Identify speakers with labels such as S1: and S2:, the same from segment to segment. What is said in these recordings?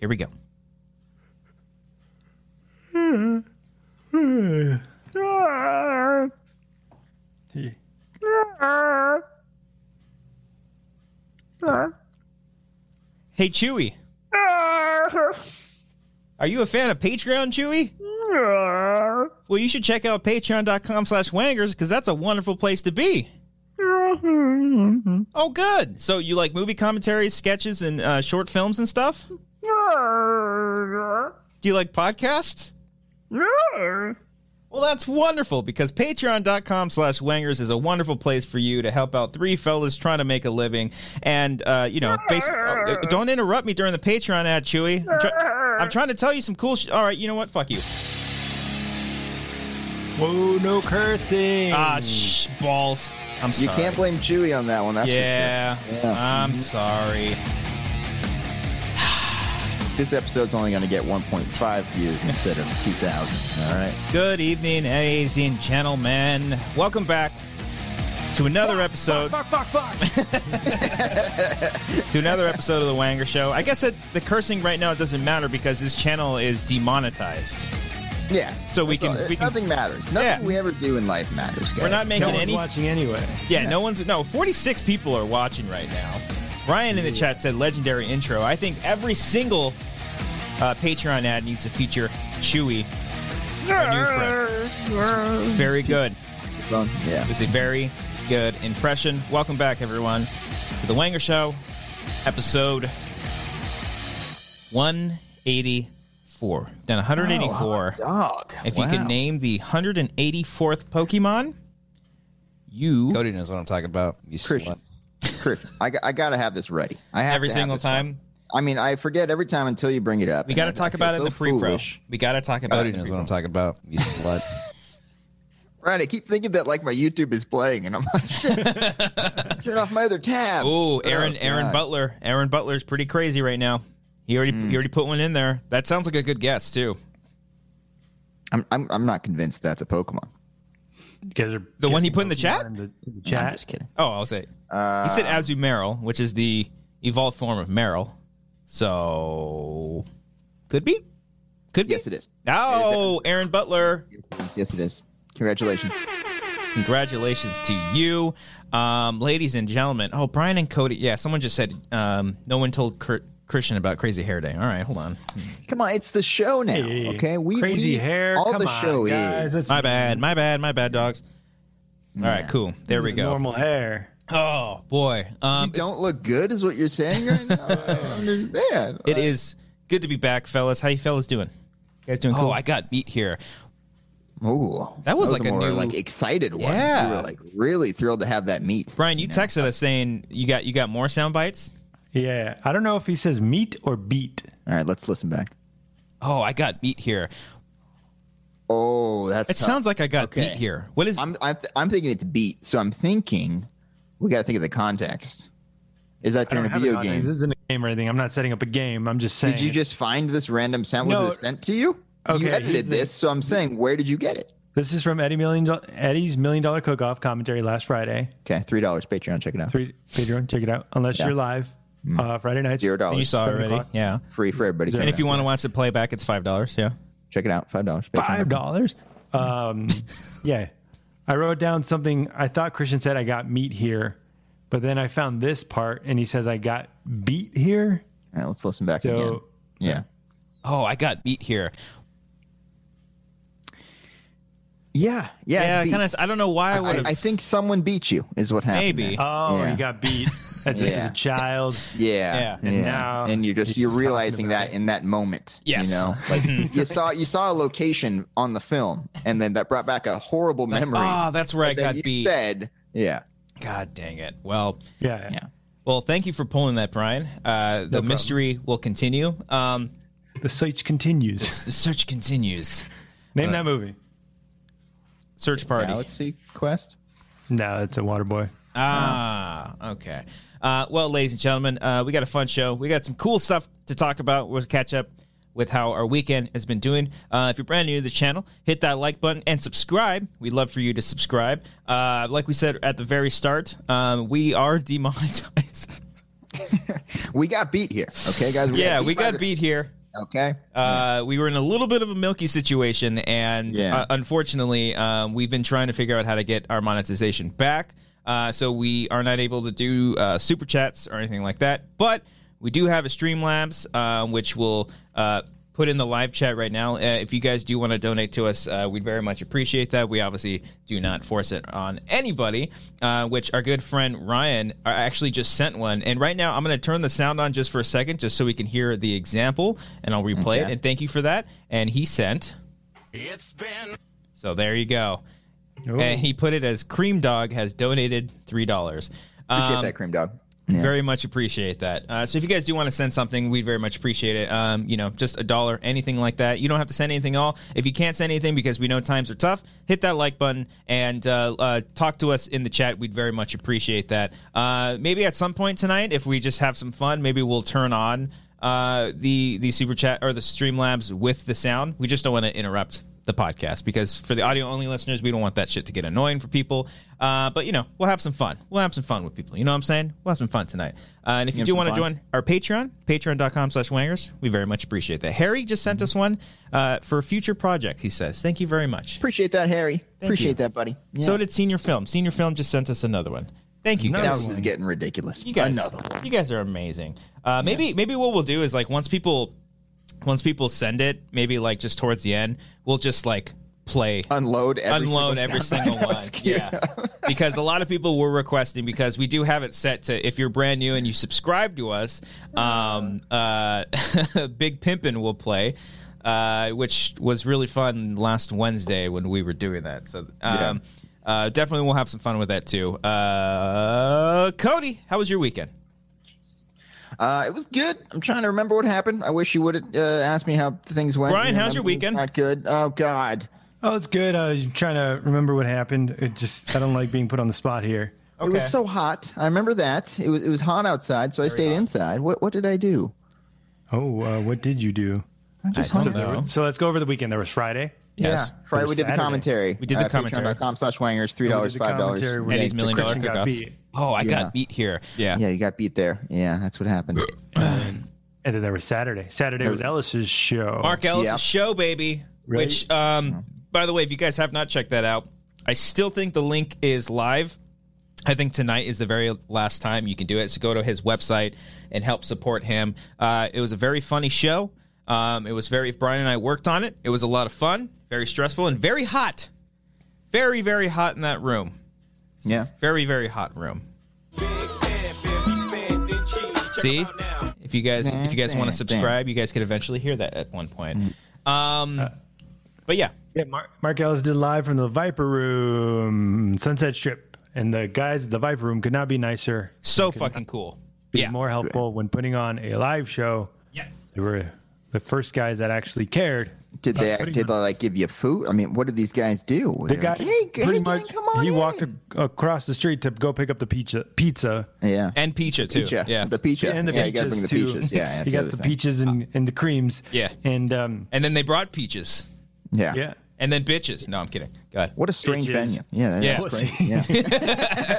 S1: Here we go. Hey, Chewy. Are you a fan of Patreon, Chewy? Well, you should check out patreon.com slash wangers because that's a wonderful place to be. Oh, good. So you like movie commentaries, sketches, and uh, short films and stuff? Do you like podcasts? Well, that's wonderful because patreon.com slash wangers is a wonderful place for you to help out three fellas trying to make a living. And, uh, you know, bas- uh, don't interrupt me during the Patreon ad, Chewy. I'm, try- I'm trying to tell you some cool shit. All right, you know what? Fuck you.
S2: Whoa, no cursing.
S1: Ah, sh- balls. I'm sorry.
S3: You can't blame Chewy on that one. That's
S1: yeah,
S3: for sure. Yeah.
S1: I'm sorry.
S3: This episode's only going to get 1.5 views instead of 2,000. All right.
S1: Good evening, ladies and gentlemen. Welcome back to another episode.
S2: Fuck, fuck, fuck.
S1: to another episode of the Wanger Show. I guess that the cursing right now doesn't matter because this channel is demonetized.
S3: Yeah.
S1: So we
S3: That's
S1: can-
S3: all.
S1: we can-
S3: Nothing matters. Nothing
S1: Yeah.
S3: we ever do in life matters, guys.
S1: We're not
S2: no
S1: making
S2: one's
S1: any.
S2: watching anyway.
S1: yeah, no one's. No, 46 people are watching right now. Ryan in the chat said legendary intro. I think every single uh, Patreon ad needs to feature Chewy, our new friend. It's very good.
S3: Well, yeah.
S1: It was a very good impression. Welcome back, everyone, to the Wanger Show, episode 184. Done 184.
S3: Oh, Dog.
S1: if you can
S3: Wow.
S1: name the 184th Pokemon, you
S4: Cody knows what I'm talking about. You
S3: Christian.
S4: slut.
S3: Christian, I, got- I got to have this ready. I have
S1: every
S3: to have
S1: single
S3: this
S1: time.
S3: one. I mean, I forget every time until you bring it up.
S1: We got to talk about it in the free pro. We got to talk about
S4: Cody
S1: it. in the
S4: knows
S1: free
S4: what I'm
S1: pro.
S4: talking about. You slut.
S3: Right, I keep thinking that like my YouTube is playing, and I'm like, shit, turn off my other tabs.
S1: Oh, Aaron,
S3: Oh,
S1: Aaron
S3: God. Hmm.
S1: Butler. Aaron Butler's pretty crazy right now. He already, he already put one in there. That sounds like a good guess too.
S3: I'm, I'm, I'm not convinced that's a Pokemon.
S2: You guys are
S1: The one he
S2: guessing
S1: put in the chat?
S2: Pokemon In the, in the
S3: I'm
S2: chat.
S3: just kidding.
S1: Oh, I'll say.
S3: Uh,
S1: He said Azumarill, which is the evolved form of Meryl. So could be, could be.
S3: yes, it is.
S1: Oh, Aaron Butler,
S3: Yes, it is. Congratulations.
S1: congratulations to you, um, ladies and gentlemen. Oh, Brian and Cody. Yeah, someone just said um, no one told Cr- Christian about Crazy Hair Day. All right, hold on.
S3: Come on, it's the show now.
S2: Hey,
S3: okay, we
S2: crazy
S3: we-
S2: hair.
S3: All
S2: Come
S3: the
S2: on,
S3: show
S2: guys.
S3: is.
S2: That's-
S1: My bad, my bad, my bad, dogs. All right, cool. There
S2: this
S1: we
S2: is
S1: go.
S2: Normal hair.
S1: Oh boy, um,
S3: You don't look good, is what you're saying right now. I don't understand.
S1: It is good to be back, fellas. How you fellas doing? You guys doing cool? Oh, I got beat here.
S3: Oh,
S1: That was like a
S3: more
S1: new-
S3: like excited one.
S1: Yeah.
S3: we were like really thrilled to have that meet.
S1: Brian, you texted us saying you got you got more sound bites.
S2: Yeah. I don't know if he says meat or beat.
S3: All right, let's listen back.
S1: Oh, I got beat here.
S3: Oh, that's
S1: It
S3: tough.
S1: sounds like I got
S3: Okay.
S1: beat here. What is-
S3: I'm I'm, th- I'm thinking it's beat, so I'm thinking we got to think of the context. Is that
S2: I
S3: during
S2: don't
S3: a
S2: have
S3: video
S2: a
S3: game?
S2: This isn't a game or anything. I'm not setting up a game. I'm just saying.
S3: Did you just find this random sound?
S2: No.
S3: Was it sent to you?
S2: Okay,
S3: you edited
S2: here's the-
S3: this, so I'm saying, where did you get it?
S2: This is from Eddie Million Do- Eddie's Million Dollar Cook Off commentary last Friday.
S3: Okay, three dollars Patreon. Check it out.
S2: Three, Pedro, check it out. Unless
S3: Yeah. Mm.
S2: you're live uh, Friday nights.
S3: Zero
S1: You
S3: dollars.
S1: saw it
S2: Seven
S1: already,
S2: o'clock.
S1: yeah.
S3: Free for everybody. Check
S1: And
S3: it
S1: if you
S3: out.
S1: want to watch the playback, it's five dollars. Yeah.
S3: check it out, five dollars.
S2: Five dollars. Um, yeah, I wrote down something. I thought Christian said I got meat here, but then I found this part, and he says I got beat here.
S3: All right, let's listen back
S2: So-
S1: uh,
S3: again. Yeah.
S1: Oh, I got beat here.
S3: Yeah. Yeah.
S1: Yeah,
S3: beat.
S1: kind of. I don't know why I would
S3: I,
S1: have.
S3: I think someone beat you is what happened.
S1: Maybe. Uh,
S3: there.
S2: Oh,
S3: Yeah.
S2: you got beat as, a, as
S3: Yeah.
S2: a child.
S3: Yeah.
S1: Yeah. And
S2: now
S3: and you're just
S2: he's
S3: you're
S2: talking
S3: realizing
S2: about
S3: that in that moment.
S1: Yes. Mm-hmm.
S3: You know, like you saw you saw a location on the film, and then that brought back a horrible memory.
S1: Ah, that's where I
S3: And then
S1: got
S3: you
S1: beat.
S3: Said, yeah.
S1: God dang it. Well,
S2: Yeah, yeah.
S1: well, thank you for pulling that, Brian. Uh, the
S2: problem.
S1: mystery will continue. Um,
S2: The search continues.
S1: the search continues.
S2: Name that movie.
S1: Search party.
S3: Galaxy Quest.
S2: No, it's a water boy.
S1: Ah, okay. Uh, well, ladies and gentlemen, uh, we got a fun show. We got some cool stuff to talk about. We'll catch up with how our weekend has been doing. Uh, if you're brand new to the channel, hit that like button and subscribe. We'd love for you to subscribe. Uh, like we said at the very start, um, we are demonetized.
S3: we got beat here. Okay, guys.
S1: yeah, we
S3: by
S1: got
S3: the-
S1: beat here.
S3: Okay.
S1: Uh, we were in a little bit of a milky situation, and
S3: Yeah.
S1: uh, unfortunately, um, we've been trying to figure out how to get our monetization back. Uh, so we are not able to do uh, super chats or anything like that, but we do have a Streamlabs, uh, which will uh, put in the live chat right now. Uh, if you guys do want to donate to us, uh, we'd very much appreciate that. We obviously do not force it on anybody, uh, which our good friend Ryan uh, actually just sent one. And right now, I'm going to turn the sound on just for a second, just so we can hear the example, and I'll replay it.
S3: Okay.
S1: And thank you for that. And he sent. So there you go. And he put it as Cream Dog has donated three dollars. Um,
S3: Appreciate that, cream dog. Yeah.
S1: Very much appreciate that. Uh, so if you guys do want to send something, we'd very much appreciate it. Um, you know, just a dollar, anything like that. You don't have to send anything at all. If you can't send anything because we know times are tough, hit that like button and uh, uh, talk to us in the chat. We'd very much appreciate that. Uh, maybe at some point tonight, if we just have some fun, maybe we'll turn on uh, the the super chat or the Streamlabs with the sound. We just don't want to interrupt the podcast because for the audio only listeners, we don't want that shit to get annoying for people. Uh, but you know, we'll have some fun. We'll have some fun with people. You know what I'm saying? We'll have some fun tonight. Uh, and if you
S3: have
S1: do
S3: some
S1: want to
S3: fun.
S1: join our Patreon, patreon.com slash wangers, we very much appreciate that. Harry just sent us one uh, for a future project, he says. Thank you very much.
S3: Appreciate that, Harry. Appreciate
S1: you.
S3: that, buddy. Yeah.
S1: So did Senior Film. Senior Film just sent us another one. Thank you
S2: Another
S1: guys.
S3: now this is getting ridiculous.
S1: You guys,
S3: Another one.
S1: you guys are amazing. Uh, maybe maybe what we'll do is like once people once people send it, maybe like just towards the end, we'll just like play
S3: Unload every
S1: unload
S3: single
S1: every
S3: sound
S1: single
S3: bite. That
S1: one.
S3: was cute.
S1: Yeah. because a lot of people were requesting because we do have it set to if you're brand new and you subscribe to us, um, uh, Big Pimpin' will play. Uh, which was really fun last Wednesday when we were doing that. So um, uh, definitely we'll have some fun with that too. Uh, Cody, how was your weekend?
S3: Uh, it was good. I'm trying to remember what happened. I wish you would have uh, asked me how things went.
S1: Brian,
S3: You know,
S1: how's your
S3: everything's
S1: weekend?
S3: Not good. Oh God.
S2: Oh, it's good. I was trying to remember what happened. It just I don't like being put on the spot here.
S3: It was so hot. I remember that. It was it was hot outside, so I stayed inside. What what did I do?
S2: Oh, uh, what did you do?
S3: I just
S1: don't
S3: hung
S1: know.
S3: out.
S1: Oh.
S2: So let's go over the weekend. There was Friday.
S1: yes.
S3: Yeah. Friday we did the
S2: Saturday.
S3: commentary.
S1: We did the commentary.
S3: Patreon.com slash wangers, three dollars,
S2: the
S3: five dollars.
S2: commentary where
S1: Eddie's
S2: Yeah,
S1: million dollar
S2: Christian got
S1: cook-off.
S2: beat.
S1: Oh, I
S3: Yeah.
S1: got beat here. Yeah.
S3: Yeah, you got beat there. Yeah, that's what happened.
S2: And then there was Saturday. Saturday was Ellis's show.
S1: Mark Ellis'
S3: Yeah.
S1: show, baby.
S2: Right.
S1: Which, um, by the way, if you guys have not checked that out, I still think the link is live. I think tonight is the very last time you can do it. So go to his website and help support him. Uh, it was a very funny show. Um, it was very. Brian and I worked on it. It was a lot of fun, very stressful, and very hot. Very, very hot in that room.
S3: yeah.
S1: Very, very hot room. See, if you guys if you guys want to subscribe, you guys could eventually hear that at one point.
S2: Mm. Uh,
S1: Um, but yeah,
S2: Yeah, Mark, Mark Ellis did live from the Viper Room, Sunset Strip, and the guys at the Viper Room could not be nicer.
S1: so fucking cool.
S2: Be
S1: Yeah,
S2: more helpful when putting on a live show.
S1: yeah.
S2: They were the first guys that actually cared.
S3: Did they did they like give you food? I mean, what did these guys do?
S2: The
S3: They're
S2: guy
S3: like, hey, hey,
S2: pretty
S3: Dan,
S2: much
S3: come on
S2: he
S3: in.
S2: walked ac- across the street to go pick up the pizza, pizza,
S3: Yeah.
S1: And Picha too.
S3: Peacha.
S1: Yeah,
S3: The peacha.
S2: and the
S3: yeah, you gotta
S2: peaches
S3: bring the
S2: too.
S3: peaches. Yeah.
S2: he
S3: that's
S2: got
S3: other
S2: the
S3: thing. Uh,
S2: peaches and, and the creams.
S1: Yeah.
S2: and um,
S1: and then they brought peaches,
S3: Yeah.
S2: yeah,
S1: and then bitches. No, I'm kidding. Go ahead.
S3: What a strange
S2: Peaches.
S3: venue. Yeah.
S1: Yeah.
S3: That's crazy. Yeah.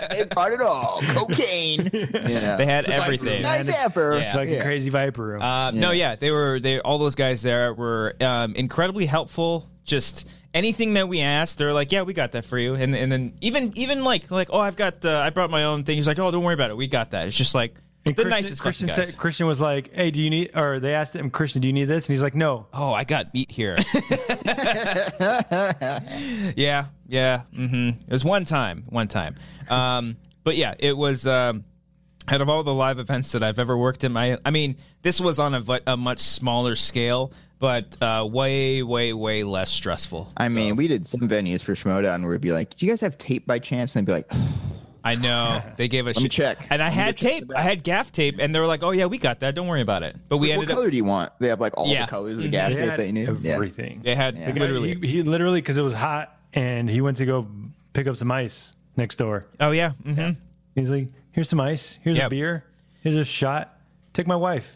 S3: they bought it all. Cocaine. Yeah.
S1: They had
S3: It's like,
S1: everything.
S3: Nice effort.
S1: Yeah.
S2: like a crazy Viper Room.
S1: Uh, No, yeah, they were. They all those guys there were um, incredibly helpful. Just anything that we asked, they're like, "Yeah, we got that for you." And and then even even like like, "Oh, I've got uh, I brought my own thing." He's like, "Oh, don't worry about it. We got that." It's just like the
S2: And
S1: nicest Christian
S2: Christian
S1: guys.
S2: said, Christian was like, "Hey, do you need?" Or they asked him, "Christian, do you need this?" And he's like, "No."
S1: oh, I got meat here. yeah, yeah. hmm It was one time, one time. Um, but yeah, it was. Um, out of all the live events that I've ever worked in, my I mean, this was on a, vi- a much smaller scale, but uh, way, way, way less stressful.
S3: I mean, we did some venues for Schmodown and we'd be like, "Do you guys have tape by chance?" And they'd be like,
S1: I know they gave us
S3: me check.
S1: and I
S3: Let me
S1: had
S3: go check
S1: tape.
S3: the
S1: I had gaff tape, and they were like, "Oh yeah, we got that. Don't worry about it." But we
S3: "What
S1: ended
S3: color
S1: up.
S3: do you want?" They have like all
S1: Yeah.
S3: the colors of the gas
S2: Mhm. They
S3: tape
S2: had
S3: they knew. Yeah.
S2: everything.
S1: They had
S3: Yeah.
S1: literally.
S2: He, he literally because it was hot, and he went to go pick up some ice next door.
S1: oh yeah. hmm
S2: He's like, "Here's some ice. Here's
S1: Yeah.
S2: a beer. Here's a shot. Take my wife."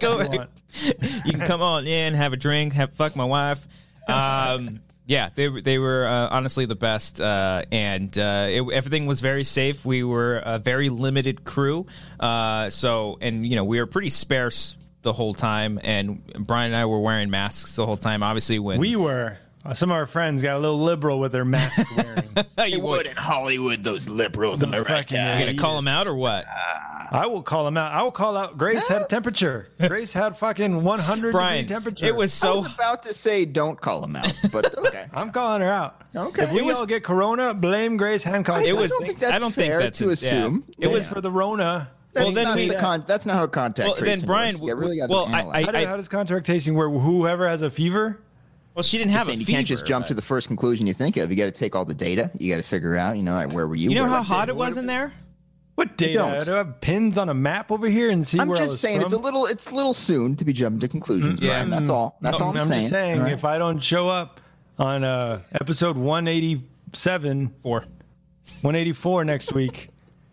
S1: Go- you can come on in, have a drink, have fuck my wife. Um, Yeah, they were- they were uh, honestly the best, uh, and uh, it, everything was very safe. We were a very limited crew, uh, so and you know we were pretty sparse the whole time. And Brian and I were wearing masks the whole time. Obviously, when
S2: We were. uh, Some of our friends got a little liberal with their mask wearing.
S1: you would,
S3: in Hollywood, those liberals. Am I right,
S2: Fucking
S3: guy?
S1: you gonna
S2: idiot.
S1: call him out or what?
S2: I will call him out. I will call out. Grace had a temperature. Grace had fucking 100
S1: Brian,
S2: degree temperature.
S1: it was
S3: I
S1: so
S3: was about to say don't call him out, but okay.
S2: I'm calling her out.
S3: Okay.
S2: If we
S3: It was-
S2: all get corona, blame Grace Hancock.
S1: it
S3: I
S1: was.
S3: don't think that's
S1: I don't think
S3: fair
S1: that's
S3: to
S1: yeah.
S3: assume.
S1: It was
S3: Yeah.
S2: for the Rona.
S3: That's
S1: Well, then
S3: not
S1: we-
S3: the con- that's not how contact.
S1: Well, then
S3: tracing
S1: Brian,
S3: works. You really got
S1: well, I-
S3: analyze.
S2: How, do,
S1: I-
S2: how does contact tracing work? Whoever has a fever,
S1: well. She didn't have a
S3: saying you
S1: fever.
S3: can't just jump to the first conclusion you think of. You got to take all the data. You got to figure out, you know, like, where were you?
S1: You know
S3: where
S1: how
S3: was
S1: hot
S3: it?
S1: it was in there.
S2: what data?
S3: don't.
S2: Do I have pins on a map over here and see
S3: I'm
S2: where I
S3: just
S2: was
S3: saying it's a
S2: from?
S3: little it's a little soon to be jumping to conclusions,
S1: yeah.
S3: Brian. That's all. That's all I'm, saying.
S2: just saying,
S3: All right.
S2: if I don't show up on uh, episode 187,
S1: Four.
S2: 184 next week,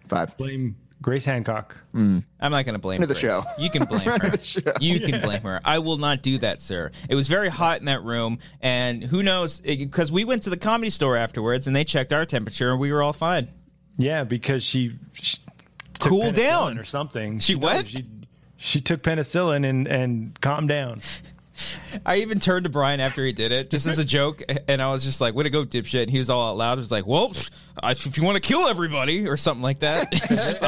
S3: Five.
S2: blame Grace Hancock.
S1: I'm not going to blame
S3: Friend of the
S1: Grace.
S3: show.
S1: You can blame
S3: Friend
S1: her.
S3: of the show.
S1: You can blame her. I will not do that, sir. It was very hot in that room, and who knows? Because we went to the comedy store afterwards, and they checked our temperature, and we were all fine.
S2: Yeah, because she, she took
S1: Cool
S2: penicillin
S1: down.
S2: or something.
S1: She what?
S2: She, she took penicillin and and calmed down.
S1: I even turned to Brian after he did it, just as a joke, and I was just like, "Way to go, dipshit!" And he was all out loud. He was like, "Well, pff, I- if you want to kill everybody or something like that,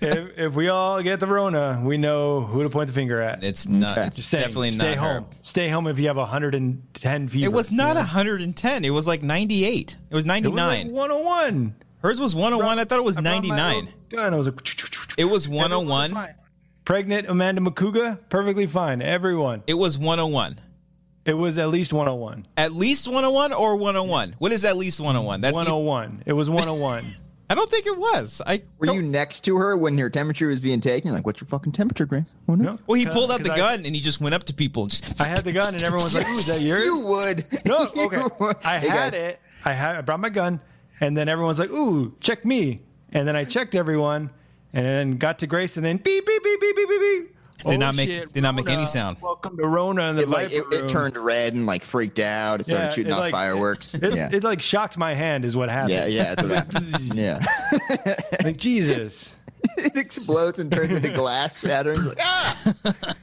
S2: if, if we all get the Rona, we know who to point the finger at.
S1: it's not.
S3: Okay.
S1: It's
S2: Just saying,
S1: definitely
S2: stay
S1: not her.
S2: home. Stay home if you have 110 fever.
S1: It was not 110. It was like 98. It was 99.
S2: 101.
S1: Hers was 101. I thought it was
S2: I brought my
S1: 99.
S2: little Gun. I was like,
S1: It was
S2: Everyone was
S1: 101.
S2: fine. Pregnant Amanda Makuga, perfectly fine. Everyone.
S1: It was 101.
S2: It was at least 101.
S1: At least 101 or 101? What is at least 101? That's
S2: 101. It was 101.
S1: I don't think it was. I
S3: Were
S1: don't-
S3: you next to her when her temperature was being taken? You're like, what's your fucking temperature, Grace? Oh, no.
S2: No.
S1: Well, he pulled out the
S2: 'Cause I-
S1: gun and he just went up to people. and just-
S2: I had the gun, and everyone's like, "Ooh, is that yours?"
S3: You would.
S2: No,
S3: You
S2: okay.
S3: would.
S2: I
S3: Hey,
S2: had
S3: guys,
S2: it. I had. I brought my gun, and then everyone's like, "Ooh, check me!" And then I checked everyone, and then got to Grace, and then beep beep beep beep beep beep beep. Oh,
S1: Did not make- did not make any
S2: Rona.
S1: sound.
S2: Welcome to Rona and the
S3: It, like, it,
S2: Viper
S3: it
S2: Room.
S3: turned red and like freaked out. It started
S2: Yeah,
S3: shooting
S2: it,
S3: off
S2: like-
S3: fireworks.
S2: It,
S3: yeah.
S2: it like shocked my hand, is what happened.
S3: yeah, yeah, that's what happened. yeah.
S2: Like Jesus.
S3: it explodes and turns into glass shattering. Like, ah!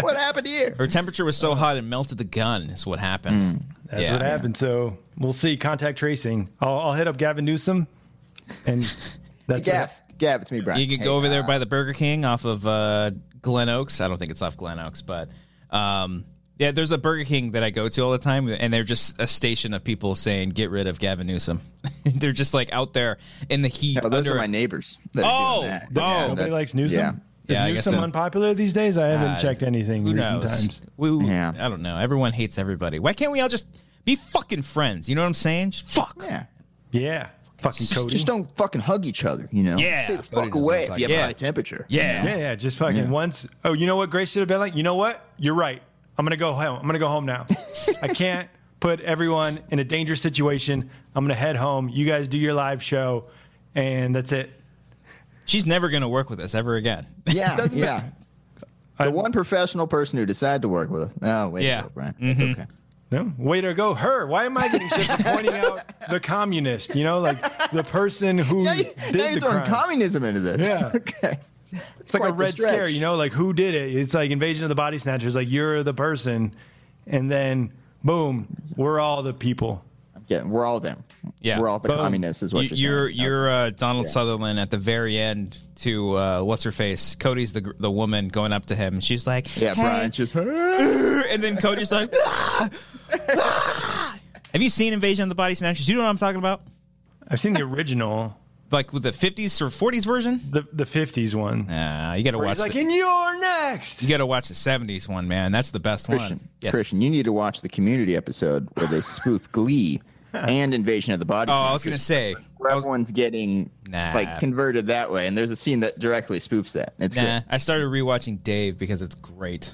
S3: what happened here?
S1: her temperature was
S2: Uh-huh.
S1: so hot it melted the gun. Is what happened.
S2: That's
S1: Yeah.
S2: what happened. So we'll see. Contact tracing. I'll, I'll hit up Gavin Newsom, and that's what
S3: Gav, Gav, it's me, Brian.
S1: You could
S3: Hey,
S1: go over there
S3: uh,
S1: by the Burger King off of uh, Glen Oaks. I don't think it's off Glen Oaks, but um, yeah, there's a Burger King that I go to all the time, and they're just a station of people saying, "Get rid of Gavin Newsom." they're just like out there in the heat.
S3: Oh, those
S1: under
S3: are my
S1: a-
S3: neighbors. that
S1: Oh,
S3: are doing that.
S1: oh. Nobody
S3: that's-
S2: Nobody likes Newsom.
S3: Yeah.
S2: Is
S1: Yeah, I guess
S2: Newsom
S1: so. Uh,
S2: unpopular these days? I haven't checked anything
S1: Who
S2: in recent
S1: knows?
S2: times.
S1: We, we-
S3: Yeah.
S1: I don't know. Everyone hates everybody. Why can't we all just be fucking friends? You know what I'm saying? Just fuck.
S3: Yeah.
S2: Yeah. Fucking Cody.
S3: Just don't fucking hug each other, you know?
S1: Yeah.
S3: Stay the
S4: Cody
S3: fuck
S4: doesn't
S3: away if
S4: like-
S3: you have
S1: Yeah.
S3: a high temperature.
S1: Yeah.
S2: Yeah, yeah, just fucking once. Oh, you know what Grace should have been like? You know what? You're right. I'm gonna go home. I'm gonna go home now. I can't put everyone in a dangerous situation. I'm gonna head home. You guys do your live show, and that's it.
S1: She's never going to work with us ever again.
S3: Yeah. yeah.
S2: I-
S3: The one professional person who decided to work with us. Oh, wait.
S1: Yeah. Mm-hmm.
S3: Yeah. Brian. It's okay.
S2: No, way to go, her. Why am I getting shit for pointing out the communist? You know, like the person who
S3: Now, you,
S2: did
S3: now you're
S2: the
S3: throwing
S2: crime.
S3: communism into this.
S2: Yeah.
S3: okay.
S2: it's like
S3: quite
S2: a
S3: the
S2: red scare.
S3: stretch.
S2: You know, like who did it? It's like invasion of the body snatchers. Like you're the person, and then boom, we're all the people.
S3: Yeah. We're all them.
S1: Yeah.
S3: We're all the
S2: Boom.
S3: communists, is
S1: You,
S3: what
S1: you're
S3: you're, saying.
S1: you're uh, Donald
S3: Yeah.
S1: Sutherland at the very end to uh, what's her face? Cody's the gr- the woman going up to him. and She's like,
S3: Yeah,
S1: "Hey."
S3: Brian. Just.
S1: And then Cody's like, "Ah! Ah!" Have you seen Invasion of the Body Snatchers? You know what I'm talking about?
S2: I've seen the original,
S1: Like with the 50s or 40s version?
S2: the the fifties one.
S1: Nah, you got to
S2: Where
S1: watch.
S2: he's like,
S1: the-
S2: and you're next.
S1: you got to watch the 70s one, man. That's the best
S3: Christian,
S1: one. Yes.
S3: Christian, you need to watch the Community episode where they spoof Glee and Invasion of the Body.
S1: Oh, I was
S3: Snatchers,
S1: gonna say.
S3: where everyone's getting
S1: Nah.
S3: like converted that way, and there's a scene that directly spoofs that. It's
S1: Nah,
S3: good.
S1: I started rewatching Dave because it's great.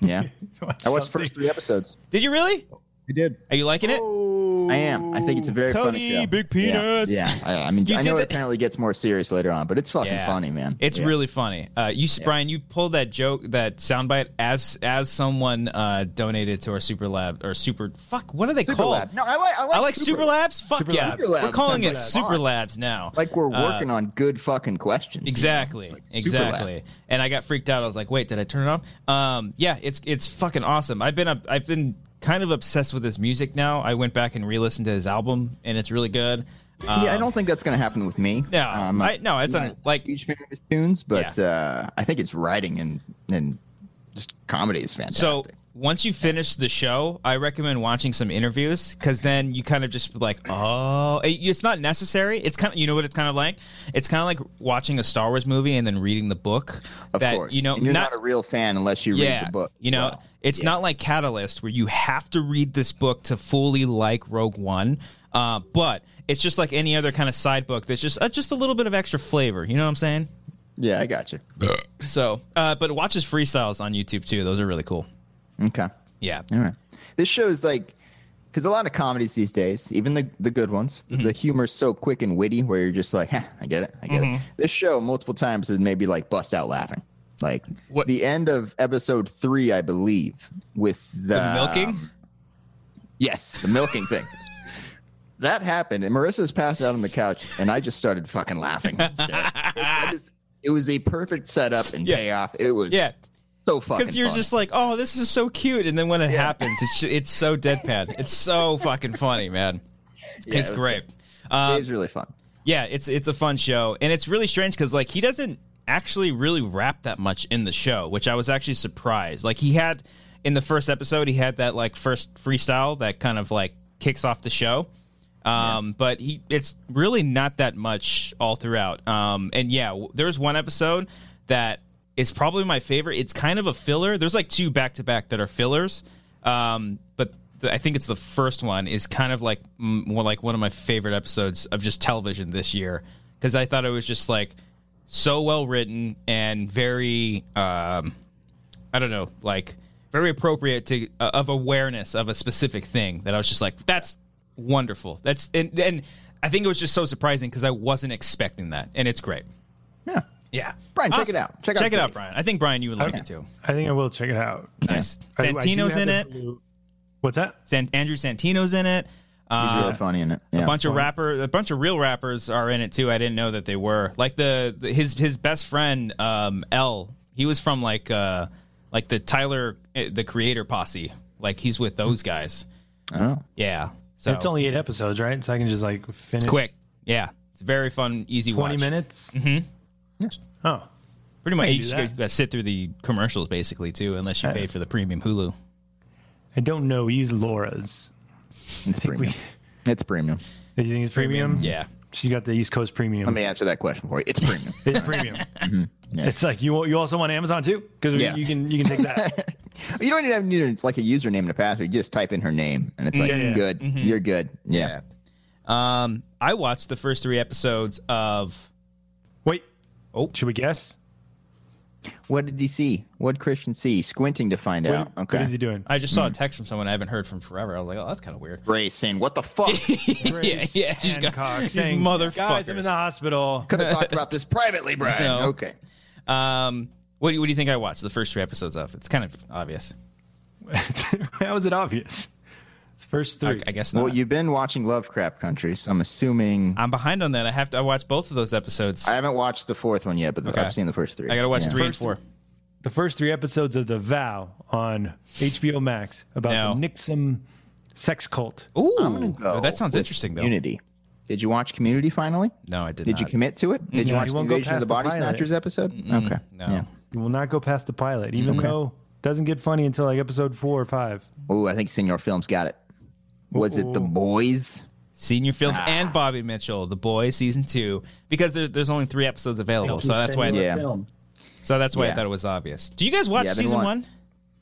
S3: Yeah, I watched the
S2: Something-
S3: first three episodes.
S1: Did you really?
S3: I did.
S1: Are you liking it?
S2: Oh,
S3: I am. I think it's a very funny
S1: Cody,
S3: show.
S1: big
S3: Yeah,
S1: penis.
S3: yeah. I, I mean,
S1: You
S3: I
S1: did
S3: know it
S1: the-
S3: apparently gets more serious later on, but it's fucking
S1: Yeah.
S3: funny, man.
S1: It's
S3: Yeah.
S1: really funny. Uh, you, Brian, you pulled that joke, that soundbite, as as someone uh, donated to our super lab or super fuck. What are they
S3: Super
S1: called?
S3: Lab. No, I like I like,
S1: I like super, labs. Fuck
S2: Super
S1: yeah,
S2: Lab.
S3: Super Lab
S1: we're calling it
S3: sounds like
S1: super
S3: fun.
S1: labs now.
S3: Like we're
S1: Uh,
S3: working on good fucking questions. you know?
S1: Exactly.
S3: It's like super
S1: exactly.
S3: lab.
S1: And I got freaked out. I was like, "Wait, did I turn it off?" Um, yeah, it's it's fucking awesome. I've been up, I've been kind of obsessed with his music now. I went back and re-listened to his album, and it's really good. Um,
S3: yeah, I don't think that's gonna happen with me.
S1: No,
S3: Um,
S1: I, no, it's
S3: I'm
S1: un,
S3: not a
S1: like
S3: huge fan of his tunes, but uh, I think his writing and and just comedy is fantastic.
S1: so. Once you finish the show, I recommend watching some interviews because then you kind of just be like, oh, it- it's not necessary. It's kind of you know what it's kind of like. It's kind of like watching a Star Wars movie and then reading the book.
S3: of
S1: that
S3: course,
S1: you know
S3: and you're not, a real fan unless you read the book.
S1: You know,
S3: Well,
S1: it's
S3: yeah.
S1: not like Catalyst where you have to read this book to fully like Rogue One. Uh, but it's just like any other kind of side book that's just uh, just a little bit of extra flavor. You know what I'm saying?
S3: Yeah, I got you.
S1: So, uh, but watch his freestyles on YouTube too. Those are really cool.
S3: Okay.
S1: Yeah.
S3: All right. This shows like because a lot of comedies these days, even the the good ones,
S1: Mm-hmm.
S3: the humor's so quick and witty where you're just like, huh, I get it, I get
S1: Mm-hmm.
S3: it. This show multiple times has made me like bust out laughing. Like
S1: What-
S3: the end of episode three, I believe, with the,
S1: The milking?
S3: Yes, the milking thing. That happened, and Marissa's passed out on the couch, and I just started fucking laughing. I just, it was a perfect setup and
S1: Yeah.
S3: payoff. It was
S1: Yeah.
S3: so fucking.
S1: Because you're
S3: funny.
S1: just like, oh, this is so cute. And then when it
S3: Yeah.
S1: happens, it's, ju- it's so deadpan. it's so fucking funny, man.
S3: Yeah,
S1: it's
S3: it was
S1: great. uh,
S3: it was really fun.
S1: Yeah, it's it's a fun show, and it's really strange because like he doesn't actually really rap that much in the show, which I was actually surprised. Like he had in the first episode, he had that like first freestyle that kind of like kicks off the show. Um, but he it's really not that much all throughout. Um, and yeah, w- there's one episode that is probably my favorite. It's kind of a filler. There's like two back to back that are fillers. Um, but the, I think it's the first one is kind of like m- more like one of my favorite episodes of just television this year because I thought it was just like so well written and very um, I don't know like very appropriate to uh, of awareness of a specific thing that I was just like that's wonderful that's and and I think it was just so surprising because I wasn't expecting that and it's great
S3: Yeah.
S1: yeah
S3: Brian, check it out. Check out
S1: check it
S3: Blade.
S1: out Brian I think Brian you would like it too
S2: I think I will check it out.
S1: nice
S2: I- I do
S1: Santino's
S2: have
S1: in
S2: the
S1: it
S2: Hulu- What's that?
S1: San- Andrew Santino's in it
S3: He's
S1: Uh,
S3: really funny in it. Yeah.
S1: bunch of rapper, a bunch of real rappers are in it too. I didn't know that they were. Like the, the- his his best friend um, L. He was from like uh like the Tyler eh, the Creator posse. Like he's with those guys.
S3: oh.
S1: Yeah. So
S2: It's only eight episodes, right? So I can just like finish
S1: quick. Yeah. It's a very fun, easy
S2: twenty
S1: watch. Mm-hmm.
S2: minutes.
S3: Yeah.
S2: Oh,
S1: Pretty much
S2: can
S1: you
S2: do
S1: just
S2: that.
S1: gotta sit through the commercials basically too, unless you
S2: Yeah.
S1: pay for the premium Hulu.
S3: Hmm.
S2: I don't know. We use Laura's.
S3: It's premium. It's premium.
S2: Do you think it's premium?
S1: Yeah.
S2: She got the East Coast premium.
S3: Let me answer that question for you. It's premium.
S2: it's premium.
S1: Mm-hmm.
S3: Yeah.
S2: It's like you you also want Amazon too because
S3: Yeah.
S2: you can you can take that.
S3: you don't even have to need like a username and a password. You just type in her name, and it's like
S2: Yeah, yeah.
S3: good.
S1: Mm-hmm.
S3: You're good. Yeah.
S1: Um, I watched the first three episodes of
S2: Wait.
S1: Oh.
S2: should we guess?
S3: What did he see? What did Christian see? Squinting to find out.
S2: What-
S3: Okay.
S2: What is he doing?
S1: I just saw a text from someone I haven't heard from forever. I was like, oh, that's kind of weird.
S3: Grace saying, "What the fuck?
S1: yeah, yeah. She's got,
S2: Hancock
S1: these
S2: saying, Guys, I'm in
S1: motherfuckers.
S2: the hospital.
S3: Could have talked about this privately, Brian."
S1: No.
S3: Okay.
S1: Um, what do, you, what do you think I watched the first three episodes of? It's kind of obvious.
S2: How is it obvious? First
S1: I,
S2: three.
S1: I guess not.
S3: Well, you've been watching Lovecraft Country, so I'm assuming
S1: I'm behind on that. I have to. I watched both of those episodes.
S3: I
S1: I,
S3: haven't watched the fourth one yet, but the-
S1: Okay.
S3: I've seen the first three.
S1: gotta watch
S3: Yeah.
S1: three and
S2: First-
S1: four.
S2: the first three episodes of The Vow on HBO Max about
S1: No.
S2: the Nixon sex cult.
S1: Ooh,
S3: I'm gonna go
S1: oh, that sounds
S3: with
S1: interesting though.
S3: Community. Did you watch Community finally?
S1: No, I did,
S3: Did
S1: not.
S3: you commit to it? Did you
S2: No,
S3: watch
S2: you
S3: the
S2: won't go
S3: Invasion of
S2: past
S3: the
S2: the
S3: Body
S2: pilot.
S3: Snatchers episode? okay.
S1: no.
S3: Yeah.
S2: You will not go past the pilot, even though it doesn't get funny until like episode four or five.
S3: Oh, I think Senor Films got it. Was it The Boys?
S1: Senior Fields
S3: Ah.
S1: and Bobby Mitchell, The Boys, season two, because there, there's only three episodes available, so that's why.
S3: Yeah.
S1: So that's why I
S3: Yeah.
S1: thought it was obvious. Do you guys watch
S3: Yeah, I've been
S1: season
S3: wa-
S1: one?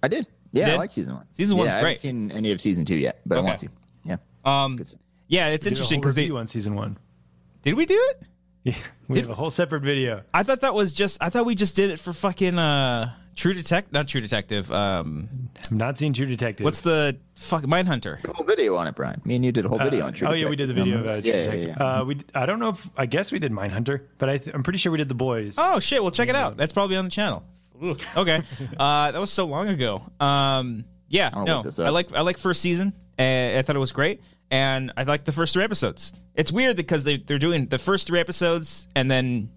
S3: I did. Yeah,
S1: did?
S3: I like season one.
S1: Season
S3: yeah,
S1: one's
S3: I
S1: great.
S3: haven't seen any of season two yet, but
S1: Okay.
S3: I want to. Yeah.
S1: Um,
S3: It's good.
S1: yeah, it's interesting because they
S2: you on season one.
S1: did we do it?
S2: Yeah, we have a whole separate video.
S1: I thought that was just. I thought we just did it for fucking uh, True Detect, not True Detective. Um,
S2: I've not seen True Detective.
S1: What's the fuck Mindhunter?
S3: Did a whole video on it, Brian. Me and you did a whole video on True
S2: oh yeah, we did the
S3: Detective.
S2: video of uh, True
S3: yeah, yeah,
S2: Detective.
S3: yeah.
S2: Uh, we d- I don't know if I guess we did Mindhunter, but I th- I'm pretty sure we did The Boys.
S1: Oh shit! Well, check it out. That's probably on the channel. Ooh, okay, uh, that was so long ago. Um, yeah,
S3: I'll
S1: no,
S3: look this up.
S1: I like I like first season. Uh, I thought it was great, and I like the first three episodes. It's weird because they they're doing the first three episodes and then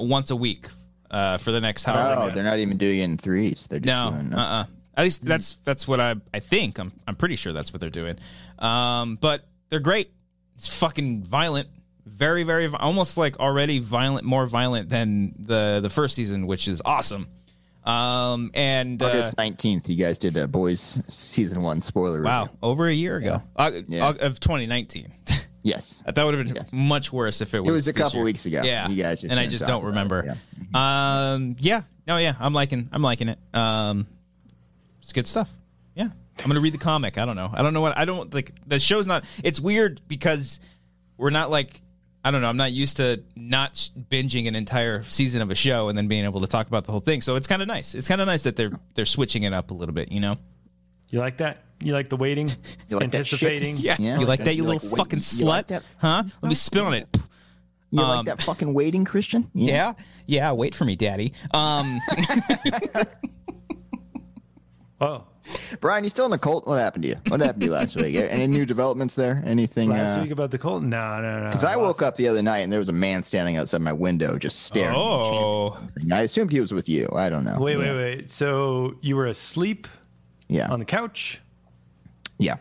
S1: once a week uh, for the next however.
S3: Oh,
S1: many.
S3: they're not even doing it in threes. They're just doing.
S1: No, uh, uh At least that's that's what I I think. I'm I'm pretty sure that's what they're doing. Um, but they're great. It's fucking violent, very very vi- almost like already violent, more violent than the the first season, which is awesome. Um, and uh,
S3: August nineteenth, you guys did a boys season one spoiler.
S1: wow,
S3: review.
S1: over a year ago, Aug
S3: Yeah.
S1: Aug- of 2019.
S3: Yes,
S2: Uh,
S1: that would have been
S3: Yes.
S1: much worse if it was.
S3: was a
S1: this
S3: couple
S1: year.
S3: weeks ago.
S1: Yeah,
S3: You guys just
S1: and I
S3: didn't
S1: just
S3: talk
S1: don't
S3: about it,
S1: remember. Um, yeah, no, yeah, I'm liking, I'm liking it. Um, it's good stuff. Yeah, I'm gonna read the comic. I don't know. I don't know what I don't like. The show's not. It's weird because we're not like. I don't know. I'm not used to not sh- binging an entire season of a show and then being able to talk about the whole thing. So it's kind of nice. It's kind of nice that they're they're switching it up a little bit. You know.
S2: You like that? You like the waiting,
S3: You like that shit?
S2: anticipating?
S1: Yeah.
S3: Yeah.
S1: you like that, you,
S3: You like
S1: little
S3: wait-
S1: fucking
S3: you like
S1: slut,
S3: that
S1: huh? Let me spit on it.
S3: You
S1: Um,
S3: like that fucking waiting, Christian?
S1: Yeah, yeah. Wait for me, daddy. Um,
S2: Oh,
S3: Brian, you still in the cult? What happened to you? What happened to you last week? Any new developments there? Anything?
S2: last week
S3: Because
S2: about the Colt? No, no, no.
S3: I woke up the other night and there was a man standing outside my window just staring. at me,
S1: oh,
S3: chanting. I assumed he was with you. I don't know.
S2: Wait,
S3: yeah.
S2: wait, wait. So you were asleep
S3: Yeah.
S2: on the couch?
S3: yeah.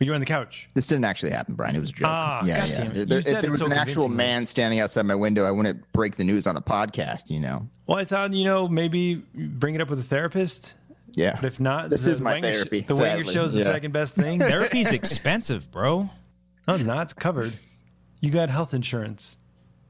S2: Were you on the couch?
S3: This didn't actually happen, Brian. It was a joke.
S2: Ah,
S3: yeah,
S2: God
S3: yeah.
S2: damn it.
S3: There-
S2: You
S3: there-
S2: said
S3: if
S2: it
S3: there was
S2: so
S3: an actual
S2: convincingly.
S3: man standing outside my window, I wouldn't break the news on a podcast, you know?
S2: Well, I thought you know maybe bring it up with a therapist.
S3: Yeah.
S2: But if not,
S3: This
S2: the
S3: is my
S2: Wanger sh-
S3: therapy,
S2: the Wanger
S3: sadly.
S2: show's the
S3: Yeah.
S2: second best thing. no,
S1: therapy's expensive, bro.
S2: it's not. It's covered. You got health insurance.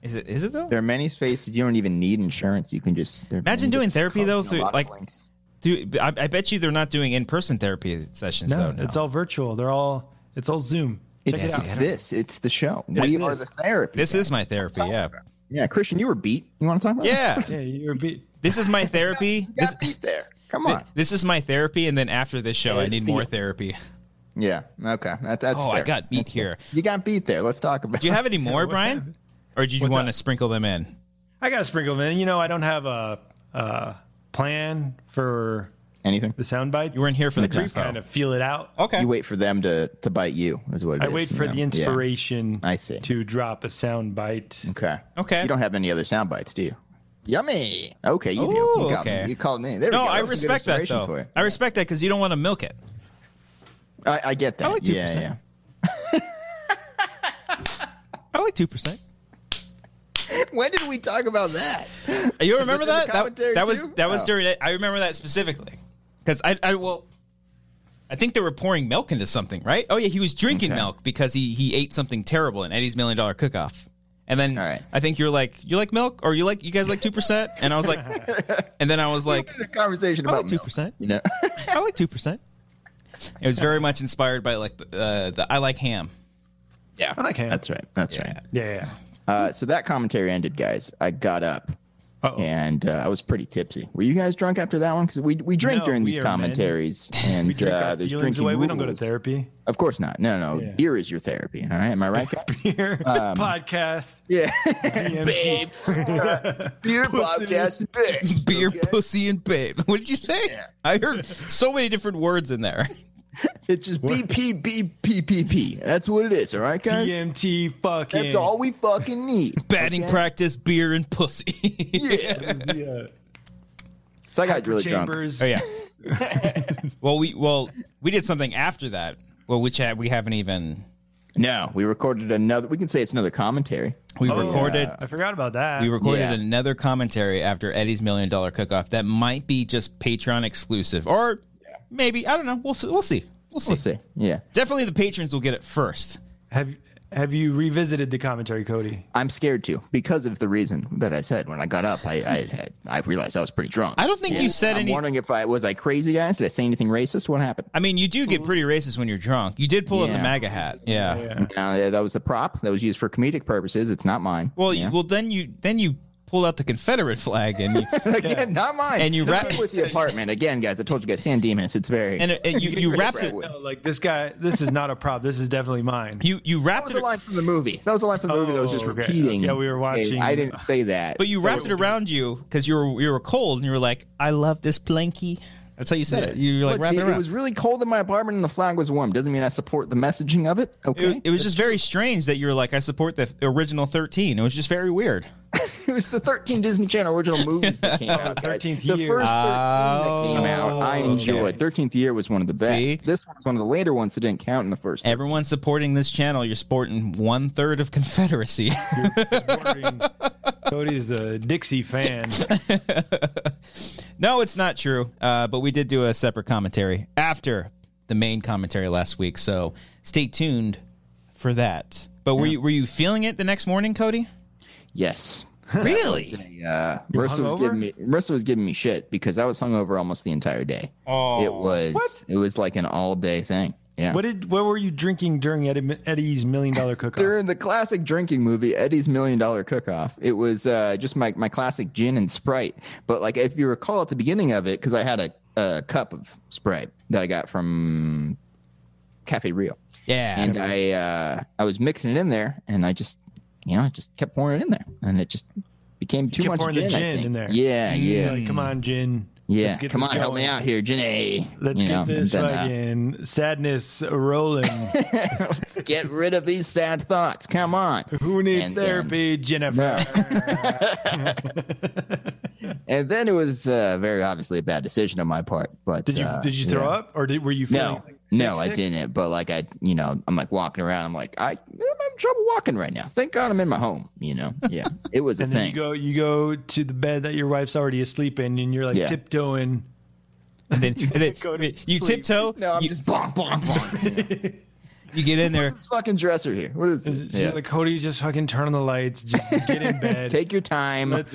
S1: Is it? Is it though?
S3: there are many spaces you don't even need insurance. You can just there-
S1: Imagine
S3: you
S1: doing
S3: just
S1: therapy,
S3: call
S1: though,
S3: in a
S1: through,
S3: lot of
S1: like-
S3: links.
S1: Do I, I bet you they're not doing in-person therapy sessions
S2: No,
S1: though. now.
S2: it's all virtual. They're all. It's all Zoom. Check
S3: It's,
S2: it out.
S3: it's this. It's the show. we are
S2: this.
S3: the therapy.
S1: This is my therapy.
S3: Oh,
S1: Yeah,
S3: yeah, Christian, you were beat. You want to talk about?
S1: yeah.
S2: Yeah, you're. Be-
S1: This is my therapy.
S3: that? You
S1: This,
S3: got beat there. Come on.
S1: this is my therapy, and then after this show, I need more therapy.
S3: Yeah. Okay. That, that's
S1: Oh, I
S3: fair.
S1: got beat here.
S3: You got beat there. Let's talk about.
S1: Do you have any more,
S2: what's
S1: Brian,
S2: up?
S1: or do you
S2: What's
S1: want
S2: up?
S1: to sprinkle them in?
S2: I got to sprinkle them in. You know, I don't have a, a plan for
S3: anything?
S2: the sound bites. You
S1: weren't here for the
S2: just
S1: tempo.
S2: kind of feel it out.
S1: Okay.
S3: You wait for them to to bite you. Is what it
S2: I
S3: is,
S2: wait
S3: you
S2: for
S3: know?
S2: the
S3: Yeah.
S2: inspiration.
S3: I see.
S2: To drop a sound bite.
S3: Okay.
S1: Okay.
S3: You don't have any other sound bites, do you? Yummy. Okay, you do.
S1: Ooh,
S3: you got
S1: okay.
S3: me. You called me. There we
S1: No,
S3: go.
S1: I
S3: was a good
S1: respect that
S3: inspiration
S1: though.
S3: for
S1: I
S3: you.
S1: respect that because you don't want to milk it.
S3: I, I get that.
S1: I like
S3: yeah,
S1: 2%.
S3: yeah.
S1: I like two percent.
S3: When did we talk about that?
S1: You remember
S3: in the
S1: that? That,
S3: commentary
S1: that was
S3: too?
S1: that was
S3: Oh.
S1: during it. I remember that specifically because I, I well, I think they were pouring milk into something, right? Oh yeah, he was drinking
S3: Okay.
S1: milk because he he ate something terrible in Eddie's Million Dollar Cook Off, and then
S3: All right.
S1: I think you're like you like milk or you like you guys like two percent, and I was like, and then I was like,
S3: We had a conversation
S1: I
S3: about
S1: like two
S3: milk,
S1: percent,
S3: You know,
S1: I like two percent. It was very much inspired by like the, uh, the I like ham.
S2: I like him.
S3: that's right. That's right.
S2: Yeah, yeah.
S3: Uh, so that commentary ended, guys. I got up
S2: yeah. Uh-oh.
S3: and uh, I was pretty tipsy. Were you guys drunk after that one? Because we we drink
S2: No,
S3: during
S2: we
S3: these
S2: are men.
S3: commentaries, and
S2: We drink
S3: uh,
S2: our
S3: there's
S2: feelings
S3: drinking
S2: away. We don't go to
S3: rules.
S2: therapy.
S3: Of course not. No, no. no.
S2: Yeah.
S3: Beer is your therapy. All right. Am I right? guys?
S2: Beer,
S3: Um,
S2: podcast, E
S3: yeah.
S2: DMT.
S3: beer podcast, bitch.
S1: Beer,
S3: okay?
S1: pussy, and babe. What did you say?
S3: Yeah.
S1: I heard so many different words in there.
S3: It's just BP, That's what it is. All right, guys.
S2: DMT E fucking.
S3: That's all we fucking need.
S1: Batting practice, beer, and pussy.
S3: Yeah.
S2: Yeah.
S3: So I got really drunk.
S2: Chambers.
S1: Oh yeah. well, we well we did something after that. Well, which ha- we haven't even
S3: No, we recorded another. We can say it's another commentary.
S1: we
S2: Oh,
S1: recorded.
S2: I forgot about that.
S1: We recorded
S3: Yeah.
S1: another commentary after Eddie's million dollar cook off that might be just Patreon exclusive or maybe I don't know. We'll f- we'll see. We'll see.
S3: We'll see. Yeah.
S1: Definitely the patrons will get it first.
S2: have Have you revisited the commentary, Cody?
S3: I'm scared to because of the reason that I said when I got up. I I, I, I realized I was pretty drunk.
S1: I don't think you said
S3: I'm
S1: any-
S3: wondering if I was I crazy, guys. Did I say anything racist? What happened?
S1: I mean, you do get pretty racist when you're drunk. You did pull up the
S3: Yeah.
S1: MAGA hat. Yeah.
S2: Yeah.
S3: No, yeah, that was the prop that was used for comedic purposes. It's not mine.
S1: Well,
S3: yeah.
S1: well then you then you pulled out the Confederate flag and you,
S3: Again, not mine.
S1: And you wrap-
S3: wrap with the apartment. Again, guys, I told you guys, San Dimas. It's very.
S1: and, and you, you wrapped it.
S3: That
S2: No, like this guy, this is not a prop. This is definitely mine.
S1: You you wrapped
S3: was
S1: it.
S3: a line from the movie. That was a line from the movie that was just
S2: Oh, okay.
S3: repeating.
S2: Yeah, we were watching-
S3: I didn't say that.
S1: But you wrapped it around you because you were you were cold and you were like, "I love this blankie." That's how you said it. You were like
S3: Look,
S1: wrapping
S3: it,
S1: it
S3: it
S1: around.
S3: was really cold in my apartment, and the flag was warm. Doesn't mean I support the messaging of it.
S1: It, was-
S3: Okay,
S1: it was just very strange that you were like, "I support the original 13." It was just very weird.
S3: it was the 13 Disney Channel original movies that came out. guys.
S2: 13th
S3: the
S2: year.
S3: first 13 that came
S1: Oh,
S3: out, I
S1: okay.
S3: enjoyed. 13th year was one of the best.
S1: See?
S3: This one's one of the later ones that didn't count in the first.
S1: Everyone supporting this channel, you're sporting one third of Confederacy.
S2: Wondering- Cody's a Dixie fan.
S1: no, it's not true. Uh, but we did do a separate commentary after the main commentary last week, so stay tuned for that. But were you were you feeling it the next morning, Cody?
S3: Yes.
S1: Really?
S3: Yeah, Marissa was
S2: hungover?
S3: giving me Marissa was giving me shit because I was hungover almost the entire day.
S1: Oh.
S3: it was it was like an all day thing. Yeah.
S2: What did? What were you drinking during Eddie, Eddie's million dollar cook?
S3: during the classic drinking movie Eddie's Million Dollar Cook Off. It was uh, just my my classic gin and Sprite. But like if you recall at the beginning of it, because I had a, a cup of Sprite that I got from Cafe Rio,
S1: Yeah.
S3: and I uh, I was mixing it in there, and I just you know I just kept pouring it in there, and it just became too
S2: kept
S3: much
S2: pouring
S3: gin,
S2: the
S3: I
S2: gin
S3: think.
S2: in there. Mm.
S3: Yeah, yeah,
S2: Like, come on, Gin.
S3: yeah.
S2: Let's get
S3: Come
S2: this
S3: on, help me
S2: going.
S3: out here, Ginny.
S2: Let's
S3: You
S2: get
S3: know,
S2: this
S3: and then, uh,
S2: fucking sadness rolling.
S3: let's get rid of these sad thoughts. Come on.
S2: Who needs
S3: And then-
S2: therapy, Jennifer?
S3: And then it was uh, very obviously a bad decision on my part. But
S2: Did you
S3: uh,
S2: did you throw
S3: yeah.
S2: up or did were you feeling
S3: No,
S2: like,
S3: no,
S2: sick,
S3: I
S2: sick?
S3: didn't. But like I, you know, I'm like walking around. I'm like I, I'm having trouble walking right now. Thank God I'm in my home. You know, yeah, it was a
S2: And then you
S3: thing.
S2: go you go to the bed that your wife's already asleep in, and you're like
S3: Yeah.
S2: tiptoeing.
S1: And then, and then
S2: Go to
S1: you
S2: sleep.
S1: tiptoe.
S3: no, I'm
S1: you,
S3: just bonk bonk bonk. You know?
S1: you get in there.
S3: this fucking dresser here. What is this?
S2: She's
S3: Yeah.
S2: like, Cody, just fucking turn on the lights, just get in bed.
S3: Take your time.
S2: Let's-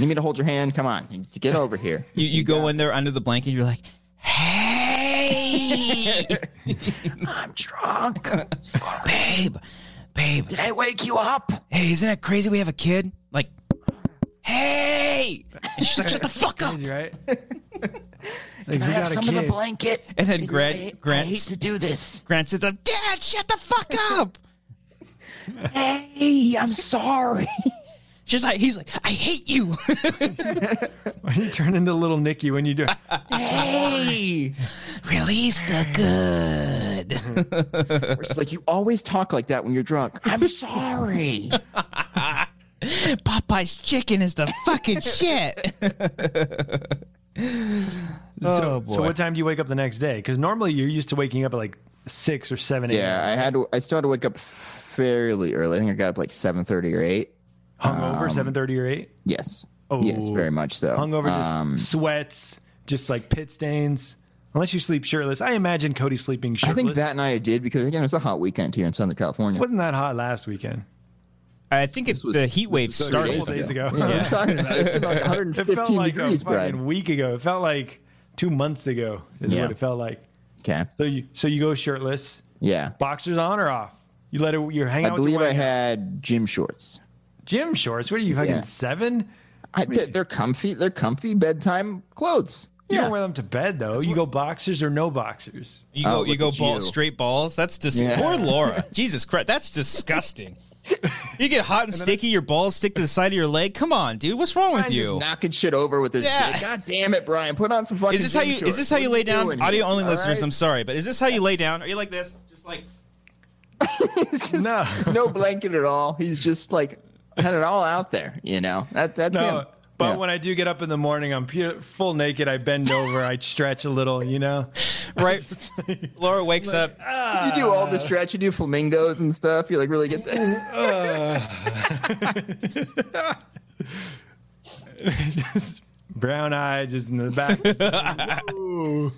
S3: Need me to hold your hand? Come on, Just get over here.
S1: You, you go in there under the blanket. You're like, hey,
S3: I'm drunk.
S1: babe, babe.
S3: Did I wake you up?
S1: Hey, isn't that crazy? We have a kid. Like, hey. And she's like, shut the fuck up.
S2: Crazy, right? like, we
S3: Can I have
S2: got a
S3: some of the
S2: kid.
S3: blanket?
S1: And then Grant-
S3: I,
S1: Grant-
S3: I hate to do this.
S1: Grant says, Dad, shut the fuck up.
S3: Hey, I'm sorry.
S1: She's like, he's like, I hate you.
S2: Why do you turn into little Nicky when you do?
S3: hey.
S1: Release the good.
S3: We're just like, you always talk like that when you're drunk. I'm sorry.
S1: Popeye's chicken is the fucking shit.
S3: Oh,
S2: so, so what time do you wake up the next day? Because normally you're used to waking up at like six or seven.
S3: yeah, I had to, I started to wake up fairly early. I think I got up like 7.30 or 8.
S2: I, hungover,
S3: Um,
S2: seven thirty or eight.
S3: Yes.
S2: Oh.
S3: yes, very much so.
S2: Hungover, just
S3: Um,
S2: sweats, just like pit stains. Unless you sleep shirtless, I imagine Cody sleeping
S3: I
S2: shirtless.
S3: think that night I did because, again, it was a hot weekend here in Southern California.
S2: wasn't that hot last weekend.
S1: I think it's
S3: was-
S1: the heat wave
S3: was
S2: A
S1: started.
S2: couple days ago,
S3: Yeah, I'm talking about it. It's been like
S2: it
S3: 115
S2: felt like
S3: degrees,
S2: a
S3: Brad.
S2: fucking week ago. It felt like two months ago is
S3: Yeah.
S2: what it felt like.
S3: Okay.
S2: So you so you go shirtless,
S3: Yeah.
S2: boxers on or off? You let it. You're hanging
S3: I
S2: out. with
S3: believe
S2: your
S3: I
S2: wife.
S3: had gym shorts.
S2: gym shorts. What are you fucking
S3: Yeah.
S2: seven?
S3: I, they- they're comfy. They're comfy bedtime clothes.
S2: You
S3: Yeah.
S2: don't wear them to bed though. you go boxers or no boxers.
S1: You go,
S3: Oh,
S1: you
S3: look
S1: go
S3: at
S1: ball,
S3: you.
S1: straight balls. That's just
S3: Yeah.
S1: poor Laura. Jesus Christ, that's disgusting. You get hot and sticky, your balls stick to the side of your leg. Come on, dude, what's wrong with
S3: Brian just
S1: you?
S3: knocking shit over with his
S1: Yeah.
S3: dick. God damn it, Brian! Put on some fucking.
S1: Is this how
S3: gym
S1: you? Is
S3: shorts.
S1: this how you
S3: What
S1: lay
S3: are doing
S1: down? Audio
S3: here?
S1: only
S3: All
S1: listeners,
S3: right?
S1: I'm sorry, but is this how you lay down? Are you like this, just like?
S3: It's just
S2: No.
S3: no blanket at all. He's just like had it all out there. You know that that's
S2: No,
S3: him.
S2: but
S3: Yeah.
S2: when I do get up in the morning, I'm pure, full naked. I bend over, I stretch a little. You know,
S1: Right, Laura wakes up.
S3: you do all
S2: uh,
S3: the stretch, you do flamingos and stuff. You like really get that.
S2: brown eye just in the back. Ooh.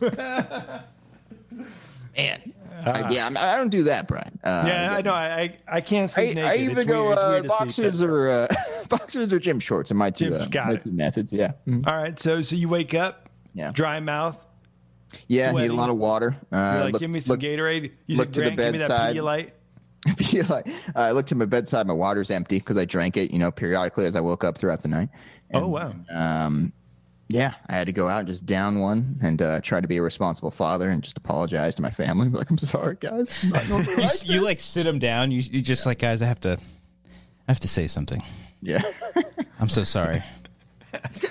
S3: Man, I, yeah, I'm, I don't do that, Brian. Uh,
S2: yeah, I know. I I, I can't
S3: I,
S2: sleep naked.
S3: I even
S2: it's
S3: go
S2: weird. It's
S3: uh,
S2: weird to sleep
S3: boxers
S2: that-
S3: or uh, boxers or gym shorts are my two,
S2: Jim's
S3: uh,
S2: got
S3: my
S2: it.
S3: two methods. Yeah, Mhm.
S2: All right, so so you wake up,
S3: Yeah.
S2: dry mouth.
S3: yeah. Need
S2: Sweaty.
S3: a lot of water. Uh,
S2: You're like,
S3: look-
S2: give me some
S3: look-
S2: Gatorade. You
S3: look
S2: said,
S3: to the
S2: Grant, give me that
S3: bedside.
S2: Pedialyte.
S3: be like, I looked at my bedside. My water's empty because I drank it, you know, periodically as I woke up throughout the night.
S2: Oh, wow.
S3: Um, yeah, I had to go out and just down one and uh, try to be a responsible father and just apologize to my family. Like, I'm sorry, guys. I'm not normally
S1: You,
S3: like
S1: s- you
S3: this."
S1: like sit him down. You, you just like guys. I have to, I have to say something.
S3: yeah.
S1: I'm so sorry.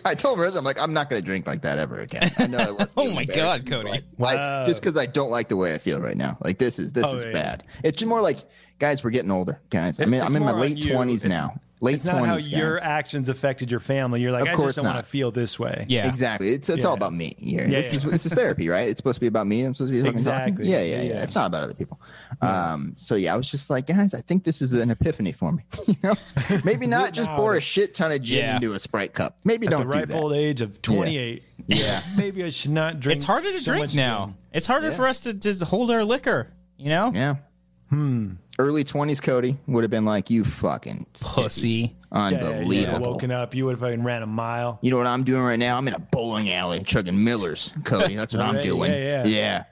S3: I told Marissa, I'm like, I'm not going to drink like that ever again. I know I wasn't.
S1: Oh
S3: even
S1: my God,
S3: embarrassed.
S1: Cody.
S3: Like, like,
S2: Wow.
S3: just because I don't like the way I feel right now. Like this is this
S2: Oh,
S3: is
S2: yeah.
S3: bad. It's just more like, guys, we're getting older, guys. I mean,
S2: It's
S3: I'm in my
S2: more on
S3: late
S2: you.
S3: twenties
S2: It's-
S3: now. Late
S2: It's not how
S3: twenties.
S2: your actions affected your family. You're like,
S3: Of
S2: I
S3: course
S2: just don't want
S3: not.
S2: to feel this way.
S1: Yeah.
S3: Exactly. It's it's all
S2: Yeah.
S3: about me here.
S2: Yeah,
S3: this
S2: yeah.
S3: is this is therapy, right? It's supposed to be about me. I'm supposed to be fucking talking.
S2: Exactly.
S3: Yeah, yeah, yeah,
S2: Yeah.
S3: It's not about other people. Um. So yeah, I was just like, guys, I think this is an epiphany for me. you know, maybe not just
S2: out.
S3: pour a shit ton of gin
S1: Yeah.
S3: into a Sprite cup. Maybe
S2: At
S3: don't
S2: the
S3: do
S2: ripe
S3: that.
S2: old age of 28.
S3: Yeah.
S2: Maybe I should not drink.
S1: It's harder to
S2: so
S1: drink
S2: much
S1: now.
S2: gin.
S1: It's harder
S3: Yeah.
S1: for us to just hold our liquor. You know,
S3: Yeah. Hmm. Early twenties, Cody would have been like, you fucking
S1: pussy.
S2: Yeah, yeah,
S3: unbelievable.
S2: you would've woken up, you would have fucking ran a mile.
S3: You know what I'm doing right now? I'm in a bowling alley chugging Millers, Cody. That's what I'm
S2: Alright,
S3: doing.
S2: yeah, yeah.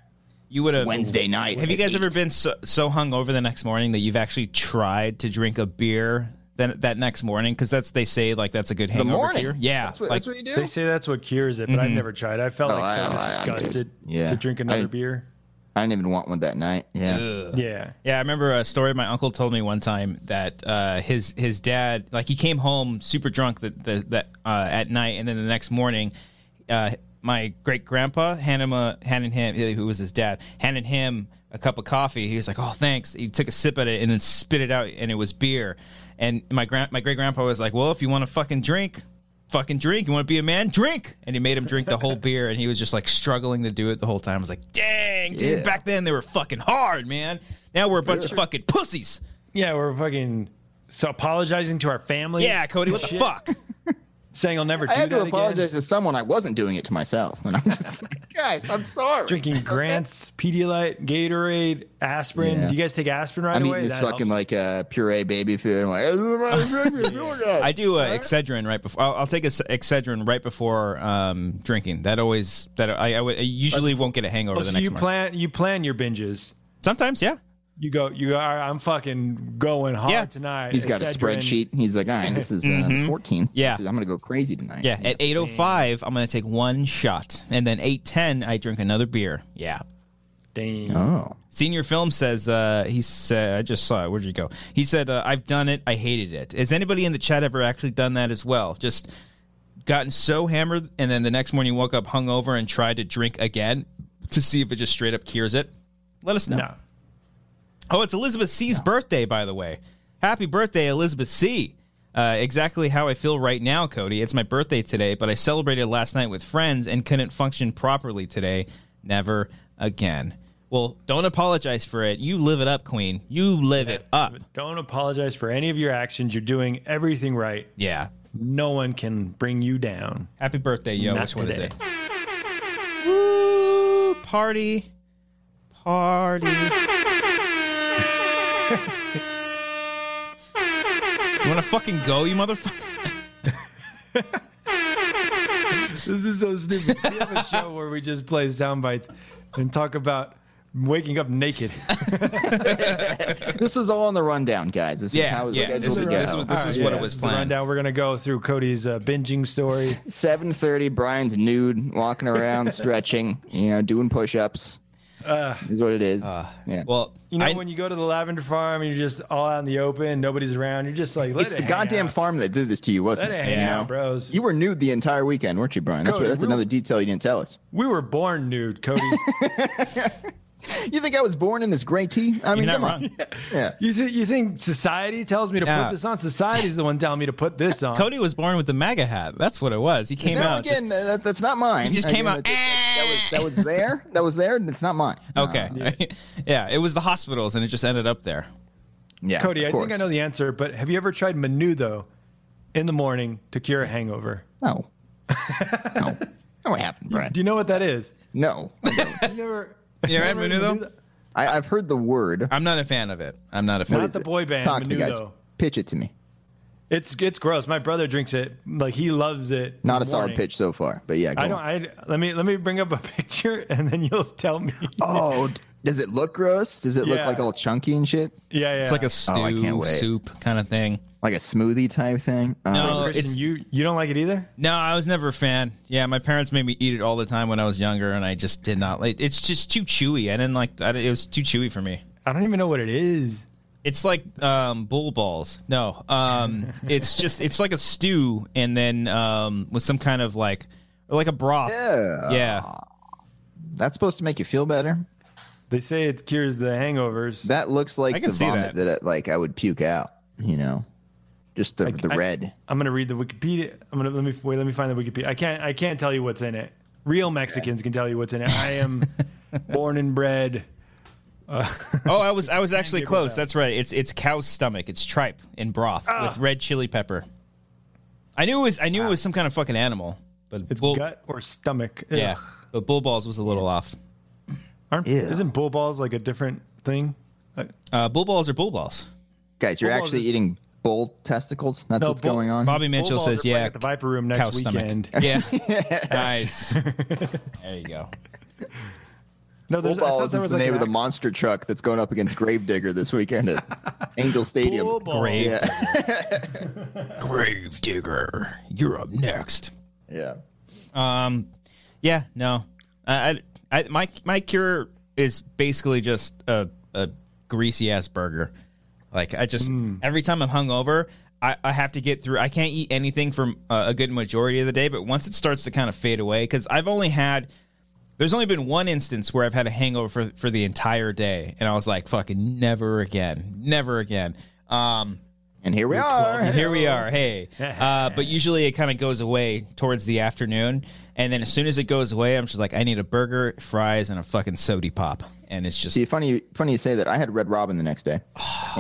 S1: You would have
S3: Wednesday night.
S1: Have you
S3: at
S1: guys ever
S3: eight.
S1: been so, so hung over the next morning that you've actually tried to drink a beer then that next morning? Because that's they say like that's a good
S3: the
S1: hangover
S3: morning?
S1: cure. Yeah,
S3: that's what,
S1: like,
S3: that's what you do.
S2: They say that's what cures it, but
S1: Mm-hmm.
S2: I've never tried. I felt
S3: Oh,
S2: like so
S3: I- I- I-
S2: disgusted
S3: yeah.
S2: to drink another
S3: I-
S2: beer.
S3: I didn't even want one that night. Yeah.
S2: Yeah.
S1: Yeah, I remember a story my uncle told me one time that uh, his his dad like he came home super drunk that that that, uh, at night, and then the next morning, uh, my great grandpa handed him a, handed him who was his dad handed him a cup of coffee. He was like, "Oh, thanks." He took a sip at it and then spit it out, and it was beer. And my grand my great grandpa was like, "Well, if you want to fucking drink." Fucking drink. You want to be a man? Drink. And he made him drink the whole beer, and he was just like struggling to do it the whole time. I was like, dang, dude,
S3: Yeah.
S1: back then they were fucking hard, man. Now we're a bunch of fucking pussies.
S2: Yeah, we're fucking so apologizing to our family.
S1: Yeah, Cody, what the fuck?
S2: Saying I'll never do
S3: I had
S2: that
S3: to apologize to
S2: again.
S3: someone. I wasn't doing it to myself, and I'm just like, guys, I'm sorry.
S2: Drinking Grants, Pedialyte, Gatorade, aspirin.
S3: Yeah.
S2: Do you guys take aspirin right
S3: I'm
S2: away?
S3: eating this
S2: That
S3: fucking
S2: helps.
S3: like uh, puree baby food. I'm like, "This is what I'm drinking. Do it now."
S1: I do uh, Excedrin right before. I'll, I'll take a s- Excedrin right before um, drinking. That always that I, I, would- I usually won't get a hangover
S2: Oh,
S1: the
S2: so
S1: next
S2: you
S1: morning.
S2: plan you plan your binges.
S1: Sometimes, yeah.
S2: You go. You go. "All right, I'm fucking going hard
S1: Yeah.
S2: tonight.
S3: He's got a
S2: Excedrin.
S3: spreadsheet. He's like, all right, this is uh, the 14th.
S1: Yeah.
S3: This is- I'm gonna go crazy tonight.
S1: Yeah, at 8:05 I'm going to take one shot and then 8:10 I drink another beer. Yeah.
S2: Dang.
S3: Oh.
S1: Senior Film says, uh, he said, I just saw it. Where'd you go? He said, uh, I've done it. I hated it. Has anybody in the chat ever actually done that as well? Just gotten so hammered, and then the next morning woke up hungover and tried to drink again to see if it just straight up cures it? Let us know.
S2: No.
S1: Oh, it's Elizabeth C's birthday, by the way. Happy birthday, Elizabeth C. Uh, exactly how I feel right now, Cody. It's my birthday today, but I celebrated last night with friends and couldn't function properly today. Never again. Well, don't apologize for it. You live it up, Queen. You live it up.
S2: Don't apologize for any of your actions. You're doing everything right.
S1: Yeah.
S2: No one can bring you down.
S1: Happy birthday, yo.
S2: Not
S1: Which one is
S2: today.
S1: it? Woo! Party. Party. you wanna fucking go, you motherfucker?
S2: This is so stupid. We have a show where we just play sound bites and talk about waking up naked.
S3: This was all on the rundown, guys. This is
S1: Yeah,
S3: how it was
S1: yeah.
S3: scheduled
S1: This
S3: to
S1: is-
S3: go.
S1: this was- this is
S2: All
S1: what it was
S2: this
S1: planned.
S2: The rundown. We're gonna go through Cody's uh, binging story.
S3: 7.30, Brian's nude, walking around, stretching, you know, doing push-ups. is what it is. yeah.
S1: Uh, Well,
S2: You know,
S1: I-
S2: when you go to the lavender farm and you're just all out in the open, nobody's around. You're just like, let
S3: it's
S2: it
S3: the
S2: hang
S3: goddamn
S2: out.
S3: farm that did this to you, wasn't
S2: Let it
S3: it?
S2: hang
S3: you
S2: out, bros.
S3: You were nude the entire weekend, weren't you, Brian? That's,
S2: Cody,
S3: what, that's
S2: real-
S3: another detail you didn't tell us.
S2: We were born nude, Cody.
S3: You think I was born in this gray tee? I mean,
S1: not
S3: come
S1: wrong.
S3: on. Yeah.
S2: you th- you think society tells me to
S1: Yeah.
S2: put this on? Society's the one telling me to put this on.
S1: Cody was born with the MAGA hat. That's what it was. He came
S3: Now
S1: out. just-
S3: again, uh, that, that's not mine.
S1: He just
S3: I
S1: came
S3: mean,
S1: out,
S3: That, that- that was that was
S2: eh.
S3: there. That was there, and it's not mine.
S1: okay.
S3: Uh,
S1: yeah. it was the hospitals, and it just ended up there.
S3: yeah,
S2: Cody,
S3: of
S2: I think I
S3: course.
S2: know the answer, but have you ever tried menudo in the morning to cure a hangover?
S3: No. no. No, it happened, Brian.
S2: Do you know what that is?
S3: No.
S2: You never.
S1: You ever had menudo?
S3: I, I've heard the word.
S1: I'm not a fan of it. I'm not a fan.
S2: Not the boy band
S3: Talk to me, guys.
S2: menudo.
S3: Pitch it to me.
S2: It's it's gross. My brother drinks it. Like he loves it. in
S3: Not
S2: the
S3: a solid
S2: morning.
S3: pitch so far, but yeah. Go
S2: I don't.
S3: on.
S2: I let me let me bring up a picture and then you'll tell me.
S3: oh, d- does it look gross? Does it look
S2: Yeah.
S3: like all chunky and shit?
S2: yeah, yeah.
S1: It's like a stew,
S3: Oh, I can't wait.
S1: soup kind of thing.
S3: Like a smoothie type thing? Oh,
S1: No,
S2: Christian,
S1: it's-
S2: you you don't like it either.
S1: No, I was never a fan. Yeah, my parents made me eat it all the time when I was younger, and I just did not. Like, it's just too chewy. I didn't like. I, it was too chewy for me.
S2: I don't even know what it is.
S1: It's like um, bull balls. No, um, it's just it's like a stew, and then um, with some kind of like like a broth.
S3: Yeah.
S1: Yeah.
S3: That's supposed to make you feel better.
S2: They say it cures the hangovers.
S3: That looks like
S1: I can
S3: the
S1: see
S3: vomit
S1: that.
S3: that, I, like I would puke out. You know, just the the
S2: I-
S3: red.
S2: I'm gonna read the Wikipedia. I'm gonna let me wait. Let me find the Wikipedia. I can't. I can't tell you what's in it. Real Mexicans can tell you what's in it. I am born and bred.
S1: Oh, I was I was actually
S2: give it
S1: close.
S2: up.
S1: That's right. It's it's cow's stomach. It's tripe in broth with red chili pepper. I knew it was I knew it was some kind of fucking animal, but
S2: It's
S1: bull,
S2: gut or stomach. Ugh.
S1: yeah, but bull balls was a little off.
S2: Aren't,
S3: Ew.
S2: isn't bull balls like a different thing? Like,
S1: Uh, bull balls are bull balls.
S2: Mm-hmm.
S3: Guys, you're
S2: Bull balls
S3: actually
S2: is-
S3: eating bull testicles. That's
S2: No,
S3: what's
S2: bull-
S3: going on.
S1: Bobby
S2: bull
S1: Mitchell
S2: balls are
S1: says,
S2: playing
S1: "Yeah,
S2: At the Viper Room
S1: cow
S2: next
S1: stomach."
S2: weekend.
S1: Yeah, nice. There you go.
S3: Bull
S2: No, there's- I thought
S3: balls
S2: there
S3: is
S2: was
S3: the
S2: like
S3: name
S2: an
S3: of the
S2: act-
S3: monster truck that's going up against Gravedigger this weekend at Angel Stadium.
S2: Bull balls.
S1: Great.
S3: Yeah,
S1: Grave digger, you're up next.
S3: yeah.
S1: Um, yeah, no, I, I, I my my cure is basically just a a greasy ass burger. Like I just every time I'm hungover, I, I have to get through. I can't eat anything for uh, a good majority of the day, but once it starts to kind of fade away, because I've only had. There's only been one instance where I've had a hangover for, for the entire day, and I was like, "Fucking never again, never again." Um,
S3: And here we are.
S1: and here we are. Hey. Uh, but usually it kind of goes away towards the afternoon. And then as soon as it goes away, I'm just like, I need a burger, fries, and a fucking sody pop. And it's just,
S3: See, funny, funny you say that. I had Red Robin the next day,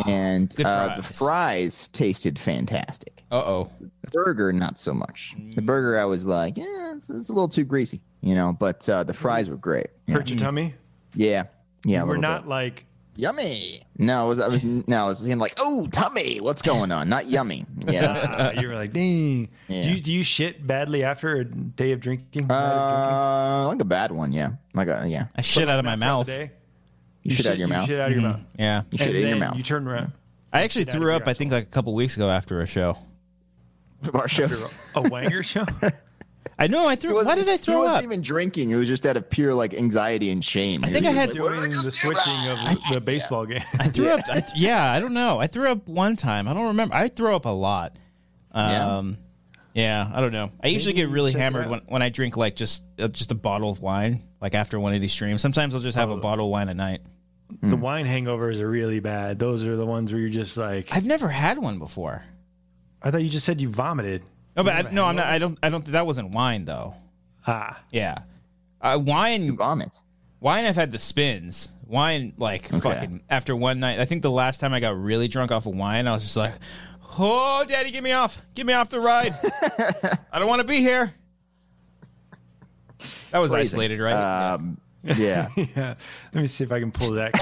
S3: and
S1: Good
S3: uh, the
S1: fries.
S3: fries tasted fantastic.
S1: uh oh.
S3: burger not so much the burger i was like yeah it's, it's a little too greasy you know but uh the fries were great yeah
S2: Hurt your tummy.
S3: yeah, yeah a
S2: We're
S3: little
S2: not
S3: bit.
S2: like
S3: yummy no i was i was no i was thinking like oh tummy what's going on not yummy yeah
S2: ah, you were like, dang.
S3: Yeah.
S2: Do you do you shit badly after a day of drinking? Night of drinking?
S3: uh like a bad one yeah like a yeah
S1: I shit out of my
S2: Throughout
S1: mouth. Mm-hmm.
S2: the day?
S3: you, shit out of your
S2: you
S3: mouth
S2: Shit out of your mouth.
S1: Yeah.
S3: you shit
S2: And
S3: in your
S2: then
S3: mouth
S2: You turn around.
S1: I actually
S2: out of
S1: threw
S2: your
S1: up, I think,
S2: asshole.
S1: like a couple weeks ago after a show.
S3: Bar shows.
S2: A wanger show.
S1: I know I threw
S3: He
S1: Why
S3: wasn't-
S1: did I
S3: he
S1: throw
S3: wasn't
S1: up?
S3: even drinking it was just out of pure like anxiety and shame
S1: I think I had-
S2: Doing the switching of the baseball game.
S1: I threw up. I, yeah, I don't know. I threw up one time. I don't remember. I throw up a lot.
S3: Yeah?
S1: Um, yeah, I don't know. I usually
S2: Maybe
S1: get really
S2: check it
S1: hammered
S2: out.
S1: when, when I drink like just uh, just a bottle of wine, like after one of these streams. Sometimes I'll just have a bottle of wine at night.
S3: Hmm.
S2: The wine hangovers are really bad. Those are the ones where you're just like, I,
S1: I've never had one before.
S2: thought you just said you vomited.
S1: No, but I, no, I'm not. I don't. I don't. That wasn't wine though.
S2: Ah,
S1: Yeah, uh, wine.
S3: vomit
S1: Wine. I've had the spins. Wine, like fucking after one night. I think the last time I got really drunk off of wine, I was just like, "Oh, daddy, get me off! Get me off the ride! I don't want to be here." That was isolated, right?
S3: um yeah
S2: yeah. Let me see if I can pull that.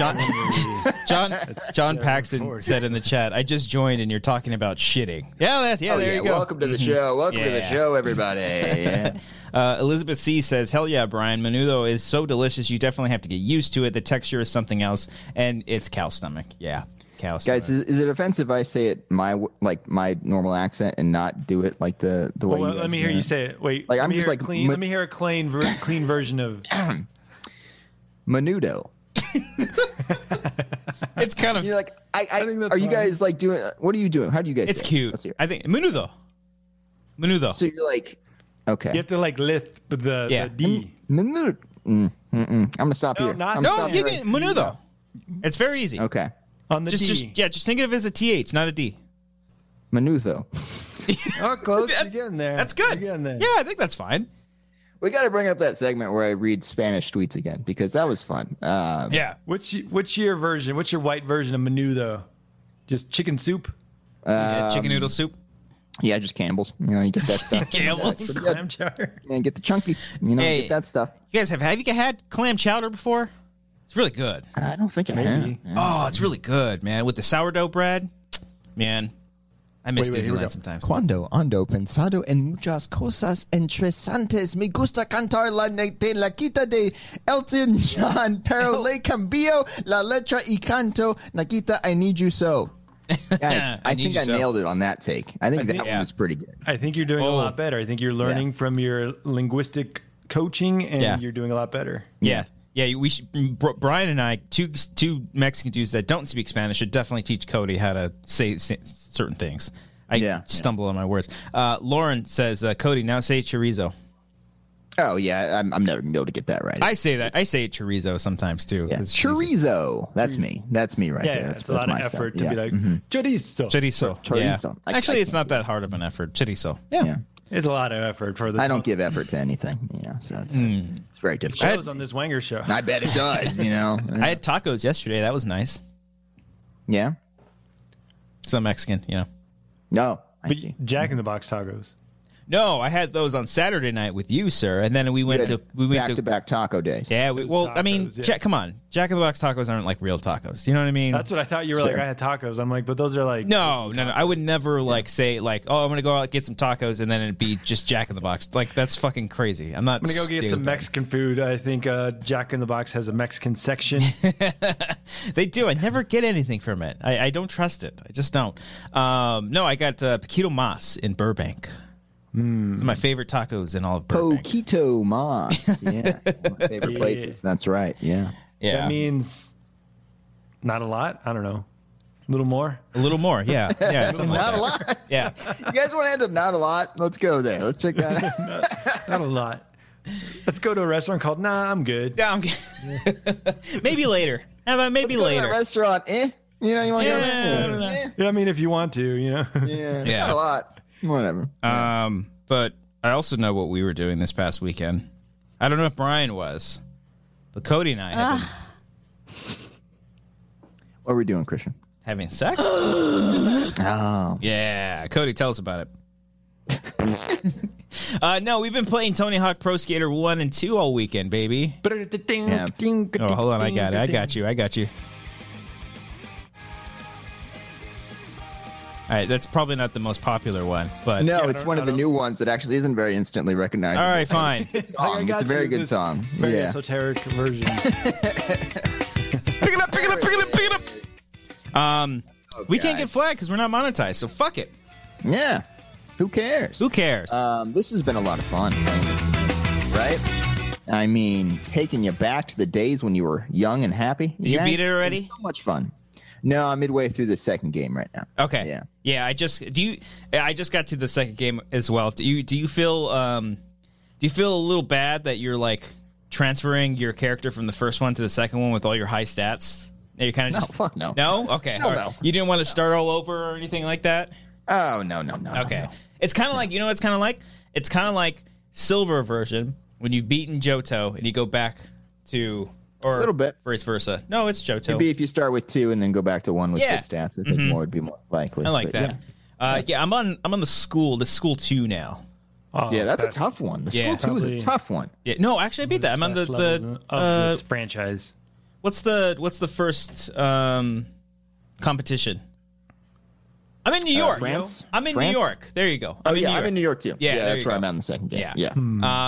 S1: John John Paxton said in the chat, "I just joined and you're talking about shitting." Yeah, that's yeah.
S3: Oh,
S1: there
S3: yeah.
S1: you go.
S3: welcome to the show welcome to the
S1: Yeah.
S3: show everybody yeah
S1: Uh, Elizabeth C says, "Hell yeah, Brian! Menudo is so delicious. You definitely have to get used to it. The texture is something else, and it's cow stomach. Yeah, cow stomach.
S3: Guys, is, is it offensive if I say it my w- like my normal accent and not do it like the the way?
S2: Well,
S3: you
S2: let
S3: guys
S2: me hear
S3: do
S2: you
S3: it?
S2: say it. Wait.
S3: Like,
S2: let
S3: I'm
S2: me
S3: just
S2: hear a
S3: like
S2: clean.
S3: mo-
S2: let me hear a clean, ver- clean version of.
S3: Menudo.
S1: it's kind of
S3: You're like, I, I,
S2: think that's
S3: are you
S2: fine.
S3: guys like doing? What are you doing? How do you guys?
S1: it's
S3: say it?
S1: cute.
S3: Let's hear it.
S1: I think menudo, menudo.
S3: So you're like,
S2: You
S3: okay,
S2: have to like lift the,
S1: Yeah.
S2: the D.
S3: menudo. Mm, mm, mm. I'm gonna stop
S2: No,
S3: here.
S2: not-
S3: I'm
S1: no,
S3: stopping
S1: you
S3: right-
S1: can menudo. It's very easy.
S3: Okay,
S2: On the
S1: Just,
S2: D.
S1: just yeah, just think of it as a th, not a d.
S3: menudo.
S2: Oh, close.
S1: That's-
S2: You're getting there.
S1: That's good.
S2: You're
S1: Yeah,
S2: getting there.
S1: I think that's fine.
S3: We got to bring up that segment where I read Spanish tweets again because that was fun. Um,
S1: Yeah,
S2: What's y- what's your version? What's your white version of menu though? Just chicken soup, Um,
S1: Yeah, chicken noodle soup.
S3: yeah, just Campbell's. You know, you get that stuff.
S1: Campbell's.
S3: Yeah,
S2: clam chowder.
S3: and get the chunky. You know,
S1: Hey.
S3: get that stuff.
S1: You guys have have you had clam chowder before? It's really good.
S2: Uh,
S3: I don't think I have.
S2: Maybe.
S1: Oh, it's really good, man. With the sourdough bread, man. I miss
S2: Wait, wait, here we go.
S1: Disneyland sometimes.
S3: Cuando ando pensado en muchas cosas interesantes, me gusta cantar la ne- de la quita de Elton John, pero le cambio la letra y canto Nakita, I need you so. Guys, I,
S1: I need
S3: think
S1: you
S3: I
S1: so.
S3: nailed it on that take. I think that
S2: think-
S3: one was pretty good.
S2: I think you're doing a
S1: Oh.
S2: lot better. I think you're learning from your linguistic coaching, and
S1: Yeah.
S2: you're doing a lot better.
S1: Yeah. Yeah, we should, Br- Brian and I, two two Mexican dudes that don't speak Spanish, should definitely teach Cody how to say, say certain things. I
S3: Yeah.
S1: stumble on my words. Uh, Lauren says, uh, "Cody, now say chorizo."
S3: Oh yeah, I'm, I'm never gonna be able to get that right.
S1: I say that. I say chorizo sometimes too.
S3: yeah.
S1: 'cause it's easy.
S3: Chorizo. That's me. That's me right
S2: Yeah,
S3: there.
S2: yeah,
S3: That's,
S2: it's a
S3: that's
S2: lot of
S3: my stuff.
S2: effort
S3: Yeah. Mm-hmm.
S2: to be like chorizo.
S1: Chorizo. Yeah.
S3: Chorizo. I-
S1: Actually,
S3: I
S1: it's not that hard of an effort. Chorizo. Yeah.
S3: yeah.
S2: It's a lot of effort for the.
S3: I don't give effort to anything, you know. So it's, it's very difficult.
S2: shows on this Wanger show.
S3: I bet it does, you know.
S1: I had tacos yesterday. That was nice.
S3: yeah.
S1: Some Mexican, you know.
S3: No. I
S2: But
S3: see.
S2: Jack in the Box tacos.
S1: No, I had those on Saturday night with you, sir, and then we went
S3: Good.
S1: to we went
S3: back to, back taco days.
S1: Yeah, we,
S2: Those
S1: well, I mean,
S2: tacos, yeah.
S1: Jack, come on, Jack in the Box tacos aren't like real tacos. You know what I mean?
S2: That's what I thought you were
S3: It's
S2: like.
S3: fair.
S2: I had tacos. I'm like, but those are like.
S1: no, no, no. I would never like say like, oh, I'm gonna go out get some tacos, and then it'd be just Jack in the Box. Like that's fucking crazy. I'm not.
S2: I'm gonna go get some
S1: stupid.
S2: Mexican food. I think uh, Jack in the Box has a Mexican section.
S1: They do. I never get anything from it. I, I don't trust it. I just don't. Um, no, I got uh, Paquito Mas in Burbank.
S2: Hmm.
S1: It's my favorite tacos in all of Burbank.
S3: Poquito Mas. Yeah. One of my favorite places. That's right. Yeah.
S1: yeah,
S2: That means not a lot. I don't know. A little more.
S1: a little more. Yeah, yeah, something like
S3: Not
S1: that.
S3: a lot.
S1: Yeah,
S3: You guys want to end up not a lot? Let's go there. Let's check that out.
S2: Not a lot. Let's go to a restaurant called Nah, I'm good.
S1: yeah. I'm g- maybe later. How about maybe
S3: Go to a
S1: later?
S3: restaurant, eh? You know, you want to
S1: Yeah, I
S3: go
S1: don't know.
S3: there? Eh?
S2: Yeah, I mean, if you want to, you know.
S3: Yeah.
S1: Yeah.
S3: Not a lot. Whatever.
S1: Um, but I also know what we were doing this past weekend. I don't know if Brian was, but Cody and I have been
S3: what are we doing, Christian?
S1: having sex. um,
S3: Oh.
S1: yeah, Cody, tell us about it. uh, no, we've been playing Tony Hawk Pro Skater One and Two all weekend, baby.
S3: Yeah.
S1: Oh, hold on, I got it. I got you. I got you. All right, that's probably not the most popular one, but
S3: No,
S2: I
S3: it's
S2: don't-
S3: one
S2: I
S3: of the
S2: don't-
S3: new ones that actually isn't very instantly recognized.
S1: all right, fine.
S3: Song. It's a very good song.
S2: Very
S3: Yeah.
S2: esoteric version.
S1: pick it up, pick it up, pick it up, pick it up. Um, we can't get
S3: Oh, guys.
S1: flagged because we're not monetized, so fuck it.
S3: Yeah. Who cares?
S1: Who cares?
S3: Um, this has been a lot of fun, right? I mean, taking you back to the days when you were young and happy.
S1: You beat it already?
S3: was So much fun. No, I'm midway through the second game right now.
S1: Okay.
S3: Yeah.
S1: I just do you I just got to the second game as well. Do you do you feel um do you feel a little bad that you're like transferring your character from the first one to the second one with all your high stats? That You're kind of
S3: No,
S1: just
S3: fuck no.
S1: No? Okay.
S3: Hell
S1: all right.
S3: no.
S1: You didn't want to start all over or anything like that?
S3: Oh no, no, no. no,
S1: Okay.
S3: no.
S1: It's kind of like, you know what it's kind of like? It's kind of like silver version when you've beaten Johto and you go back to or a
S3: Little bit.
S1: vice versa. No, it's Johto.
S3: Maybe if you start with two and then go back to one with
S1: Yeah. Mm-hmm.
S3: good stats, I think more would be more likely.
S1: I like
S3: But
S1: that. Uh, yeah, I'm on I'm on the school, the school 2 now.
S2: Oh,
S3: Yeah, yeah that's a
S2: that-
S3: tough one. The
S1: Yeah.
S3: school two is a
S2: Probably-
S3: tough one.
S1: Yeah, no, actually, I beat that. I'm on the
S2: best levels
S1: the
S2: of
S1: uh,
S2: this franchise.
S1: what's the what's the first um competition? I'm in New York.
S3: Uh, France?
S1: I'm in
S3: France?
S1: New York. There you go. I'm
S3: Oh
S1: in
S3: yeah,
S1: New York.
S3: I'm in New York too.
S1: Yeah, there
S3: that's
S1: you
S3: where
S1: go.
S3: I'm at in the second game.
S1: Yeah.
S3: yeah.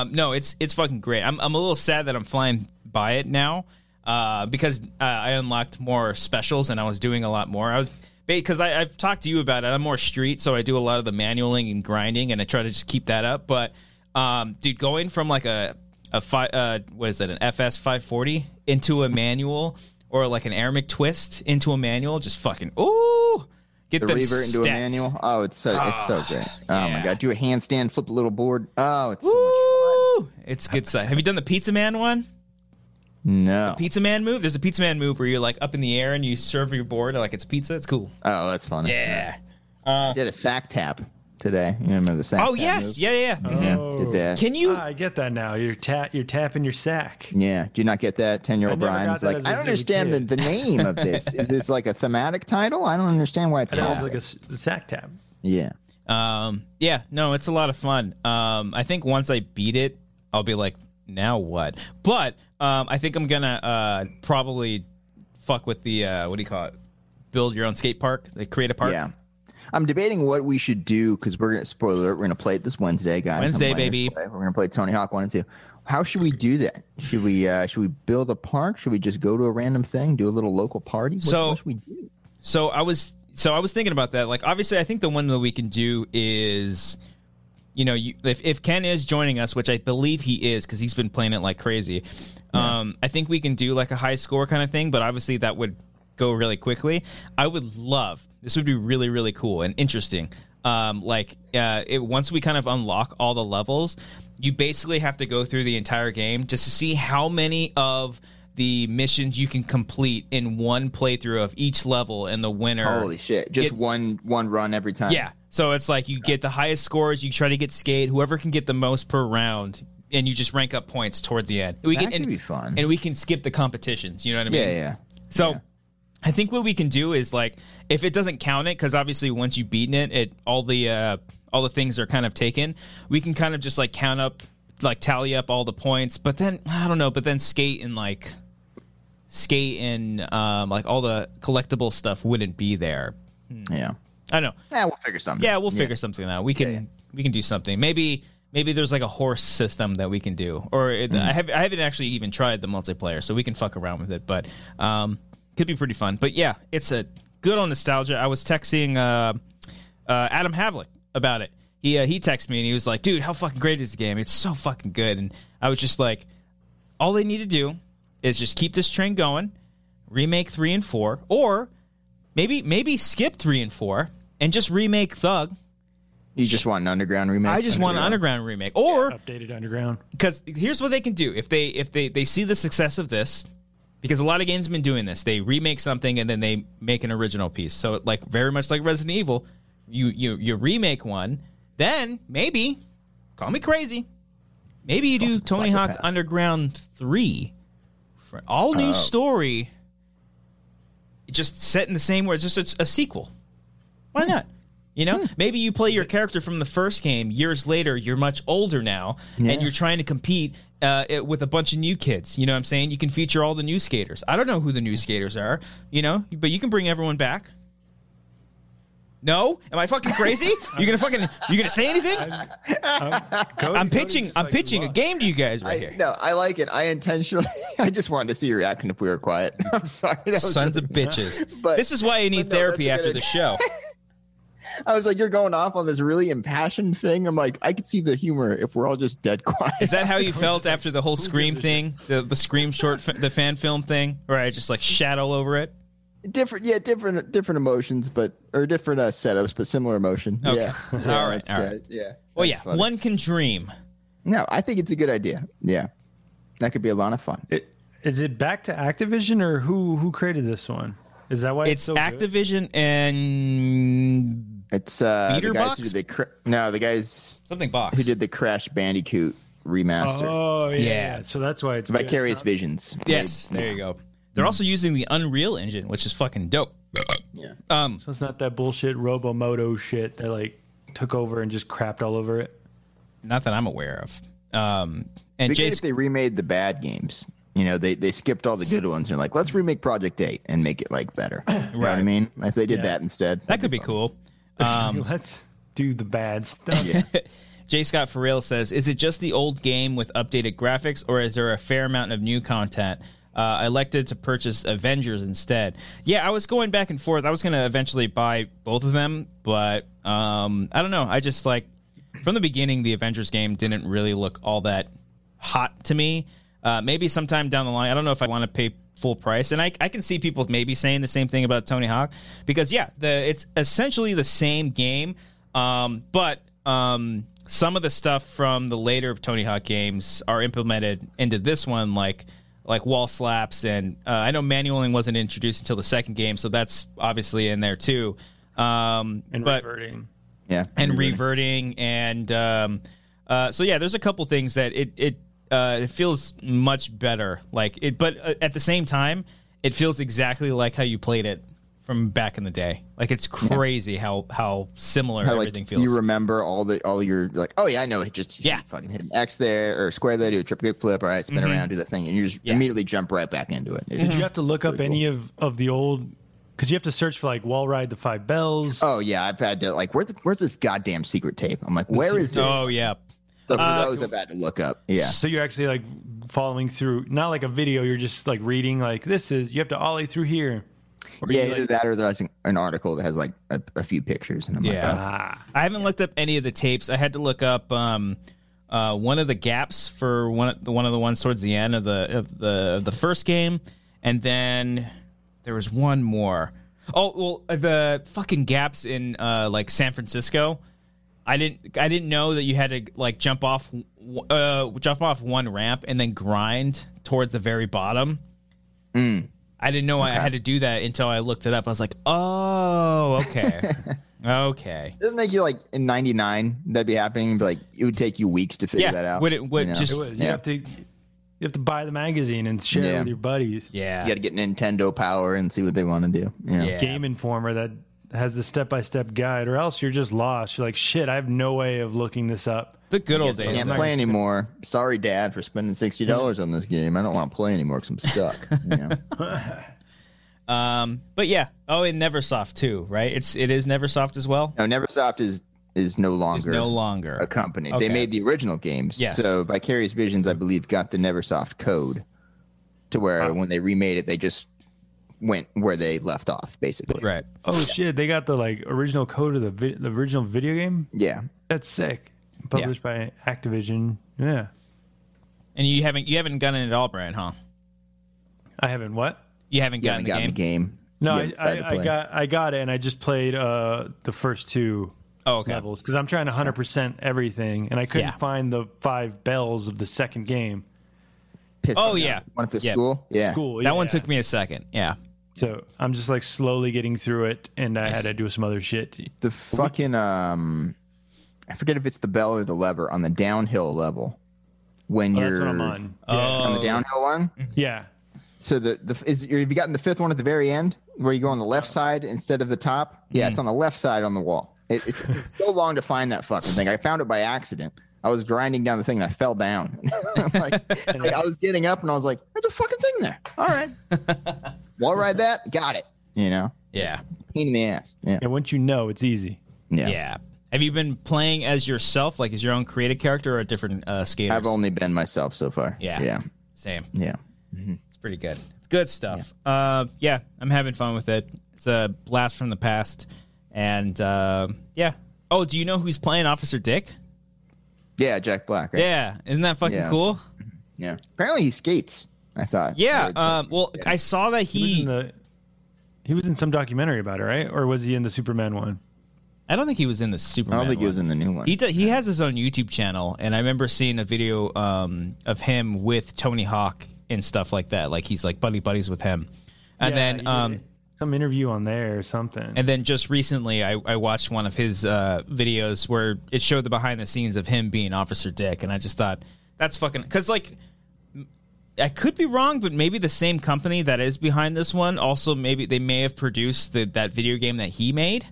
S1: Um, no, it's it's fucking great. I'm I'm a little sad that I'm flying by it now, uh, because uh, I unlocked more specials and I was doing a lot more. I was because I, I've talked to you about it. I'm more street, so I do a lot of the manualing and grinding, and I try to just keep that up. But, um, dude, going from like a a fi- uh, what is that an FS 540 into a manual or like an Air twist into a manual, just fucking ooh, get
S3: The
S1: them
S3: reaver into a
S1: stats. Ah.
S3: manual. Oh, it's so it's so great. Oh
S1: yeah.
S3: my god, do a handstand, flip a little board. Oh, it's so
S1: Ooh, it's good stuff. Have you done the Pizza Man one?
S3: much- no.
S1: Pizza Man move. There's a Pizza Man move where you're like up in the air and you serve your board like it's pizza. It's cool.
S3: Oh, that's funny.
S1: Yeah.
S3: I did a sack tap today. You remember the sack?
S1: Oh
S3: tap
S1: yes.
S3: move?
S1: Yeah, yeah. yeah.
S3: Yeah,
S2: Oh.
S3: did that.
S1: Can you?
S2: Ah, I get that now. You're ta- you're tapping your sack.
S3: yeah, do you not get that? Ten year old
S2: I never
S3: Brian's
S2: got that
S3: like,
S2: as a
S3: I don't
S2: little
S3: understand the,
S2: kid."
S3: the name of this. Is this like a thematic title? I don't understand why it's
S2: That was
S3: called.
S2: like a
S3: this.
S2: s- sack tap.
S3: yeah,
S1: Um. Yeah. No, it's a lot of fun. Um. I think once I beat it, I'll be like, now what? But um, I think I'm gonna uh probably fuck with the uh what do you call it? Build your own skate park. Like create a park.
S3: yeah. I'm debating what we should do because we're gonna spoiler. alert, We're gonna play it this Wednesday, guys.
S1: Wednesday,
S3: I'm letting
S1: baby.
S3: us play. We're gonna play Tony Hawk One and Two. How should we do that? Should we uh, should we build a park? Should we just go to a random thing, do a little local party? What,
S1: So-
S3: what should we do?
S1: So I was so I was thinking about that. Like obviously I think the one that we can do is you know, you, if if Ken is joining us, which I believe he is cuz he's been playing it like crazy. Um I think we can do like a high score kind of thing, but obviously that would go really quickly. I would love. This would be really really cool and interesting. Um like uh it once we kind of unlock all the levels, you basically have to go through the entire game just to see how many of the missions you can complete in one playthrough of each level and the winner
S3: Holy shit! Just
S1: Get-
S3: one one run every time.
S1: yeah so it's like you get the highest scores you try to get skate whoever can get the most per round and you just rank up points towards the end we
S3: That
S1: can
S3: could
S1: and,
S3: be fun.
S1: and we can skip the competitions you know what i mean
S3: yeah, yeah.
S1: so I think what we can do is like if it doesn't count it because obviously once you've beaten it, it all the uh, all the things are kind of taken. We can kind of just like count up, like tally up all the points. But then I don't know. But then skate and like skate and um, like all the collectible stuff wouldn't be there.
S3: Yeah.
S1: I don't know.
S3: Yeah, we'll figure something.
S1: Yeah,
S3: out.
S1: we'll figure something out. We can we can do something. Maybe maybe there's like a horse system that we can do. Or it, I have I haven't actually even tried the multiplayer, so we can fuck around with it. But um, could be pretty fun. But yeah, it's a good on nostalgia. I was texting uh, uh, Adam Havlick about it. He uh, he texted me and he was like, "Dude, how fucking great is the game? It's so fucking good." And I was just like, all they need to do is just keep this train going, remake three and four, or maybe maybe skip three and four and just remake Thug.
S3: You just want an underground remake?
S1: I just want an underground remake. Or
S2: Updated underground.
S1: because here's what they can do if they if they they see the success of this, because a lot of games have been doing this. They remake something and then they make an original piece. So like very much like Resident Evil, you you you remake one, then maybe call me crazy, maybe you do Tony Hawk
S3: psychopath.
S1: Underground three, for all new story, just set in the same way. It's just a, a sequel. Why not? You know,
S3: Hmm.
S1: maybe you play your character from the first game. Years later, you're much older now, and you're trying to compete uh, it- with a bunch of new kids. You know what I'm saying? You can feature all the new skaters. I don't know who the new skaters are, you know, but you can bring everyone back. No, am I fucking crazy? you gonna fucking you gonna say anything? I'm,
S2: Cody- Cody's
S1: pitching.
S2: just
S1: I'm
S2: like,
S1: pitching a
S2: "Look."
S1: game to you guys right
S3: I,
S1: here.
S3: no, I like it. I intentionally. I just wanted to see your reaction if we were quiet. I'm sorry. That was
S1: Sons of
S3: really-
S1: bitches.
S3: But-
S1: this is why I need
S3: but no,
S1: therapy
S3: that's a
S1: after
S3: good
S1: the show.
S3: I was like, you're going off on this really impassioned thing. I'm like, I could see the humor if we're all just dead quiet.
S1: Is that how you felt after the whole Scream
S2: gives a
S1: thing, the the Scream short, fi- the fan film thing, where I just like shat all over it?
S3: different? Yeah, different, different emotions, but or different uh, setups, but similar emotion.
S1: Okay.
S3: Yeah.
S1: All
S3: Yeah,
S1: right,
S3: that's
S1: all right.
S3: good. Yeah.
S1: Well,
S3: that's
S1: Oh, yeah,
S3: funny.
S1: one can dream.
S3: No, I think it's a good idea. Yeah, that could be a lot of fun.
S2: It, is it back to Activision or who who created this one? Is that why it's,
S1: It's
S2: so good?
S1: Activision and
S3: It's uh, the
S1: Beater
S3: guys
S1: box?
S3: who did the cra- no, the guys
S1: something box.
S3: who did the Crash Bandicoot remaster,
S2: Oh yeah,
S1: Yeah.
S2: yeah. So that's why it's good.
S3: Vicarious Visions.
S1: Yes, there you go. They're also using the Unreal Engine, which is fucking dope.
S3: Yeah.
S1: Um,
S2: So it's not that bullshit Robomoto shit that like took over and just crapped all over it.
S1: not that I'm aware of. Um, and
S3: It'd be great if
S1: Jason,
S3: they remade the bad games. You know, they, they skipped all the good ones and like, let's remake Project Eight and make it like better. You know what I
S1: Right.
S3: mean? If they did that instead,
S1: that could be cool. Um,
S2: Let's do the bad stuff.
S1: J. Scott Farrell says, "Is it just the old game with updated graphics, or is there a fair amount of new content?" Uh, I elected to purchase Avengers instead. Yeah, I was going back and forth. I was going to eventually buy both of them, but um, I don't know. I just like from the beginning, the Avengers game didn't really look all that hot to me. Uh, maybe sometime down the line, I don't know if I want to pay full price. And I, I can see people maybe saying the same thing about Tony Hawk because yeah, the it's essentially the same game, um, but um, some of the stuff from the later Tony Hawk games are implemented into this one, like like wall slaps and uh, I know manualing wasn't introduced until the second game, so that's obviously in there too. Um,
S2: and
S1: but
S2: reverting.
S3: yeah,
S1: and reverting and um, uh, so yeah there's a couple things that it it uh, it feels much better like it but uh, at the same time it feels exactly like how you played it from back in the day like it's crazy how how similar
S3: How,
S1: everything
S3: like
S1: feels
S3: you remember all the all your like, oh yeah, I know it. Just
S1: Yeah. Mm-hmm.
S3: fucking hit an X there or square there, do a triple kick flip. All right, spin around, do the thing, and you just
S1: Yeah. Mm-hmm.
S3: immediately jump right back into it. It's
S2: Did you have to look up
S3: Really
S2: any of, of the old because you have to search for like Wall Ride the Five Bells.
S3: Oh yeah, I've had to like where's where's this goddamn secret tape? I'm like, where is this?
S1: Oh yeah.
S3: So for
S1: uh,
S3: those I've had to look up. Yeah.
S2: So you're actually like following through, not like a video. You're just like reading. Like this is you have to ollie through here. Or
S3: Yeah,
S2: you,
S3: either
S2: like,
S3: that or there's an- an article that has like a, a few pictures, and I'm
S1: Yeah.
S3: like, "Oh."
S2: ah,
S1: I haven't looked up any of the tapes. I had to look up um, uh, one of the gaps for one the one of the ones towards the end of the of the of the first game, and then there was one more. Oh well, uh, the fucking gaps in uh, like San Francisco. I didn't I didn't know that you had to like jump off w- uh, jump off one ramp and then grind towards the very bottom. I didn't know I had to do that until I looked it up. I was like, oh, okay, okay.
S3: oh. doesn't make you like in '99 that'd be happening, but like it would take you weeks to figure
S1: Yeah,
S3: that out.
S1: would it- would
S3: you know?
S1: just-
S2: it would- you
S3: Yeah.
S2: have to you have to buy the magazine and share it
S3: Yeah.
S2: with your buddies.
S1: Yeah.
S3: you got to get Nintendo Power and see what they want to do. Yeah.
S1: Yeah.
S2: Game Informer that has the step by step guide, or else you're just lost. You're like, shit, I have no way of looking this up.
S1: The good old
S3: Guess I
S1: days.
S3: can't
S2: not
S3: play
S2: gonna-
S3: anymore. Sorry, Dad, for spending sixty dollars on this game. I don't want to play anymore because I'm stuck. you know?
S1: Um, but yeah. Oh, and Neversoft too, right? It's it is Neversoft as well.
S3: No, NeverSoft is is no
S1: It's
S3: longer
S1: no longer.
S3: a company.
S1: Okay.
S3: They made the original games.
S1: Yes.
S3: So Vicarious Visions, I believe, got the NeverSoft code to where when they remade it, they just went where they left off, basically.
S1: Right.
S2: Oh shit, they got the like original code of the vi- the original video game.
S3: Yeah.
S2: That's sick. Published by Activision. Yeah,
S1: And you haven't you haven't gotten it at all, Brian, huh?
S2: I haven't what?
S1: You haven't
S3: You
S1: gotten the
S3: haven't gotten
S1: game.
S3: the game.
S2: No,
S3: You
S2: I,
S3: haven't decided to
S2: I, I
S3: play.
S2: got I got it, and I just played uh the first two
S1: Oh, okay.
S2: levels because I'm trying 100 percent everything, and I couldn't
S1: Yeah.
S2: find the five bells of the second game.
S3: Pissed
S1: Oh,
S3: me off.
S1: yeah.
S3: One at the
S1: Yeah.
S3: school. Yeah.
S2: School.
S1: That one
S2: yeah.
S1: took me a second. Yeah.
S2: So I'm just like slowly getting through it, and I had to do some other shit.
S3: The fucking um, I forget if it's the bell or the lever on the downhill level. When
S2: Oh,
S3: you're
S2: that's what I'm on.
S1: Oh.
S3: on the downhill one.
S2: Yeah.
S3: So the the is have you gotten the fifth one at the very end where you go on the left side instead of the top? Yeah,
S1: Mm.
S3: it's on the left side on the wall. It, it took me so long to find that fucking thing. I found it by accident. I was grinding down the thing and I fell down. I'm like, like, I was getting up and I was like, "There's a fucking thing there." All right, wall ride that. Got it. You know,
S1: Yeah.
S3: pain in the ass. Yeah,
S2: And once you know, it's easy.
S3: yeah.
S1: Yeah. Have you been playing as yourself, like as your own creative character or a different uh skater?
S3: I've only been myself so far.
S1: Yeah.
S3: yeah,
S1: Same.
S3: yeah.
S1: It's pretty good. It's good stuff. Yeah. Uh, yeah, I'm having fun with it. It's a blast from the past, and uh, yeah. Oh, do you know who's playing Officer Dick?
S3: Yeah, Jack Black. Right?
S1: Yeah, isn't that fucking
S3: Yeah.
S1: cool?
S3: yeah. Apparently he skates. I thought.
S1: Yeah.
S3: Or-
S1: Um, well, I saw that
S2: He was,
S1: he.
S2: in the, he was in some documentary about it, right? Or was he in the Superman one?
S1: I don't think he was in the
S3: I
S1: Superman.
S3: don't think he was
S1: one.
S3: in the new one.
S1: He do, he has his own YouTube channel, and I remember seeing a video um, of him with Tony Hawk and stuff like that. Like he's like buddy buddies with him, and
S2: Yeah, he
S1: then
S2: did
S1: um,
S2: it. some interview on there or something.
S1: and then just recently I, I watched one of his uh, videos where it showed the behind the scenes of him being Officer Dick, and I just thought that's fucking because like I could be wrong, but maybe the same company that is behind this one also maybe they may have produced the, that video game that he made,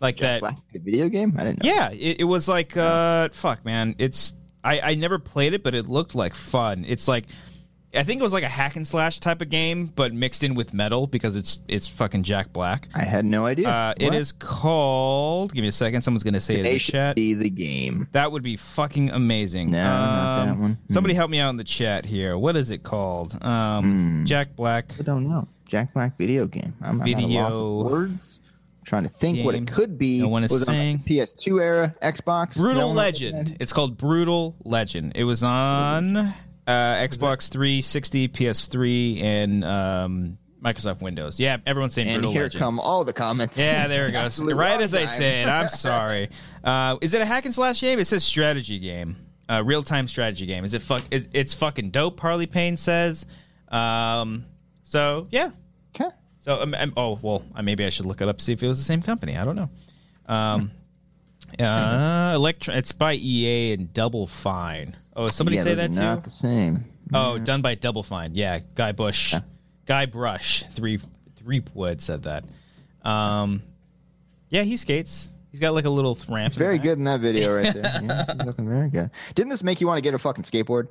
S1: like that.
S3: Black the video game? I didn't know.
S1: Yeah, it, it was like uh, fuck, man. It's I I never played it, but it looked like fun. It's like I think it was like a hack and slash type of game, but mixed in with metal because it's it's fucking Jack Black.
S3: I had no idea.
S1: Uh, it is called. Give me a second. Someone's gonna say it in the chat.
S3: be the game.
S1: That would be fucking amazing.
S3: No, not that
S1: Um,
S3: one. Hmm.
S1: Somebody help me out in the chat here. What is it called?
S3: Hmm.
S1: Um, Jack Black.
S3: I don't know. Jack Black video game. I'm, I'm at a loss
S1: Video
S3: of words. trying to think what
S1: game.
S3: it could be.
S1: Don't wanna
S3: Was it on, like,
S1: sing.
S3: the PS2 era, Xbox.
S1: Brutal
S3: No,
S1: Legend. It's called Brutal Legend. It was on uh, Xbox 360, PS3, and um, Microsoft Windows. Yeah, everyone's saying
S3: And
S1: Brutal
S3: here
S1: Legend.
S3: come all the comments.
S1: yeah, there it goes.
S3: Absolute
S1: right
S3: wrong
S1: as I
S3: time.
S1: say it. I'm sorry. Uh, is it a hack and slash game? It says strategy game. Uh, real time strategy game. Is it fuck? Is it's fucking dope? Harley Payne says. Um, so yeah.
S3: Okay.
S1: So um, um, oh well, uh, maybe I should look it up see if it was the same company. I don't know. Um, uh, Electro. It's by EA and Double Fine. Oh, somebody
S3: Yeah,
S1: say
S3: those are
S1: that
S3: Not
S1: too.
S3: the same. Mm-hmm.
S1: Oh, done by Double Fine. Yeah, Guy Bush, Guy Brush, three three wood said that. Um, yeah, he skates. He's got like a little th- ramp.
S3: It's very good in that video right there. yeah, she's looking very good. Didn't this make you want to get a fucking skateboard?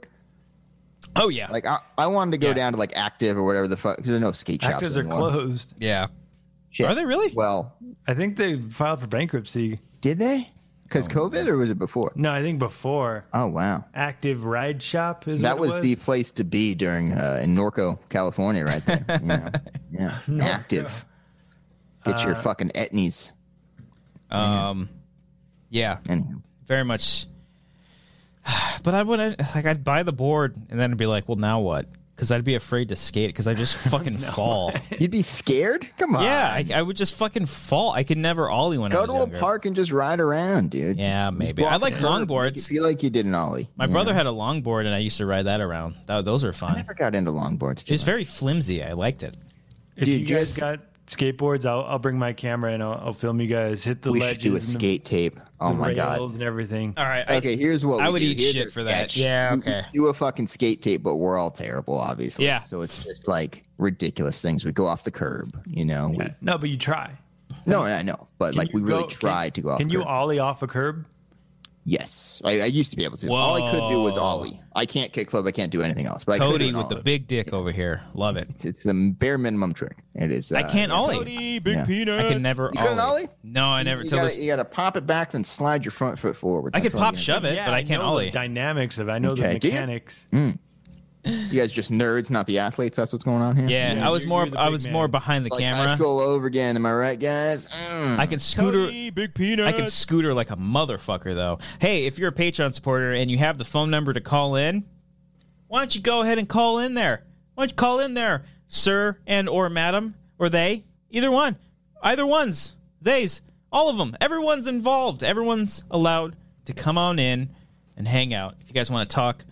S1: Oh yeah.
S3: Like I, I wanted to go
S1: Yeah.
S3: down to like active or whatever the fuck. Because there's no skate shops
S2: Actives are
S3: anymore.
S2: closed.
S4: Yeah.
S3: Shit.
S1: Are they really?
S3: Well,
S2: I think they filed for bankruptcy.
S3: did they? Because
S1: Oh,
S3: COVID or was it before?
S2: No, I think before
S3: Oh wow,
S2: Active Ride Shop is
S3: that
S2: what it
S3: was, the place to be during uh, in Norco, California, right there. You know, yeah, active. Get
S2: Uh,
S3: your fucking etnies.
S1: Um, yeah,
S3: Anyhow,
S1: very much. But I wouldn't like. I'd buy the board and then I'd be like, well, now what? Because I'd be afraid to skate because I just fucking fall.
S3: you'd be scared. Come on.
S1: Yeah, I, I would just fucking fall. I could never ollie when I
S3: Go
S1: was
S3: to
S1: younger.
S3: a park and just ride around, dude.
S1: Yeah,
S3: Just
S1: maybe.
S3: walk
S1: I like
S3: the curb, make it
S1: longboards.
S3: Feel like you did an ollie.
S1: My
S3: Yeah.
S1: brother had a longboard and I used to ride that around. Tho- those are
S3: I
S1: fun.
S3: never got into longboards.
S1: It was
S3: Jim.
S1: very flimsy. I liked it.
S2: If
S3: Dude,
S2: you guys
S3: just-
S2: got skateboards, I'll, I'll bring my camera and I'll, I'll film you guys hit the
S3: we should
S2: ledges,
S3: do a
S2: and the-
S3: skate tape. Oh
S2: the
S3: my god.
S2: rails and everything.
S1: All right. I-
S3: Okay, here's what
S1: I
S3: we
S1: would
S3: do.
S1: eat
S3: Here's
S1: shit
S3: our
S1: for that.
S3: sketch.
S1: Yeah,
S3: We- we
S1: okay.
S3: do a fucking skate tape, but we're all terrible, obviously.
S1: Yeah.
S3: So it's just like ridiculous things. We go off the curb, you know. We,
S2: No, but you try.
S3: no, I know, but
S2: Can
S3: like we
S2: you
S3: really
S2: go- can-
S3: tried to go off.
S2: Can
S3: the
S2: you
S3: curb.
S2: ollie off a curb?
S3: Yes, I, I used to be able to. All I could do was ollie. I can't kick flip. I can't do anything else. But I could
S1: Cody
S3: do an
S1: with the
S3: ollie.
S1: big dick over here. Love it.
S3: It's, it's the bare minimum trick. It is.
S1: I
S3: uh,
S1: can't
S3: yeah.
S1: ollie.
S3: big Yeah.
S1: I can never
S3: You
S1: ollie.
S3: couldn't ollie?
S1: No, I never.
S3: You
S1: Till
S3: gotta,
S1: this,
S3: you gotta pop it back, then slide your front foot forward.
S1: I could
S3: That's all
S1: pop
S3: you
S1: shove it, but I can't
S2: know
S1: ollie.
S2: The dynamics of it. I know
S3: Okay, do
S2: the
S3: you? Mm.
S2: mechanics.
S3: gotta do. You guys just nerds, not the athletes. That's what's going on here.
S1: Yeah,
S2: Yeah,
S1: I was
S2: you're-
S1: more.
S2: you're the
S1: I
S2: big
S1: was
S2: man.
S1: more behind the
S3: Like
S1: camera.
S3: high school all over again. Am I right, guys?
S4: Hmm.
S3: Mm.
S1: I can scooter. I can scooter like a motherfucker, though. Hey, if you're a Patreon supporter and you have the phone number to call in, why don't you go ahead and call in there? Why don't you call in there, sir and or madam or they? Either one, either ones, they's, all of them. Everyone's involved. Everyone's allowed to come on in and hang out. If you guys want to talk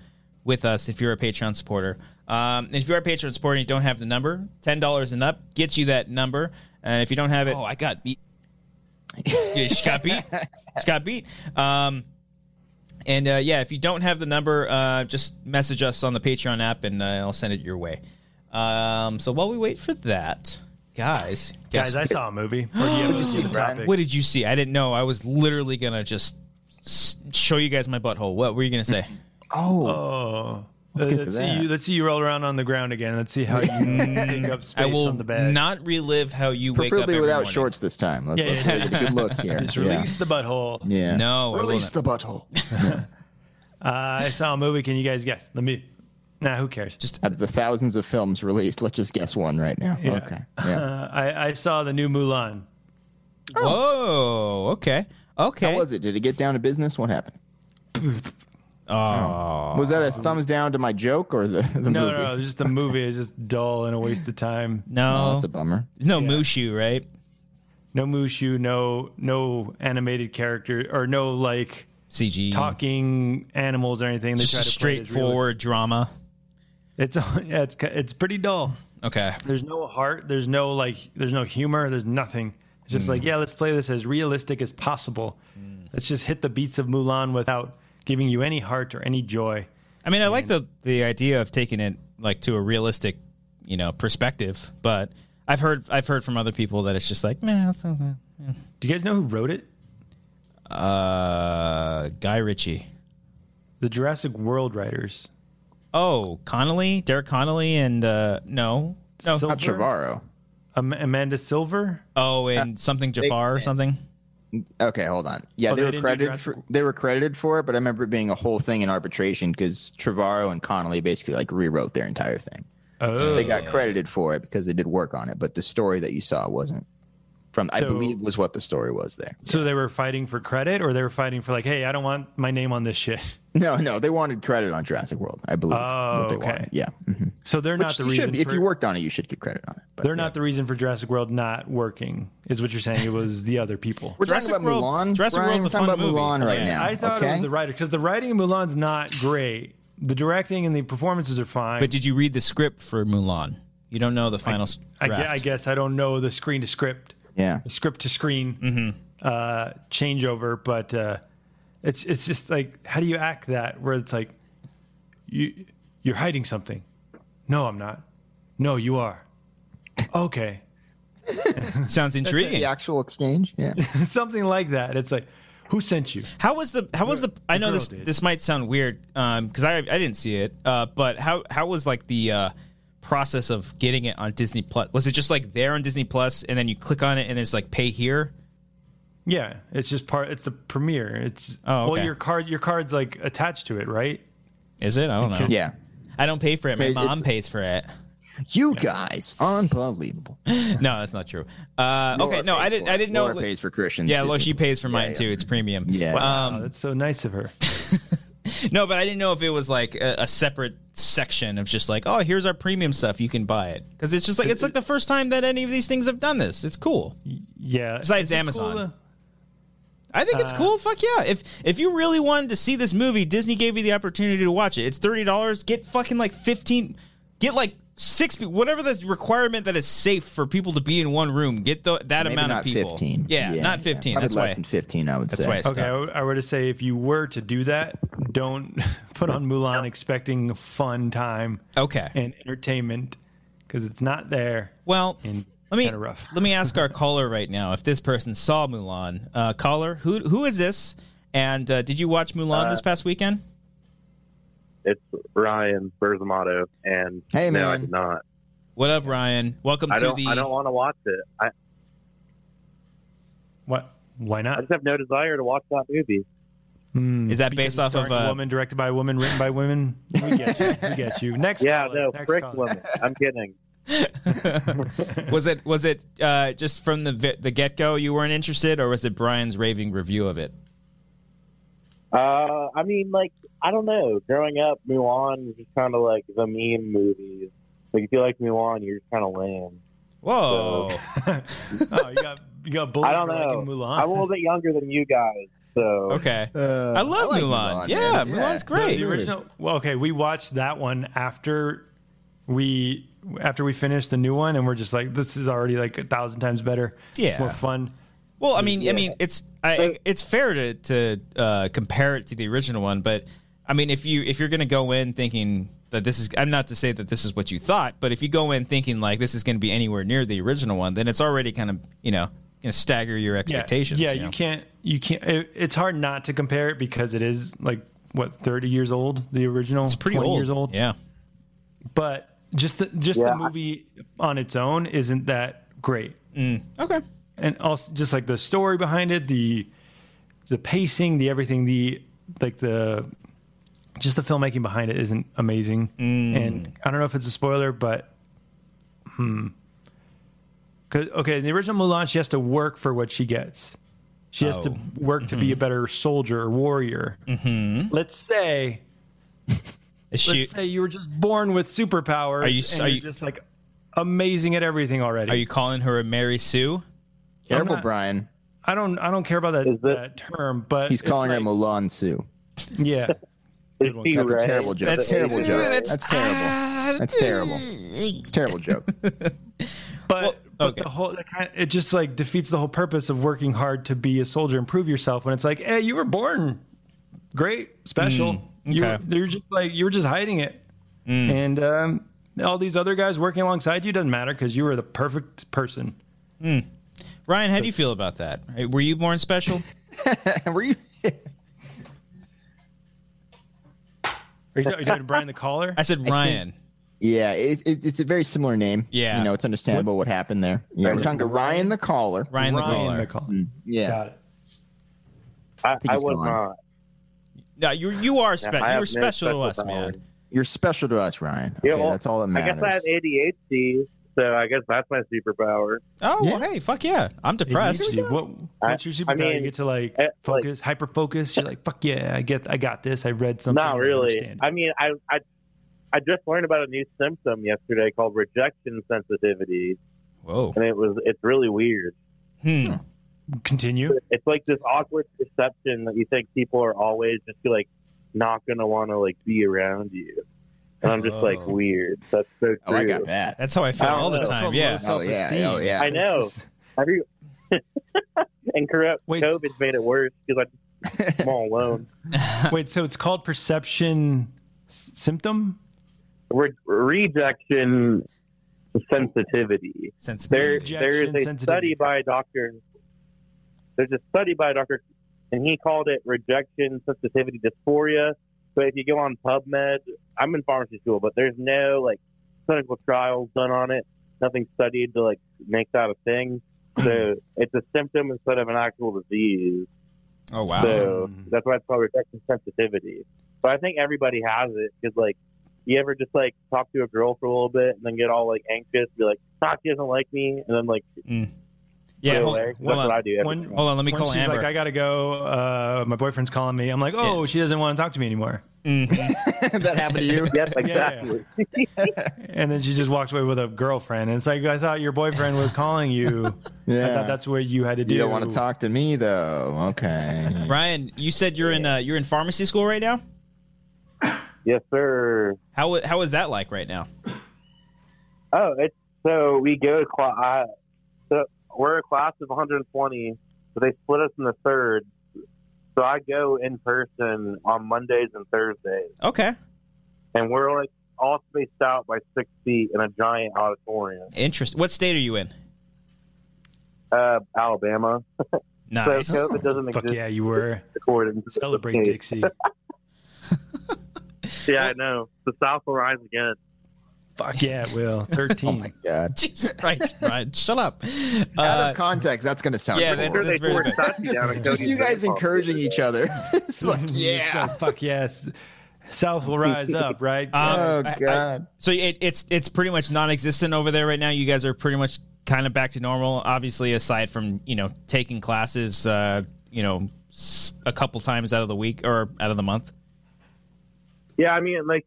S1: with us, if you're a Patreon supporter, um, and if you're a Patreon supporter and you don't have the number, ten dollars and up gets you that number. And if you don't have it,
S4: Oh, I got beat.
S1: yeah, she got beat. She got beat. Um, and uh, yeah, if you don't have the number, uh, just message us on the Patreon app, and uh, I'll send it your way. Um, so while we wait for that, guys,
S2: Guys, I saw a movie. Or do you have a
S3: see,
S2: topic?
S3: Brian?
S1: what did you see? I didn't know. I was literally gonna just s- show you guys my butthole. What were you gonna say?
S3: Oh,
S2: Oh.
S3: Let's
S2: Let's,
S3: get to
S2: see
S3: that.
S2: you. Let's see you roll around on the ground again. Let's see how you take up space
S1: I will
S2: on the bed.
S1: not relive how you wake up
S3: preferably
S1: every
S3: without
S1: morning.
S3: shorts this time. Let's,
S2: Yeah,
S3: let's
S2: yeah,
S3: get a good look here.
S2: Just
S3: Yeah.
S2: release the butthole.
S3: Yeah.
S1: No, I
S3: Release the
S1: wouldn't.
S3: butthole.
S2: Uh, I saw a movie. Can you guys guess? Let me. Nah, who cares?
S1: Just
S3: Out of the thousands of films released, let's just guess one right now.
S2: Yeah.
S3: Okay. Yeah.
S2: Uh, I, I saw the new Mulan.
S1: whoa. Okay. Okay.
S3: How Oh. was it? Did it get down to business? What happened?
S1: oh.
S3: Was that a thumbs down to my joke or the, the
S2: No,
S3: movie?
S2: no, no, it's just the movie is just dull and a waste of time.
S1: No.
S3: Oh, that's a bummer.
S1: There's no
S2: Yeah.
S1: Mushu, right?
S2: No Mushu, no no animated character or no like
S1: CG.
S2: talking animals or anything. They
S1: just
S2: try
S1: a
S2: to play it as
S1: straightforward drama.
S2: realistic. It's yeah, it's it's pretty dull.
S1: Okay.
S2: There's no heart. There's no like. There's no humor. There's nothing. It's just
S3: Mm.
S2: like yeah, let's play this as realistic as possible. Let's just hit the beats of Mulan without giving you any heart or any joy.
S1: I mean, I like the the idea of taking it like to a realistic, you know, perspective. But I've heard I've heard from other people that it's just like, man, that's okay.
S2: Do you guys know who wrote it?
S1: uh, Guy Ritchie.
S2: The Jurassic World writers.
S1: Oh, Connolly, Derek Connolly, and uh, no, no.
S2: Sil-
S3: Not Trevorrow.
S2: Am- Amanda Silver.
S1: oh, and something Jafar or something.
S3: Okay, hold on. Yeah,
S2: Oh,
S3: they,
S2: they
S3: were
S2: didn't do
S3: credited
S2: Jurassic-
S3: for they were credited for it, but I remember it being a whole thing in arbitration because Trevorrow and Connolly basically like rewrote their entire thing.
S2: Oh,
S3: They got credited for it because they did work on it, but the story that you saw wasn't from I
S2: So-
S3: believe was what the story was there.
S2: So they were fighting for credit, or they were fighting for like, hey, I don't want my name on this shit.
S3: No, no, they wanted credit on Jurassic World. I believe.
S2: Oh,
S3: what they
S2: okay.
S3: wanted. Yeah, Mhm.
S2: So they're
S3: Which
S2: not the
S3: you should
S2: reason.
S3: be- if
S2: for,
S3: you worked on it, you should get credit on it. But
S2: they're not the reason for Jurassic World not working, is what you're saying. It was the other people.
S3: We're
S1: Jurassic
S3: talking about
S1: World-
S3: Mulan.
S1: Jurassic
S3: Brian,
S1: World's a
S3: we're
S1: fun
S3: talking about
S1: movie.
S3: Mulan right
S1: Yeah,
S3: now.
S2: I thought
S3: okay?
S2: it was the writer because the writing in Mulan's not great. The directing and the performances are fine.
S1: But did you read the script for Mulan? You don't know the final s-
S2: I, gue-
S1: draft.
S2: I guess I don't know the screen to script,
S3: Yeah,
S2: the script to screen
S1: Mm-hmm.
S2: uh, changeover, but uh, it's it's just like how do you act that where it's like you you're hiding something. No, I'm not. No, you are. Okay.
S1: Sounds intriguing.
S3: the actual exchange. Yeah,
S2: something like that. It's like, Who sent you?
S1: How was the how was the I know
S2: girl
S1: this
S2: did.
S1: this might sound weird um cuz I I didn't see it uh but how how was like the uh process of getting it on Disney Plus was it just like there on Disney Plus and then you click on it and it's like pay here
S2: Yeah, it's just part. It's the premiere. It's
S1: Oh,
S2: well,
S1: okay.
S2: your card, your card's like attached to it, right?
S1: is it I don't know
S3: Yeah.
S1: I don't pay for it my
S3: It's-
S1: mom pays for it
S3: You guys, unbelievable.
S1: No that's not true uh okay
S3: Laura
S1: no I
S3: pays
S1: didn't
S3: for it.
S1: I didn't know
S3: Laura pays for Christian.
S1: Yeah,
S3: Disney
S1: well, she
S3: Plus.
S1: pays for mine
S3: yeah.
S1: too. It's premium.
S3: Yeah.
S1: Um,
S2: Wow, Oh, that's so nice of her.
S1: No, but I didn't know if it was like a, a separate section of just like, oh, here's our premium stuff. You can buy it because it's just like it's like the first time that any of these things have done this. It's cool.
S2: Yeah.
S1: Besides
S2: It's a
S1: Amazon.
S2: uh,
S1: I think it's cool. Fuck yeah! If if you really wanted to see this movie, Disney gave you the opportunity to watch it. It's thirty dollars. Get fucking like fifteen. Get like six. pe- Whatever the requirement that is safe for people to be in one room. Get the, that
S3: Maybe
S1: amount
S3: not
S1: of people.
S3: 15.
S1: Yeah, not fifteen.
S3: Probably
S1: That's
S3: less
S1: why.
S3: than 15, I would
S1: That's
S3: say.
S1: why. It's
S2: okay, I,
S1: tough.
S2: would- I were to say if you were to do that, don't put on Mulan expecting a fun time
S1: Okay.
S2: and entertainment because it's not there.
S1: Well,
S2: And
S1: let me
S2: kinda rough.
S1: let me ask our caller right now if this person saw Mulan. Uh, caller, who who is this? And uh, did you watch Mulan this past weekend?
S5: It's Ryan Berzamato, and
S3: Hey,
S5: no, I
S3: man.
S5: did not.
S1: What up, Ryan? Welcome
S5: I
S1: to
S5: don't.
S1: the.
S5: I don't want to watch it. I,
S2: What? Why
S5: I
S2: not?
S5: just have no desire to watch that movie.
S2: Hmm,
S1: Is that
S2: because
S1: based
S2: it's
S1: off of,
S2: starring a
S1: uh,
S2: woman directed by a woman, written by women? We get you. We get you. Next.
S5: Yeah,
S2: caller,
S5: no,
S2: next
S5: frick
S2: caller.
S5: woman. I'm kidding.
S1: was it was it uh, just from the vi- the get go you weren't interested, or was it Brian's raving review of it?
S5: Uh, I mean, like, I don't know. Growing up, Mulan was just kind of like the meme movies. Like, if you like Mulan, you're just kind of lame.
S1: Whoa!
S2: oh, you got you got bullied
S5: I don't
S2: for
S5: know.
S2: liking Mulan.
S5: I'm a little bit younger than you guys, so
S1: okay,
S3: Uh,
S1: I love
S3: like
S1: Mulan.
S3: Mulan,
S1: Yeah,
S3: man.
S1: Mulan's
S2: No,
S1: great.
S2: the original. Well, okay, we watched that one after we after we finished the new one, and we're just like, this is already like a thousand times better.
S1: Yeah.
S2: it's more fun.
S1: Well, I mean, I
S5: Yeah.
S1: mean, it's I, it's fair to to uh, compare it to the original one, but I mean, if you if you're going to go in thinking that this is, I'm not to say that this is what you thought, but if you go in thinking like this is going to be anywhere near the original one, then it's already kind of you know going to stagger your expectations.
S2: Yeah, yeah
S1: you
S2: you,
S1: know?
S2: can't. You can't. It, it's hard not to compare it because it is like what thirty years old. The original
S1: It's pretty
S2: 20
S1: old.
S2: years old.
S1: Yeah,
S2: but just the, just
S5: Yeah.
S2: the movie on its own isn't that great.
S1: okay.
S2: and also just like the story behind it, the the pacing, the everything, the like the just the filmmaking behind it isn't amazing.
S1: Mm.
S2: And I don't know if it's a spoiler, but hmm. 'Cause- okay, in the original Mulan, she has to work for what she gets. She has to
S1: Oh.
S2: work to be a better soldier or warrior. Let's say,
S1: Is
S2: let's
S1: Mm-hmm. she,
S2: say you were just born with superpowers.
S1: Are you-
S2: and
S1: are
S2: you're
S1: you-
S2: just like amazing at everything already?
S1: are you calling her a Mary Sue?
S3: Careful,
S2: I'm not-
S3: Brian.
S2: I don't. I don't care about that,
S5: Is that-
S2: that term, but
S3: He's
S2: it's
S3: calling
S2: like-
S3: her Mulan Sue.
S2: Yeah.
S5: it's
S2: one.
S5: you,
S3: That's
S5: right?
S3: a terrible joke. That's,
S1: That's-
S3: a terrible
S1: Ooh,
S3: joke.
S1: that's-
S3: That's, terrible. That's terrible. It's a terrible joke.
S2: But,
S1: Well,
S2: but
S1: okay.
S2: the whole that kind it just like defeats the whole purpose of working hard to be a soldier and prove yourself when it's like, hey, you were born great, special.
S5: Mm,
S2: You
S1: okay.
S2: you're just like you were just hiding it. And um, all these other guys working alongside you doesn't matter because you were the perfect person.
S1: Ryan, how do you feel about that? Were you born special?
S3: Were you?
S2: Are you, are you talking to Brian the caller?
S1: I said Ryan.
S3: Yeah, it, it, it's a very similar name.
S1: Yeah.
S3: you know, it's understandable what, happened there. Yeah, we're talking to Ryan the caller. Mm,
S1: Ryan, the caller.
S3: Yeah,
S2: Got it.
S5: I,
S3: think
S5: I
S3: he's
S5: was
S3: gone.
S5: not.
S1: No, you you are
S5: No,
S1: special.
S5: I
S1: you
S5: have
S1: were
S5: no
S1: special to
S5: special
S1: us,
S5: powers.
S1: man.
S3: you're special to us, Ryan. Okay,
S5: Yeah, well,
S3: that's all that
S5: I guess
S3: matters.
S5: I have ADHD, so I guess that's my superpower.
S1: Oh, well,
S3: Yeah.
S1: hey, fuck yeah! I'm depressed.
S2: ADHD. What,
S5: I-
S2: what's your superpower?
S5: I mean,
S2: you get to like
S5: uh, like-
S2: focus, hyper focus. You're like, fuck yeah, I get, I got this. I read something.
S5: Not
S2: I
S5: really.
S2: understand it."
S5: I mean, I, I I just learned about a new symptom yesterday called rejection sensitivity,
S1: Whoa.
S5: and it was it's really weird.
S1: Hmm.
S2: Continue.
S5: It's like this awkward perception that you think people are always just like not going to want to like be around you, and I'm just like
S1: Oh.
S5: weird. That's so true.
S3: oh, I got that.
S1: That's how I feel
S5: I don't
S1: all the
S5: know.
S1: time.
S2: called
S1: Yeah.
S2: low
S3: Oh yeah, oh
S2: self-esteem.
S3: yeah.
S5: I know. Have you? and corrupt
S2: Wait.
S5: COVID made it worse because I'm all alone.
S2: Wait, so it's called perception s- symptom?
S5: Re- rejection sensitivity.
S1: Sensitive.
S5: There,
S2: Rejection
S5: there is a
S2: sensitivity.
S5: study by Dr. There's a study by Dr. and he called it rejection sensitivity dysphoria. But if you go on PubMed, I'm in pharmacy school, but there's no like clinical trials done on it. Nothing studied to like make that a thing. So it's a symptom instead of an actual disease.
S1: Oh wow.
S5: So
S2: Um.
S5: that's why it's called rejection sensitivity. But I think everybody has it because, like, you ever just like talk to a girl for a little bit and then get all like anxious, be like, "Fuck, she doesn't like me," and then like,
S1: yeah.
S5: put it
S1: Hold,
S5: away.
S1: hold
S5: that's what
S1: on.
S5: I do. Every
S2: When-
S5: time.
S1: Hold on. Let me
S2: When
S1: call
S2: she's
S1: Amber.
S2: like, I gotta go. Uh, my boyfriend's calling me. I'm like, oh, she doesn't want to talk to me anymore.
S1: Mhm.
S3: that happened to you?
S5: yes,
S2: yeah.
S5: exactly.
S2: And then she just walked away with a girlfriend. And it's like, I thought your boyfriend was calling you. I
S3: Yeah.
S2: thought that's what you had to do.
S3: you don't want to talk to me though. Okay.
S1: Ryan, you said you're in uh, you're in pharmacy school right now.
S5: Yes, sir.
S1: How how is that like right now?
S5: Oh, it's so we go to class. So we're a class of 120, but they split us in the third. So I go in person on Mondays and Thursdays,
S1: Okay,
S5: and we're like all spaced out by six feet in a giant auditorium.
S1: interesting. What state are you in?
S5: Uh, Alabama.
S1: Nice.
S5: So COVID doesn't
S2: Fuck
S5: exist
S2: yeah, you were.
S5: according to
S2: Celebrate
S5: the
S2: Dixie.
S5: case. Yeah, I know. The South will rise again.
S2: Fuck yeah, it will.
S3: Oh
S2: 13.
S3: my god.
S1: Jesus Christ, Ryan, shut up.
S3: Out
S1: Uh,
S3: of context, that's gonna sound.
S1: yeah,
S3: cool.
S1: that's-
S5: they
S1: very
S5: scored a
S1: good.
S5: touchdown
S3: just,
S5: and
S3: just
S5: Cody
S3: you guys
S5: Zeller popped
S3: encouraging
S5: it.
S3: each other. it's like,
S1: Mm-hmm.
S2: So,
S3: yeah.
S2: fuck yes. South will rise up, right?
S1: Um,
S3: oh
S1: I- I-
S3: god.
S1: so it, it's it's pretty much non-existent over there right now. You guys are pretty much kind of back to normal, obviously, aside from you know taking classes, uh, you know, s- a couple times out of the week or out of the month.
S5: Yeah, I mean, like,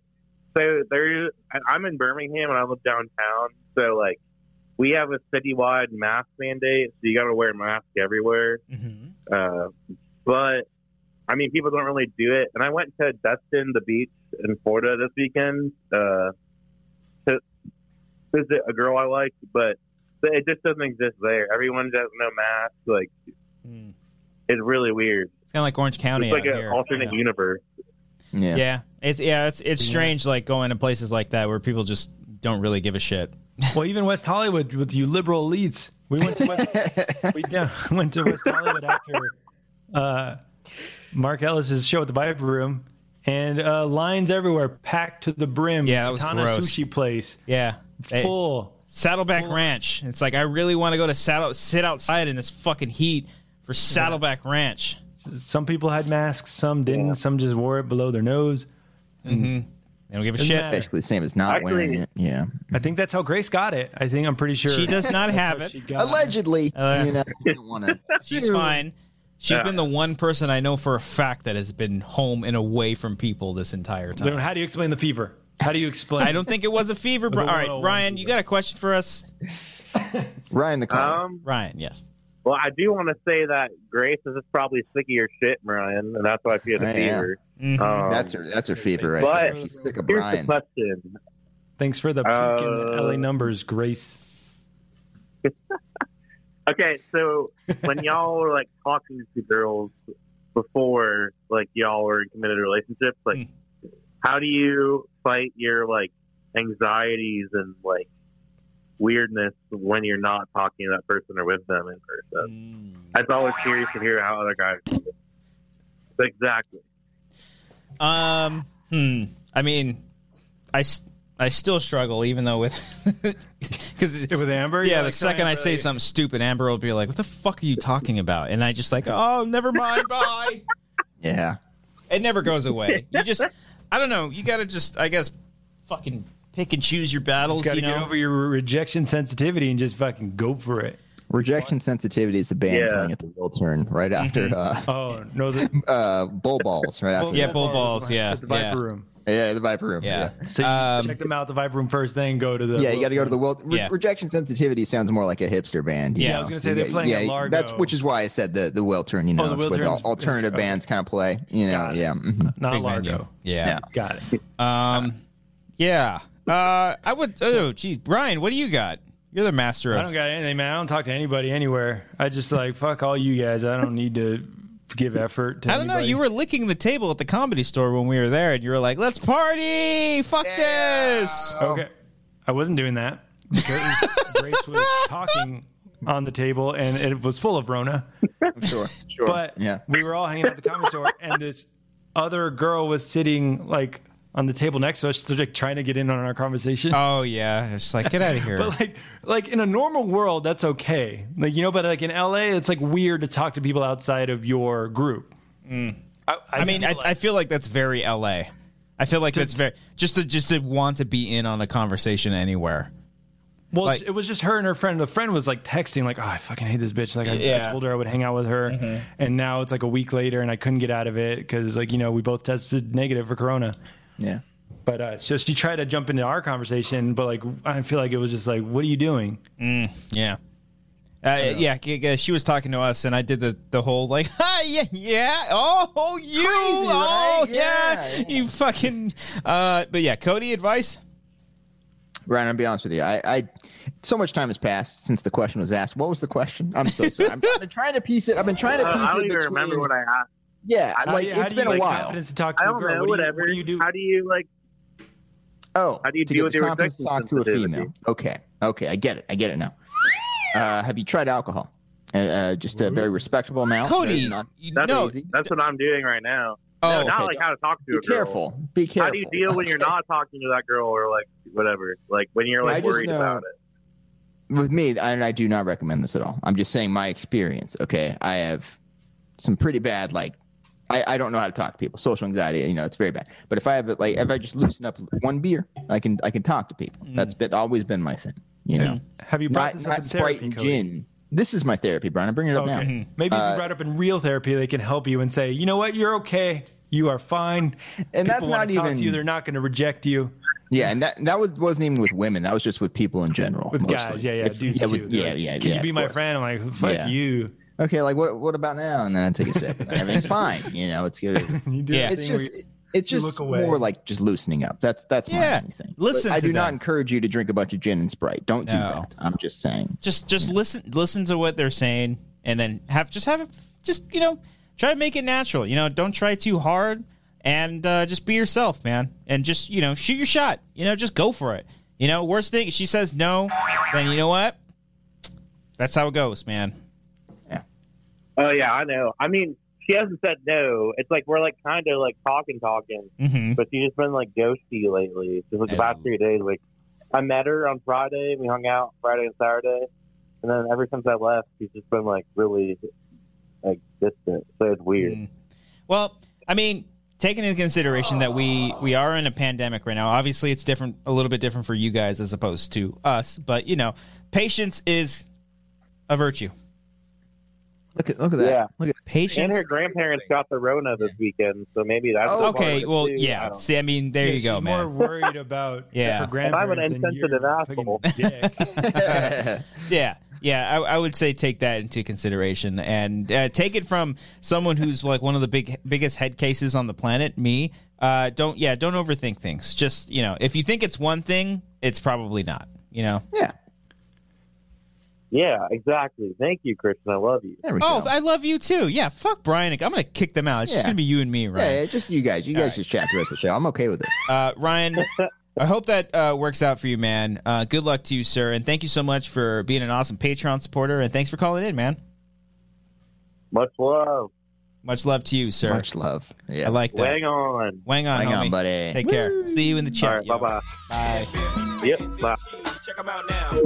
S5: so there. I- I'm in Birmingham and I live downtown, so like, we have a citywide mask mandate, so you got to wear a mask everywhere.
S1: Mm-hmm.
S5: Uh, but I mean, people don't really do it. And I went to Destin, the beach in Florida this weekend uh, to visit a girl I like, but it just doesn't exist there. Everyone has no mask. Like, it's really weird.
S1: It's kind of like Orange County.
S5: It's like
S1: out
S5: an
S1: here.
S5: alternate
S1: Yeah.
S5: universe.
S3: Yeah.
S1: Yeah, it's yeah, it's it's strange like going to places like that where people just don't really give a shit.
S2: Well, even West Hollywood with you liberal elites. We went to West, we down, went to West Hollywood after uh, Mark Ellis's show at the Viper Room, and uh, lines everywhere, packed to the brim.
S1: Yeah, that was
S2: Katana
S1: gross.
S2: sushi place,
S1: Yeah, They-
S2: full.
S1: Saddleback Ranch. It's like I really want to go to saddle sit outside in this fucking heat for Saddleback Ranch.
S2: Some people had masks, some didn't. Some just wore it below their nose.
S1: They don't give a
S2: Doesn't
S1: shit.
S2: matter.
S3: Basically, the same as not
S5: Actually-
S3: wearing it. Yeah.
S2: I think that's how Grace got it. I think I'm pretty sure
S1: She does not have it.
S2: She got it.
S3: Allegedly,
S1: Uh,
S3: you know, you don't want to.
S1: She's fine. She's
S5: Yeah.
S1: been the one person I know for a fact that has been home and away from people this entire
S2: Then
S1: time.
S2: How do you explain the fever? How do you explain?
S1: I don't think it was a fever. Bri-
S2: The
S1: All right,
S2: 101
S1: Ryan, you got a question for us?
S3: Ryan the car.
S5: Um,
S1: Ryan, yes.
S5: well, I do want to say that Grace is just probably sick of your shit, Marion, and that's why she had a
S3: I am.
S5: fever.
S1: Mhm.
S5: Um,
S3: Mm-hmm. that's her. That's her fever right
S5: but-
S3: there. She's sick of
S5: here's
S3: Brian.
S5: the question.
S2: Thanks for the peek in the
S5: Uh,
S2: LA numbers, Grace.
S5: Okay, so when y'all were like talking to girls before, like y'all were in committed relationships, like
S3: Hmm.
S5: how do you fight your like anxieties and like weirdness when you're not talking to that person or with them in person?
S3: Hmm.
S5: It's always curious to hear how other guys. do it. Exactly.
S2: Oh.
S1: Um, hmm. I mean, I, s- I still struggle, even though with because
S2: With Amber?
S1: yeah, the second I say something stupid, Amber will be like, "What the fuck are you talking about?" And I just like, "Oh, never mind, bye."
S3: Yeah.
S1: It never goes away. You just, I don't know. You gotta just, I guess, fucking pick and choose your battles.
S2: got
S1: You
S2: to get
S1: know,
S2: over your rejection sensitivity and just fucking go for it.
S3: Rejection sensitivity is the band
S5: Yeah.
S3: playing at the World Turn right after uh,
S2: Oh no, the
S3: uh, Bull Balls right after.
S1: Yeah,
S3: that.
S1: Bull Balls, yeah,
S2: at the Viper
S1: yeah.
S2: Room.
S3: yeah, the Viper Room.
S1: yeah.
S2: So you
S1: Um,
S2: check them out, the Viper Room first, then go to the.
S3: Yeah, you got to go to the world. Re-
S1: Yeah.
S3: Rejection sensitivity sounds more like a hipster band. you
S1: Yeah, I
S3: know?
S1: was
S2: gonna say they're playing
S3: yeah,
S2: at Largo.
S3: That's which is why I said the the Will turn. You know,
S2: the
S3: it's
S2: Will
S3: where the
S2: Turn's-
S3: alternative
S2: okay.
S3: bands kind of play. You know,
S2: Got it.
S3: yeah. mhm.
S2: not
S1: Big
S2: Largo.
S1: venue. Yeah.
S2: Got it.
S1: Um, yeah. Uh, I would. Oh, geez, Brian, what do you got? You're the master
S2: I
S1: of.
S2: don't got anything, man. I don't talk to anybody anywhere. I just like fuck all you guys. I don't need to give effort. To
S1: I don't know.
S2: anybody.
S1: You were licking the table at the comedy store when we were there, and you were like, "Let's party! Fuck this!" Oh.
S2: okay. I wasn't doing that because Grace was talking on the table, and it was full of Rona.
S3: I'm sure. Sure.
S2: But
S3: yeah.
S2: we were all hanging out at the comedy store, and this other girl was sitting like on the table next to us, just like trying to get in on our conversation.
S1: Oh yeah, it's like get out of here.
S2: But like, like in a normal world, that's okay. Like you know, but like in LA, it's like weird to talk to people outside of your group.
S6: I,
S1: I mean, I,
S6: feel
S1: I
S6: like-
S1: feel like that's very LA. I feel like that's very just to just to want to be in on a conversation anywhere.
S2: Well,
S1: Like-
S2: it was just her and her friend. The friend was like texting, like, "Oh, I fucking hate this bitch." Like, I,
S1: Yeah. Mm-hmm.
S2: I told her I would hang out with her, and now it's like a week later, and I couldn't get out of it because, like, you know, we both tested negative for corona.
S3: Yeah.
S2: But uh, so she tried to jump into our conversation, but like, I feel like it was just like, "What are you doing?"
S1: Yeah. Uh, yeah, g- g- she was talking to us, and I did the, the whole like, ah, yeah, yeah, oh, oh, you, oh,
S3: right?
S1: yeah,
S3: Yeah, yeah.
S1: you fucking. Uh, but yeah, Cody, advice?
S3: Ryan, I'll be honest with you. I, I so much time has passed since the question was asked. What was the question? I'm so sorry. I'm, I've been trying to piece it. I've been trying to
S5: Uh,
S3: piece
S5: I don't
S3: it
S5: even
S3: between.
S5: remember what I asked.
S3: yeah,
S2: How do
S3: like
S2: you-
S3: it's
S2: how do you,
S3: been a
S2: like,
S3: while.
S2: Confidence to talk to
S5: I
S2: a
S5: don't
S2: girl.
S5: know.
S2: What do you-
S5: whatever.
S2: what do you do?
S5: How do you like?
S3: Oh,
S5: How do you
S3: to
S5: deal
S3: get
S5: with
S3: the
S5: your
S3: confidence to
S5: rejection
S3: talk to a
S5: sensitivity?
S3: female? Okay, okay, I get it. I get it now. Uh, have you tried alcohol? Uh, uh, just a very respectable amount.
S1: Cody,
S3: Not-
S1: you-
S5: That's
S1: no,
S3: easy.
S5: That's what I'm doing right now.
S1: oh,
S5: no, not
S3: okay.
S5: like how to talk to
S3: be
S5: a girl.
S3: careful. Be careful.
S5: How do you deal when you're not talking to that girl or like whatever? Like when you're
S3: I
S5: like
S3: just
S5: worried
S3: know-
S5: about it.
S3: with me, I- and I do not recommend this at all. I'm just saying my experience. Okay, I have some pretty bad like. I, I don't know how to talk to people. Social anxiety, you know, it's very bad. But if I have it, like, if I just loosen up one beer, I can I can talk to people. That's been always been my thing. You know,
S2: Have Mm. you
S3: not
S2: brought this up in
S3: not Sprite
S2: therapy,
S3: and
S2: Cody?
S3: gin. This is my therapy, Brian. I'm bringing it up now.
S5: Mm-hmm.
S2: Okay. Maybe if
S3: Uh,
S2: you brought up in real therapy, they can help you and say, you know what, you're okay. You are fine. People
S3: that's
S2: wanna
S3: not
S2: talk
S3: even-
S2: to you. They're not going to reject you.
S3: Yeah, and that that was wasn't even with women. That was just with people in general.
S2: With
S3: mostly.
S2: guys, yeah, yeah,
S3: If-
S2: dudes
S3: yeah,
S2: too.
S3: with-
S2: They're
S3: yeah,
S2: like,
S3: yeah,
S2: Can
S3: yeah,
S2: you
S3: of
S2: be my
S3: course.
S2: friend? I'm like, fuck
S3: Yeah.
S2: you.
S3: Okay, like what what about now? And then I take a sip. and everything's fine. You know, it's good.
S2: You do
S1: Yeah.
S2: that
S3: It's
S2: thing where
S3: just
S2: you-
S3: it's
S2: you
S3: just
S2: look away.
S3: more like just loosening up. That's that's my
S1: Yeah,
S3: only thing.
S1: listen
S3: But I
S1: to
S3: do
S1: them.
S3: not encourage you to drink a bunch of gin and Sprite. Don't do
S1: No.
S3: that. I'm just saying.
S1: just just listen listen to what they're saying and then have just have it just you know try to make it natural you know don't try too hard and uh, just be yourself man and just you know shoot your shot you know just go for it you know worst thing she says no then you know what that's how it goes man
S5: Oh yeah, I know. I mean, she hasn't said no. It's like we're like kind of like talking, talking,
S1: mm-hmm.
S5: but she's just been like ghosty lately. Just like the past
S4: Oh.
S5: three days. Like I met her on Friday. We hung out Friday and Saturday, and then ever since I left, she's just been like really like distant. So it's weird.
S1: Mm. Well, I mean, taking into consideration that we we are in a pandemic right now, obviously it's different, a little bit different for you guys as opposed to us. But you know, patience is a virtue.
S3: Look at look at that.
S5: Yeah.
S3: Look at
S5: And
S1: Patience.
S5: her grandparents got the Rona this weekend, so maybe that's
S3: Oh,
S5: part of
S1: Okay.
S5: it,
S1: Well,
S5: too. I
S1: yeah.
S5: don't-
S1: See, I mean, there
S2: Yeah,
S1: you go,
S2: she's
S1: man.
S2: More worried about
S1: Yeah.
S2: her
S5: If I'm an
S2: grandparents than you're
S5: insensitive
S2: a
S5: asshole.
S2: fucking dick.
S3: that.
S1: Yeah, yeah. I, I would say take that into consideration and uh, take it from someone who's like one of the big biggest head cases on the planet. Me. Uh, don't yeah. Don't overthink things. Just you know, if you think it's one thing, it's probably not. You know.
S3: yeah.
S5: Yeah, exactly. Thank you, Christian. I love you.
S3: There we
S1: Oh,
S3: go.
S1: I love you too. Yeah, fuck Brian. I'm gonna kick them out. It's just
S3: Yeah.
S1: gonna be you and me,
S3: yeah, yeah,
S1: Ryan.
S3: just you guys. You guys just chat the rest of the show. I'm okay with it.
S1: Uh, Ryan, I hope that uh, works out for you, man. Uh, good luck to you, sir, and thank you so much for being an awesome Patreon supporter. And thanks for calling in, man.
S5: Much love.
S1: Much love to you, sir.
S3: Much love. Yeah.
S1: I like that. Wang,
S5: Hang on.
S1: on,
S3: Hang on,
S1: homie.
S3: buddy.
S1: Take care. See you in the
S5: All
S1: chat.
S5: right. Bye
S1: yo.
S5: bye.
S1: Bye.
S5: Yep. Bye.
S6: check them out now.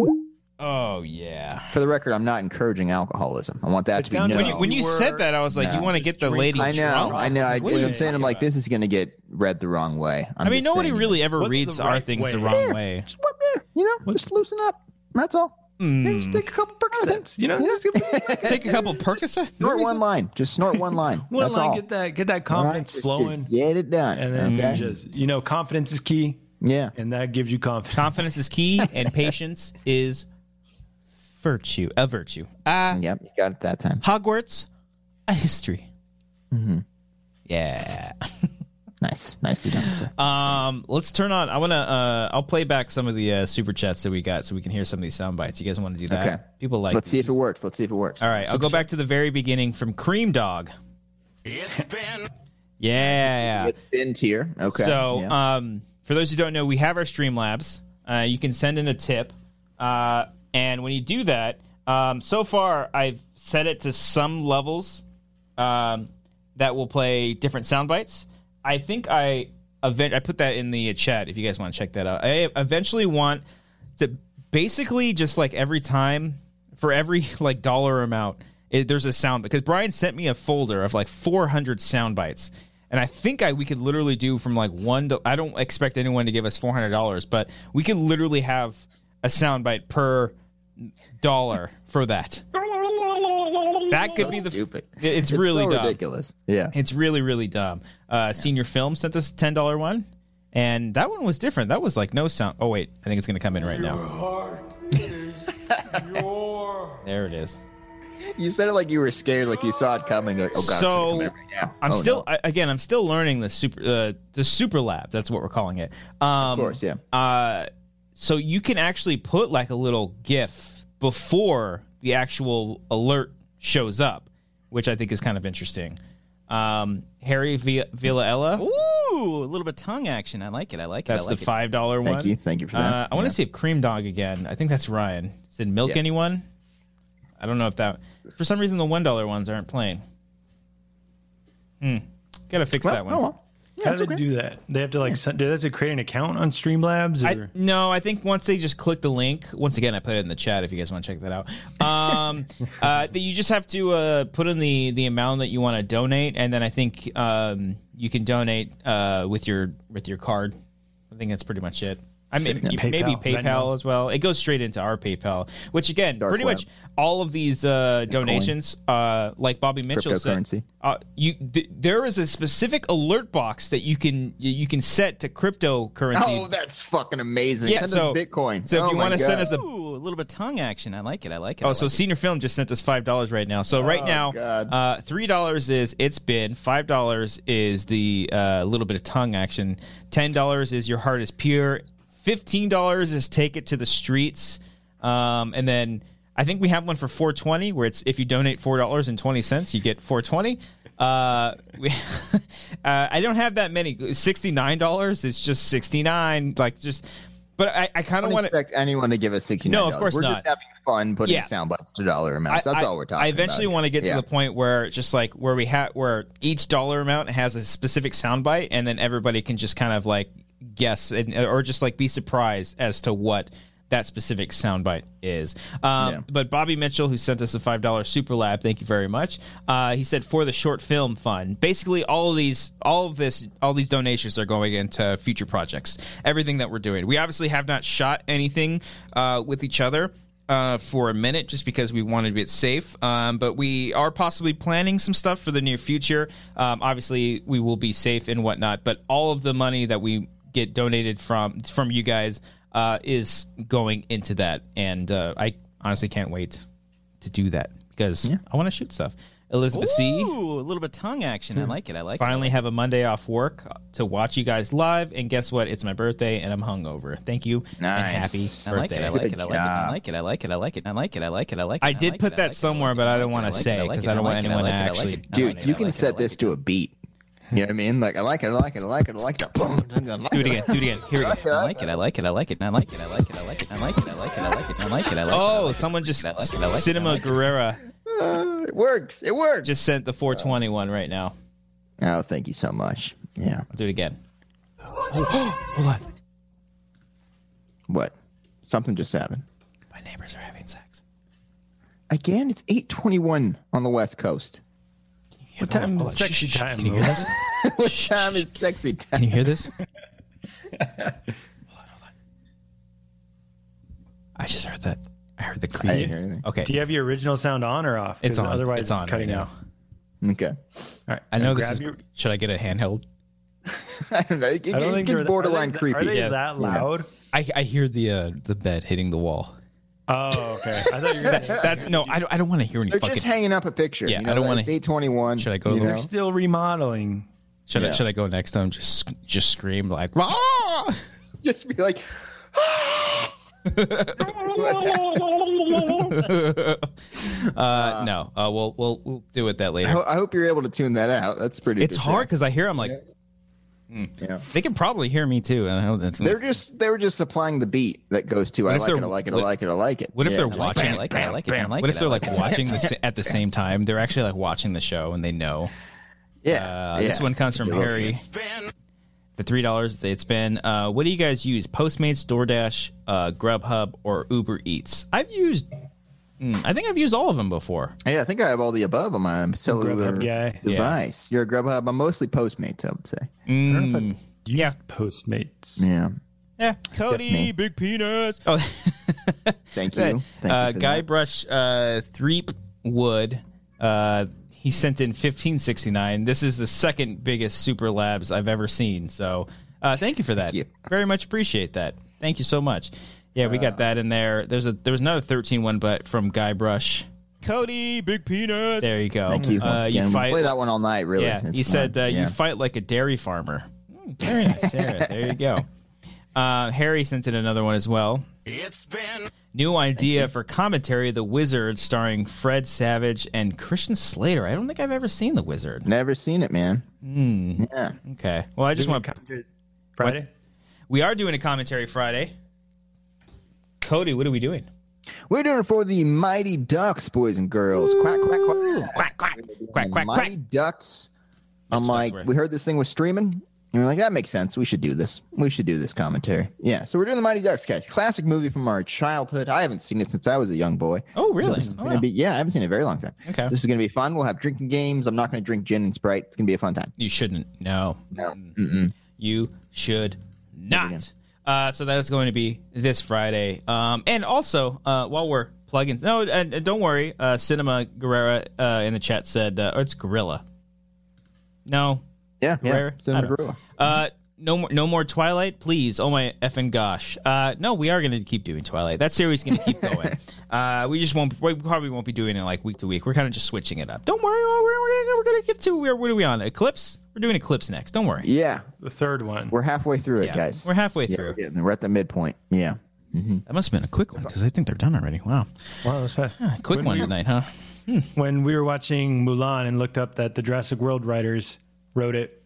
S1: Oh yeah.
S3: For the record, I'm not encouraging alcoholism. I want that
S2: It
S3: to be
S2: sounded
S3: known.
S1: When you, when you
S2: You
S1: said
S2: were
S1: that, I was like,
S3: No.
S1: you want to get the
S2: Drink-
S1: lady
S3: I know,
S1: drunk?
S3: I know. I,
S1: What are
S3: as
S1: you
S3: I'm saying, I'm
S1: talking
S3: like,
S1: about?
S3: this is going to get read the wrong way. I'm
S1: I mean,
S3: just
S1: nobody
S3: saying,
S1: really ever
S2: What's the
S1: reads our
S2: right
S1: things the
S2: way?
S1: wrong way.
S3: Just one beer, you know, just loosen up. That's all. Hmm.
S1: Mm.
S2: Just take a couple Percocets, you know? Just give-
S1: Take a couple Percocets.
S3: Snort one line. Just snort one line.
S2: One
S3: That's
S2: line,
S3: all.
S2: get that, get that
S3: All right?
S2: confidence
S3: Just- just
S2: flowing,
S3: get it done.
S2: and then
S3: okay?
S2: just you know, confidence is key,
S3: yeah.
S2: and that gives you confidence.
S1: Confidence is key, and patience is virtue. A virtue. Ah,
S3: Yep. You got it that time.
S1: Hogwarts, a history.
S3: Mm-hmm.
S1: Yeah.
S3: Nice. Nicely done, sir.
S1: Um, let's turn on. I want to. Uh, I'll play back some of the uh, super chats that we got, so we can hear some of these sound bites. You guys want to do that?
S3: Okay.
S1: People like.
S3: Let's see
S1: these.
S3: if it works. Let's see if it works.
S1: All right, I'll go back to the very beginning from Cream Dog. Yeah.
S3: It's been tier. Okay.
S1: So,
S3: Yeah.
S1: um, for those who don't know, we have our Streamlabs. Uh, you can send in a tip, uh, and when you do that, Um, so far, I've set it to some levels um, that will play different sound bites. I think I event I put that in the chat if you guys want to check that out. I eventually want to basically just like every time for every like dollar amount, it, there's a sound because Brian sent me a folder of like 400 sound bites. And I think I we could literally do from like one to I don't expect anyone to give us four hundred dollars, but we could literally have a soundbite per dollar for that. That could
S3: So
S1: be the
S3: stupid.
S1: it- It's, really
S3: so
S1: dumb.
S3: ridiculous. Yeah.
S1: It's really really dumb. Uh, Senior Film sent us a ten dollar one, and that one was different. That was like no sound. Oh wait, I think it's gonna come in right now. there it is.
S3: You said it like you were scared, like you saw it coming. Like, oh god, it's gonna
S1: So,
S3: come in right now.
S1: I'm
S3: Oh,
S1: still
S3: no.
S1: I, again. I'm still learning the super uh, the super lab. That's what we're calling it. Um,
S3: of course, yeah.
S1: uh, so you can actually put like a little GIF before the actual alert shows up, which I think is kind of interesting. Um, Harry Villa- Villaella,
S7: Ooh, a little bit of tongue action. I like it. I like it.
S1: that's
S7: I like
S1: the
S7: it.
S1: five dollar one.
S3: Thank you, thank you for that.
S1: Uh, I want
S3: Yeah.
S1: to see if Cream Dog again. I think that's Ryan. Said milk
S3: Yeah.
S1: anyone? I don't know if that. For some reason, the one dollar ones aren't playing. Hmm. Gotta fix
S3: Well,
S1: that one.
S3: oh, well. Yeah,
S2: How do
S3: it's
S2: they
S3: okay.
S2: do that? They have to like send- do they have to create an account on Streamlabs?
S1: I,
S2: Or?
S1: no, I think once they just click the link. Once again, I put it in the chat if you guys want to check that out. Um, uh, that you just have to uh, put in the the amount that you want to donate, and then I think um, you can donate uh, with your with your card. I think that's pretty much it. I mean,
S2: Sick. Yeah.
S1: maybe
S2: PayPal,
S1: PayPal
S2: Venmo.
S1: as well. It goes straight into our PayPal, which again,
S3: Dark
S1: pretty
S3: web.
S1: much all of these uh, donations, uh, like Bobby Mitchell said,
S3: Cryptocurrency.
S1: uh, you th- there is a specific alert box that you can you can set to cryptocurrency
S3: Oh, that's fucking amazing.
S1: Yeah,
S3: send
S1: so-
S3: us Bitcoin.
S1: so if
S3: Oh
S1: you
S3: my
S1: wanna send
S3: God.
S1: us a-
S7: Ooh, a little bit of tongue action. I like it. I like it.
S1: Oh,
S7: I
S1: so
S7: like it.
S1: senior film just sent us five dollars right now. So right
S3: Oh,
S1: now,
S3: God.
S1: uh, three dollars is it's been. Five dollars is the uh, little bit of tongue action. Ten dollars is your heart is pure. Fifteen dollars is take it to the streets. Um, and then I think we have one for four twenty where it's if you donate four dollars and twenty cents, you get four twenty. Uh, we, uh, I don't have that many. Sixty nine dollars is just sixty nine. Like just, but I, I kind
S3: I
S1: of
S3: don't
S1: want to.
S3: expect anyone to give us sixty.
S1: No, of course
S3: we're
S1: not.
S3: Just having fun putting
S1: Yeah.
S3: sound bites to dollar
S1: I-
S3: amounts. That's
S1: I-
S3: all we're talking.
S1: I eventually
S3: about.
S1: want to get
S3: Yeah.
S1: to the point where it's just like where we have where each dollar amount has a specific sound bite, and then everybody can just kind of like guess and, or just like be surprised as to what that specific sound bite is. Um,
S3: Yeah.
S1: But Bobby Mitchell, who sent us a five dollar super lab, thank you very much. Uh, he said for the short film fund. Basically, all of these, all of this, all these donations are going into future projects. Everything that we're doing, we obviously have not shot anything uh, with each other uh, for a minute just because we wanted to be safe. Um, but we are possibly planning some stuff for the near future. Um, obviously, we will be safe and whatnot. But all of the money that we get donated from from you guys uh, is going into that, and uh, I honestly can't wait to do that because I want to shoot stuff. Elizabeth C
S7: Ooh, a little bit of tongue action. I like it. I like
S1: finally have a Monday off work to watch you guys live. And guess what? It's my birthday and I'm hungover. Thank you. And
S3: Nice.
S1: happy
S7: it. I like it.
S1: birthday.
S7: I like
S3: Good
S7: it. I like it. I like it. I like it. I like it. I like it. I like it. I like it.
S1: I did put that somewhere, but I don't wanna say, 'cause I don't want anyone to actually-
S3: dude. you can set this to a beat. You know what I mean? Like I like it. I like it. I like it. I like it.
S1: do it again. Do it again. Here we go.
S7: I like it. I like it. I like it. I like it. I like it. I like it. I like it. I like it. I like it. I like it. I like it.
S1: Oh, someone just
S7: I like it, I like it, I
S1: Cinema
S7: like it.
S1: Guerrera
S3: Uh, it works. It works.
S1: just sent the 421 right now.
S3: oh, thank you so much. Yeah.
S1: I'll do it again.
S3: What? Something just happened.
S1: My neighbors are having sex.
S3: Again, it's eight twenty-one on the West Coast.
S2: What time
S1: Oh,
S2: is sexy time? Louis?
S3: what time is sexy
S1: Can
S3: time?
S1: you hear this? hold on, hold on. I just heard that. I heard the
S3: I didn't hear
S1: creep.
S3: anything.
S1: Okay.
S2: Do you have your original sound on or off? 'Cause
S1: It's on.
S2: Otherwise,
S1: It's on
S2: cutting
S1: right now.
S2: out.
S3: Okay.
S2: All right.
S1: I know this
S2: grab
S1: is.
S2: your-
S1: Should I get a handheld?
S3: I don't know. It,
S2: I don't
S3: it
S2: think
S3: gets
S2: they're-
S3: borderline
S2: are they, Are
S3: creepy.
S2: they
S1: Yeah.
S2: that loud?
S1: I, I hear the uh, the bed hitting the wall.
S2: Oh, okay. I thought you were. Gonna,
S1: That's no. I don't. I don't want to hear any
S3: They're
S1: fucking.
S3: just hanging up a picture.
S1: Yeah,
S3: you know,
S1: I don't wanna-
S3: It's eight twenty-one.
S1: Should I go to
S3: You
S1: the-
S3: know?
S2: they're still remodeling.
S1: should I
S3: yeah.
S1: should I go next time? Just just scream like. "Rah!"
S3: Just be like, "Ah!"
S1: Uh, no. Uh, we'll we'll we'll do it that
S3: I,
S1: later.
S3: ho- I hope you're able to tune that out. That's pretty.
S1: It's hard because I hear I'm like,
S3: Yeah.
S1: They can probably hear me too. I hope that's-
S3: They're just they were just supplying the beat that goes to I
S1: if
S3: like it, I
S1: they're-
S3: like it, I
S1: Hmm. what-
S3: like it, I like it.
S1: what if
S3: Yeah.
S1: they're
S7: I like it,
S1: watching?
S7: I like it, I like it, I like it.
S1: what if
S7: I
S1: they're
S7: like
S1: like watching the sa- at the same time? They're actually like watching the show and they know.
S3: Yeah.
S1: Uh,
S3: yeah.
S1: This one comes from
S3: You love
S1: Harry. The three dollars it's been. Uh, what do you guys use? Postmates, DoorDash, uh, Grubhub, or Uber Eats? I've used. mm, I think I've used all of them before.
S3: Yeah, I think I have all the above on my cellular
S2: Grubhub guy.
S3: device. You're a Grubhub. I'm mostly Postmates, I would say.
S1: Hmm.
S2: Do you
S1: Yeah.
S2: Postmates.
S3: Yeah.
S1: Yeah,
S3: me.
S1: Cody, big penis. Oh,
S3: Thank you. Thank
S1: uh,
S3: you for that.
S1: Guybrush uh, Threep Wood. Uh, he sent in fifteen sixty nine. This is the second biggest Super Labs I've ever seen. So uh, thank you for that.
S3: you.
S1: Very much appreciate that. Thank you so much. Yeah, we
S3: Uh,
S1: got that in there. There's a there was another thirteen one, but from Guybrush. Cody, big penis. There you go.
S3: Thank you. Once
S1: Uh,
S3: again,
S1: you fight.
S3: play that one all night, really.
S1: yeah,
S3: It's
S1: he said
S3: fun.
S1: uh,
S3: Yeah.
S1: you fight like a dairy farmer. Mm, very nice. Sarah. there you go. Uh, Harry sent in another one as well.
S6: It's been
S1: New idea for commentary: The Wizard, starring Fred Savage and Christian Slater. I don't think I've ever seen The Wizard. Hmm.
S3: Never seen it, man. Yeah.
S1: Okay. Well, I just want. to...
S2: Friday.
S1: We are doing a commentary Friday. Cody, what are we doing?
S3: We're doing it for the Mighty Ducks, boys and girls. Quack, quack, quack. Quack, quack.
S1: Quack, quack,
S3: Mighty Ducks. I'm
S1: Mr.
S3: like,
S1: Duckworth.
S3: we heard this thing was streaming. And we're like, that makes sense. We should do this. We should do this commentary. Yeah. So we're doing the Mighty Ducks, guys. Classic movie from our childhood. I haven't seen it since I was a young boy.
S1: Oh,
S3: So
S1: really?
S3: this is
S1: Oh,
S3: gonna
S1: wow.
S3: be- yeah, I haven't seen it in a very long time.
S1: Okay.
S3: This is going to be fun. We'll have drinking games. I'm not going to drink gin and Sprite. It's going to be a fun time.
S1: You shouldn't. No.
S3: No. Mm-mm.
S1: You should
S3: again.
S1: not. Uh, so that is going to be this Friday. Um, and also, uh, while we're plugging, no, and, and don't worry. Uh, Cinema Guerrera uh, in the chat said, uh, or it's Gorilla. No,
S3: Yeah. Yeah.
S1: Rare? I
S3: Cinema
S1: don't know.
S3: Gorilla.
S1: Uh, no more, no more Twilight, please. Oh my effing gosh! Uh, no, we are going to keep doing Twilight. That series is going to keep going. uh, we just won't. We probably won't be doing it like week to week. We're kind of just switching it up. Don't worry. We're, we're, we're going to get to where? What are we on? Eclipse. We're doing Eclipse next. Don't worry.
S3: Yeah.
S2: The third one.
S3: We're halfway through it, guys.
S1: We're halfway
S3: yeah,
S1: through.
S3: we're getting- we're at the midpoint. Yeah.
S1: That must have been a quick one because I think they're done already. Wow,
S2: Wow, that was fast.
S1: quick
S2: When
S1: one
S2: we-
S1: tonight, huh?
S2: when we were watching Mulan and looked up that the Jurassic World writers wrote it,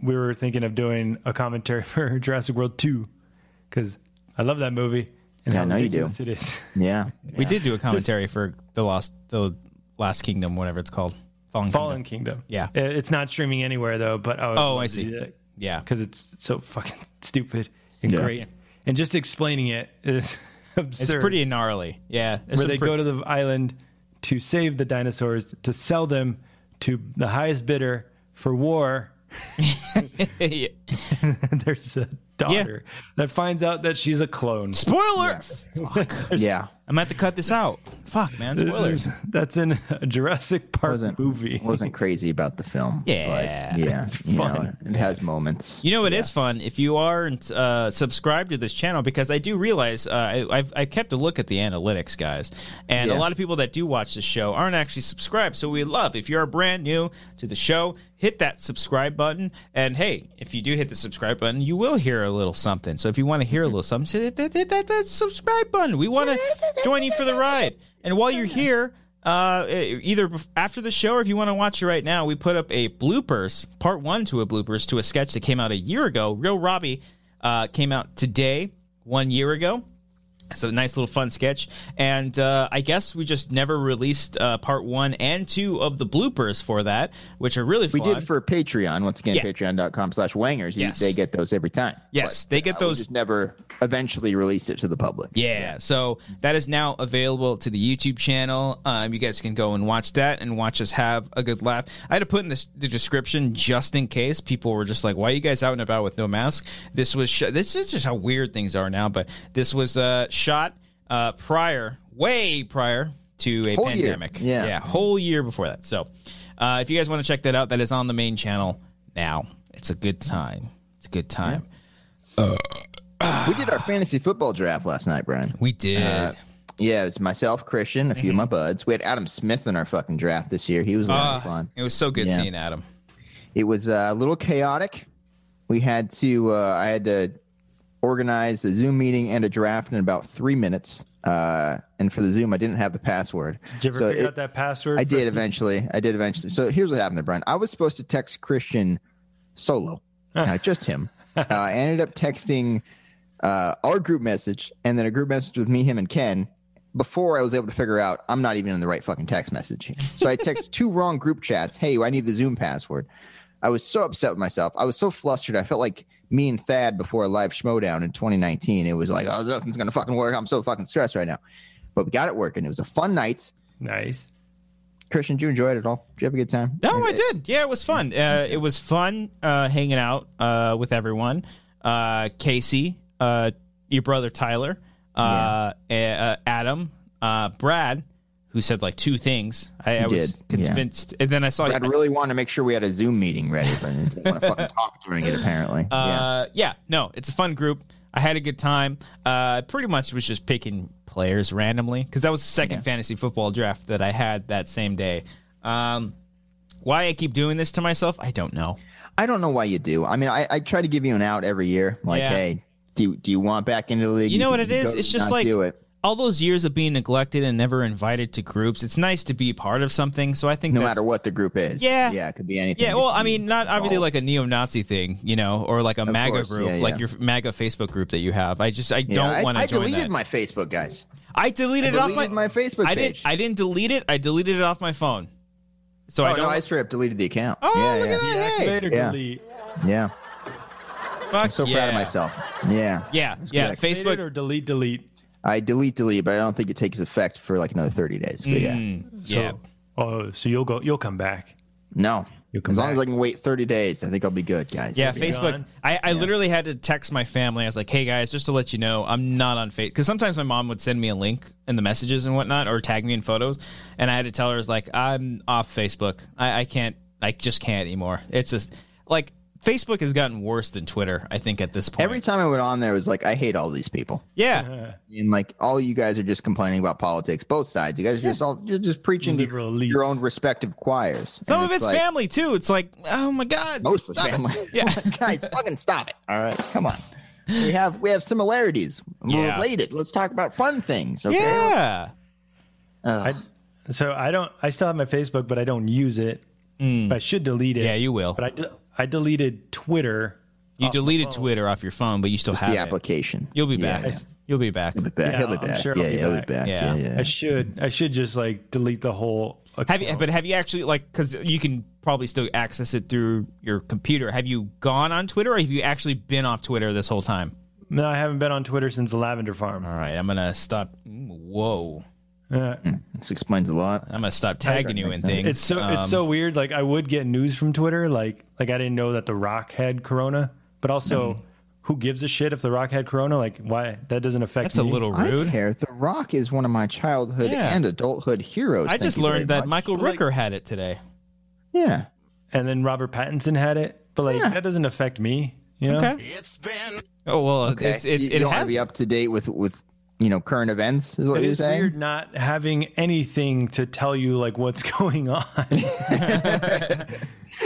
S2: we were thinking of doing a commentary for Jurassic World 2 because I love that movie and
S3: Yeah,
S2: how
S3: I know you do.
S2: ridiculous it is.
S3: Yeah.
S1: We did do a commentary for the lost, the Last Kingdom, whatever it's called, Fallen.
S2: Fallen
S1: Kingdom.
S2: Kingdom.
S1: Yeah.
S2: It- It's not streaming anywhere though, but I would
S1: Oh,
S2: love
S1: I
S2: to
S1: see.
S2: do that
S1: Yeah.
S2: because it's so fucking stupid and
S3: Yeah.
S2: great. And just explaining it is
S1: It's
S2: absurd.
S1: pretty gnarly. Yeah. There's
S2: where
S1: some
S2: they
S1: pre-
S2: go to the island to save the dinosaurs to sell them to the highest bidder for war
S1: Yeah.
S2: there's a daughter that finds out that she's a clone.
S1: Spoiler.
S3: Yeah.
S1: I'm gonna have to cut this out. Fuck, man. Spoilers.
S2: That's in a Jurassic Park
S3: Wasn't-
S2: movie.
S3: Wasn't crazy about the film. but
S1: Yeah.
S3: yeah. you
S2: fun.
S3: know, it has moments.
S1: You know it is fun if you aren't uh, subscribed to this channel because I do realize uh, I, I've I kept a look at the analytics, guys, and a
S3: Yeah.
S1: lot of people that do watch the show aren't actually subscribed. So we love if you are brand new to the show, hit that subscribe button. And hey, if you do hit the subscribe button, you will hear a little something. So if you want to hear a little something, hit that, hit that, that subscribe button. We want to join you for the ride. And while you're here. uh, e- either bef- after the show or if you want to watch it right now, we put up a bloopers, part one to a bloopers to a sketch that came out a year ago. Real Robbie uh, came out today, one year ago. So nice little fun sketch, and uh, I guess we just never released uh, part one and two of the bloopers for that, which are really
S3: We
S1: fun.
S3: did for Patreon. Once again,
S1: Yeah.
S3: patreon.com slash wangers. You-
S1: Yes.
S3: They get those every time.
S1: Yes, they get
S3: uh, we
S1: those-
S3: just never eventually release it to the public.
S1: Yeah, so that is now available to the YouTube channel. Um, you guys can go and watch that and watch us have a good laugh. I had to put in this, the description just in case people were just like, "Why are you guys out and about with no mask?" This was sh- this is just how weird things are now. But this was uh, shot uh, prior, way prior to a
S3: Whole year.
S1: pandemic.
S3: Yeah.
S1: yeah, whole year before that. So uh, if you guys want to check that out, that is on the main channel now. It's a good time. It's a good time. Ah.
S3: We did our fantasy football draft last night, Brian.
S1: We did.
S3: Uh, Yeah, it was myself, Christian, a few
S1: Mm-hmm.
S3: of my buds. We had Adam Smith in our fucking draft this year. He was a lot
S1: Ah,
S3: of fun.
S1: it was so good
S3: Yeah.
S1: seeing Adam.
S3: It was uh, a little chaotic. We had to. Uh, I had to organize a Zoom meeting and a draft in about three minutes. Uh, and for the Zoom, I didn't have the password.
S2: Did you ever
S3: So
S2: figure
S3: it-
S2: out that password?
S3: I
S2: for-
S3: did eventually. I did eventually. So here's what happened to Brian. I was supposed to text Christian solo. uh, just him. Uh, I ended up texting uh, our group message and then a group message with me, him, and Ken. Before I was able to figure out, I'm not even in the right fucking text message. So I text two wrong group chats. Hey, I need the Zoom password. I was so upset with myself. I was so flustered. I felt like me and Thad before a live schmodown in 2019. It was like, oh, nothing's gonna fucking work. I'm so fucking stressed right now. But we got it working. It was a fun night.
S2: Nice.
S3: Christian, did you enjoy it at all? Did you have a good time?
S1: No, I
S3: And-
S1: did. Yeah, it was fun. Uh, it was fun uh, hanging out uh, with everyone. Uh, Casey, uh, your brother Tyler, uh, uh, Adam, uh, Brad, who said like two things. I, I was
S3: did, yeah.
S1: convinced, and then I saw
S3: I'd really want to make sure we had a Zoom meeting ready, but I didn't want to fucking talk during it. Apparently, yeah.
S1: Uh, yeah, no, it's a fun group. I had a good time. Uh, pretty much was just picking players randomly because that was the second fantasy football draft that I had that same day. Um, why I keep doing this to myself, I don't know.
S3: I don't know why you do. I mean, I, I try to give you an out every year. Like,
S1: Yeah.
S3: hey, do do you want back into the league?
S1: You know what
S3: can
S1: it is?
S3: go,
S1: It's just
S3: not
S1: like-
S3: do it.
S1: All those years of being neglected and never invited to groups, it's nice to be part of something. So I think
S3: No
S1: that's-
S3: matter what the group is.
S1: Yeah.
S3: yeah, it could be anything.
S1: Yeah,
S3: It
S1: well,
S3: could
S1: I
S3: be
S1: mean, not obviously
S3: involved.
S1: like a neo-Nazi thing, you know, or like a MAGA
S3: course,
S1: group,
S3: yeah,
S1: like
S3: yeah.
S1: your MAGA Facebook group that you have. I just I
S3: Yeah,
S1: don't
S3: I-
S1: want
S3: I,
S1: to join
S3: deleted
S1: that.
S3: my Facebook, guys.
S1: I deleted
S3: I
S1: it
S3: deleted
S1: off
S3: my Facebook
S1: I
S3: page.
S1: didn't. I didn't delete it. I deleted it off my phone. So I
S3: oh,
S1: don't.
S3: no, I straight up deleted the account.
S1: oh,
S3: yeah,
S1: look
S3: yeah,
S1: at that! Hey,
S2: Deactivate or
S3: Yeah.
S2: delete?
S3: yeah.
S1: fuck
S3: I'm so proud of myself. Yeah,
S1: Yeah, yeah.
S2: Activate it
S1: Facebook.
S2: or delete, delete.
S3: I delete, delete, but I don't think it takes effect for like another 30 days. But yeah,
S1: Mm,
S2: So,
S1: yeah.
S2: Oh, so you'll go. You'll come back.
S3: no.
S2: You'll come
S3: As long
S2: back.
S3: as I can wait 30 days, I think I'll be good, guys.
S1: Yeah,
S3: I'll be
S1: Facebook.
S2: gone.
S1: I, I literally had to text my family. I was like, "Hey guys, just to let you know, I'm not on Facebook." Because sometimes my mom would send me a link in the messages and whatnot, or tag me in photos, and I had to tell her, "Is like I'm off Facebook. I, I can't. I just can't anymore. It's just like Facebook has gotten worse than Twitter. I think at this point.
S3: Every time Uh-huh. I went on there, it was like, I hate all these people.
S1: yeah,
S2: Uh,
S3: And like, all you guys are just complaining about politics, both sides. You guys are just all you're just preaching to
S2: Liberal elites.
S3: your own respective choirs.
S1: some
S3: And
S1: of it's
S3: like,
S1: family too. It's like, oh my god,
S3: Mostly family.
S1: Yeah.
S3: guys, fucking stop it. All right, come on. We have we have similarities. We're
S1: Yeah.
S3: related. Let's talk about fun things. Okay.
S1: yeah.
S3: Ugh.
S2: I, so I don't. I still have my Facebook, but I don't use it. But I should delete it.
S1: Mm. Yeah, you will.
S2: But I, de- I deleted Twitter.
S1: You deleted Twitter off your phone, but you still have
S3: the
S1: it.
S3: application.
S1: You'll be
S3: Yeah,
S1: back. You'll be back.
S3: He'll be back.
S2: Yeah,
S3: he'll be
S2: I'm
S3: back.
S2: sure
S3: yeah,
S2: he'll be
S3: he'll
S2: back.
S3: be back.
S1: Yeah.
S3: Yeah,
S2: I
S3: yeah.
S2: should. I should just like delete the whole.
S1: Have you?
S2: account.
S1: But have you actually like? Because you can probably still access it through your computer. Have you gone on Twitter, or have you actually been off Twitter this whole time?
S2: No, I haven't been on Twitter since Lavender Farm.
S1: All right, I'm gonna stop. mm, Whoa,
S2: Uh,
S3: This explains a lot.
S1: I'm gonna stop tagging you in things.
S2: It's so
S1: Um,
S2: it's so weird. Like I would get news from Twitter. Like like I didn't know that The Rock had Corona, but also
S1: Mm-hmm.
S2: who gives a shit if The Rock had Corona? Like why that doesn't affect
S1: that's a
S2: me.
S1: little
S3: I
S1: rude.
S3: care. The Rock is one of my childhood
S1: Yeah.
S3: and adulthood heroes.
S1: I
S3: Thank
S1: just
S3: you very
S1: learned that
S3: much.
S1: Michael
S2: Like-
S1: Rooker had it today.
S3: Yeah.
S2: And then Robert Pattinson had it, but like
S3: Yeah.
S2: that doesn't affect me. You know.
S1: Okay.
S6: It's been
S1: Oh well,
S3: Okay.
S1: it's it's
S3: you,
S1: it
S3: you don't want
S1: has.
S3: to be up to date with with you know current events is what
S2: It
S3: you're
S2: is
S3: saying.
S2: weird not having anything to tell you like what's going on.